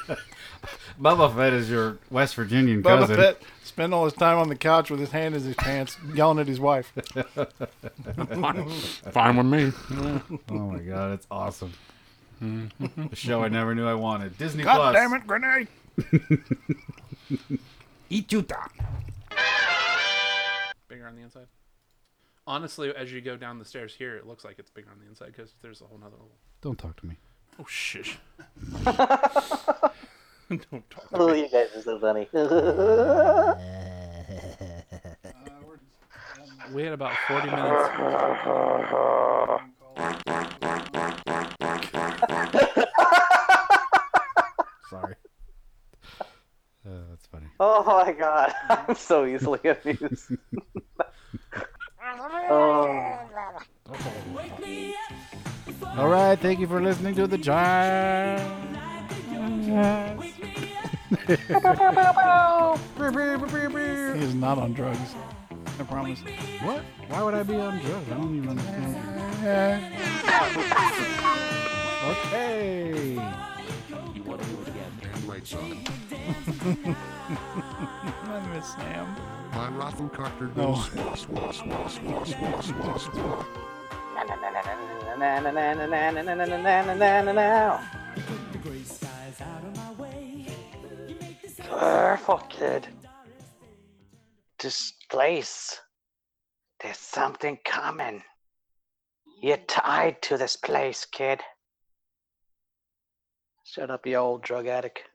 [SPEAKER 1] Bubba Fett is your West Virginian
[SPEAKER 2] Bubba
[SPEAKER 1] cousin.
[SPEAKER 2] Fett spent all his time on the couch with his hand in his pants, yelling at his wife.
[SPEAKER 10] Fine with me.
[SPEAKER 1] oh my god, it's awesome. A show I never knew I wanted. Disney
[SPEAKER 2] God
[SPEAKER 1] Plus.
[SPEAKER 2] damn it, grenade!
[SPEAKER 1] Eat you down.
[SPEAKER 10] Bigger on the inside. Honestly, as you go down the stairs here, it looks like it's bigger on the inside because there's a whole nother little.
[SPEAKER 1] Don't talk to me.
[SPEAKER 10] Oh shit. Don't talk.
[SPEAKER 4] Oh, you guys are so funny.
[SPEAKER 1] [laughs]
[SPEAKER 10] We had about 40 minutes.
[SPEAKER 4] [laughs]
[SPEAKER 1] [laughs] Uh,
[SPEAKER 4] Oh my god, [laughs] I'm so easily amused. [laughs] oh.
[SPEAKER 1] All right, thank you for listening to the Giant.
[SPEAKER 2] He is not on drugs. I promise.
[SPEAKER 1] [laughs] What? Why would I be on drugs? I don't even understand. [laughs] Okay.
[SPEAKER 14] You want to do it again? Damn right, son.
[SPEAKER 2] I miss Sam.
[SPEAKER 15] My rotten cocker
[SPEAKER 2] No.
[SPEAKER 15] goes swa swa swa swa swa swa swa.
[SPEAKER 4] Careful, kid. This place. There's something coming. You're tied to this place, kid. Shut up, you old drug addict.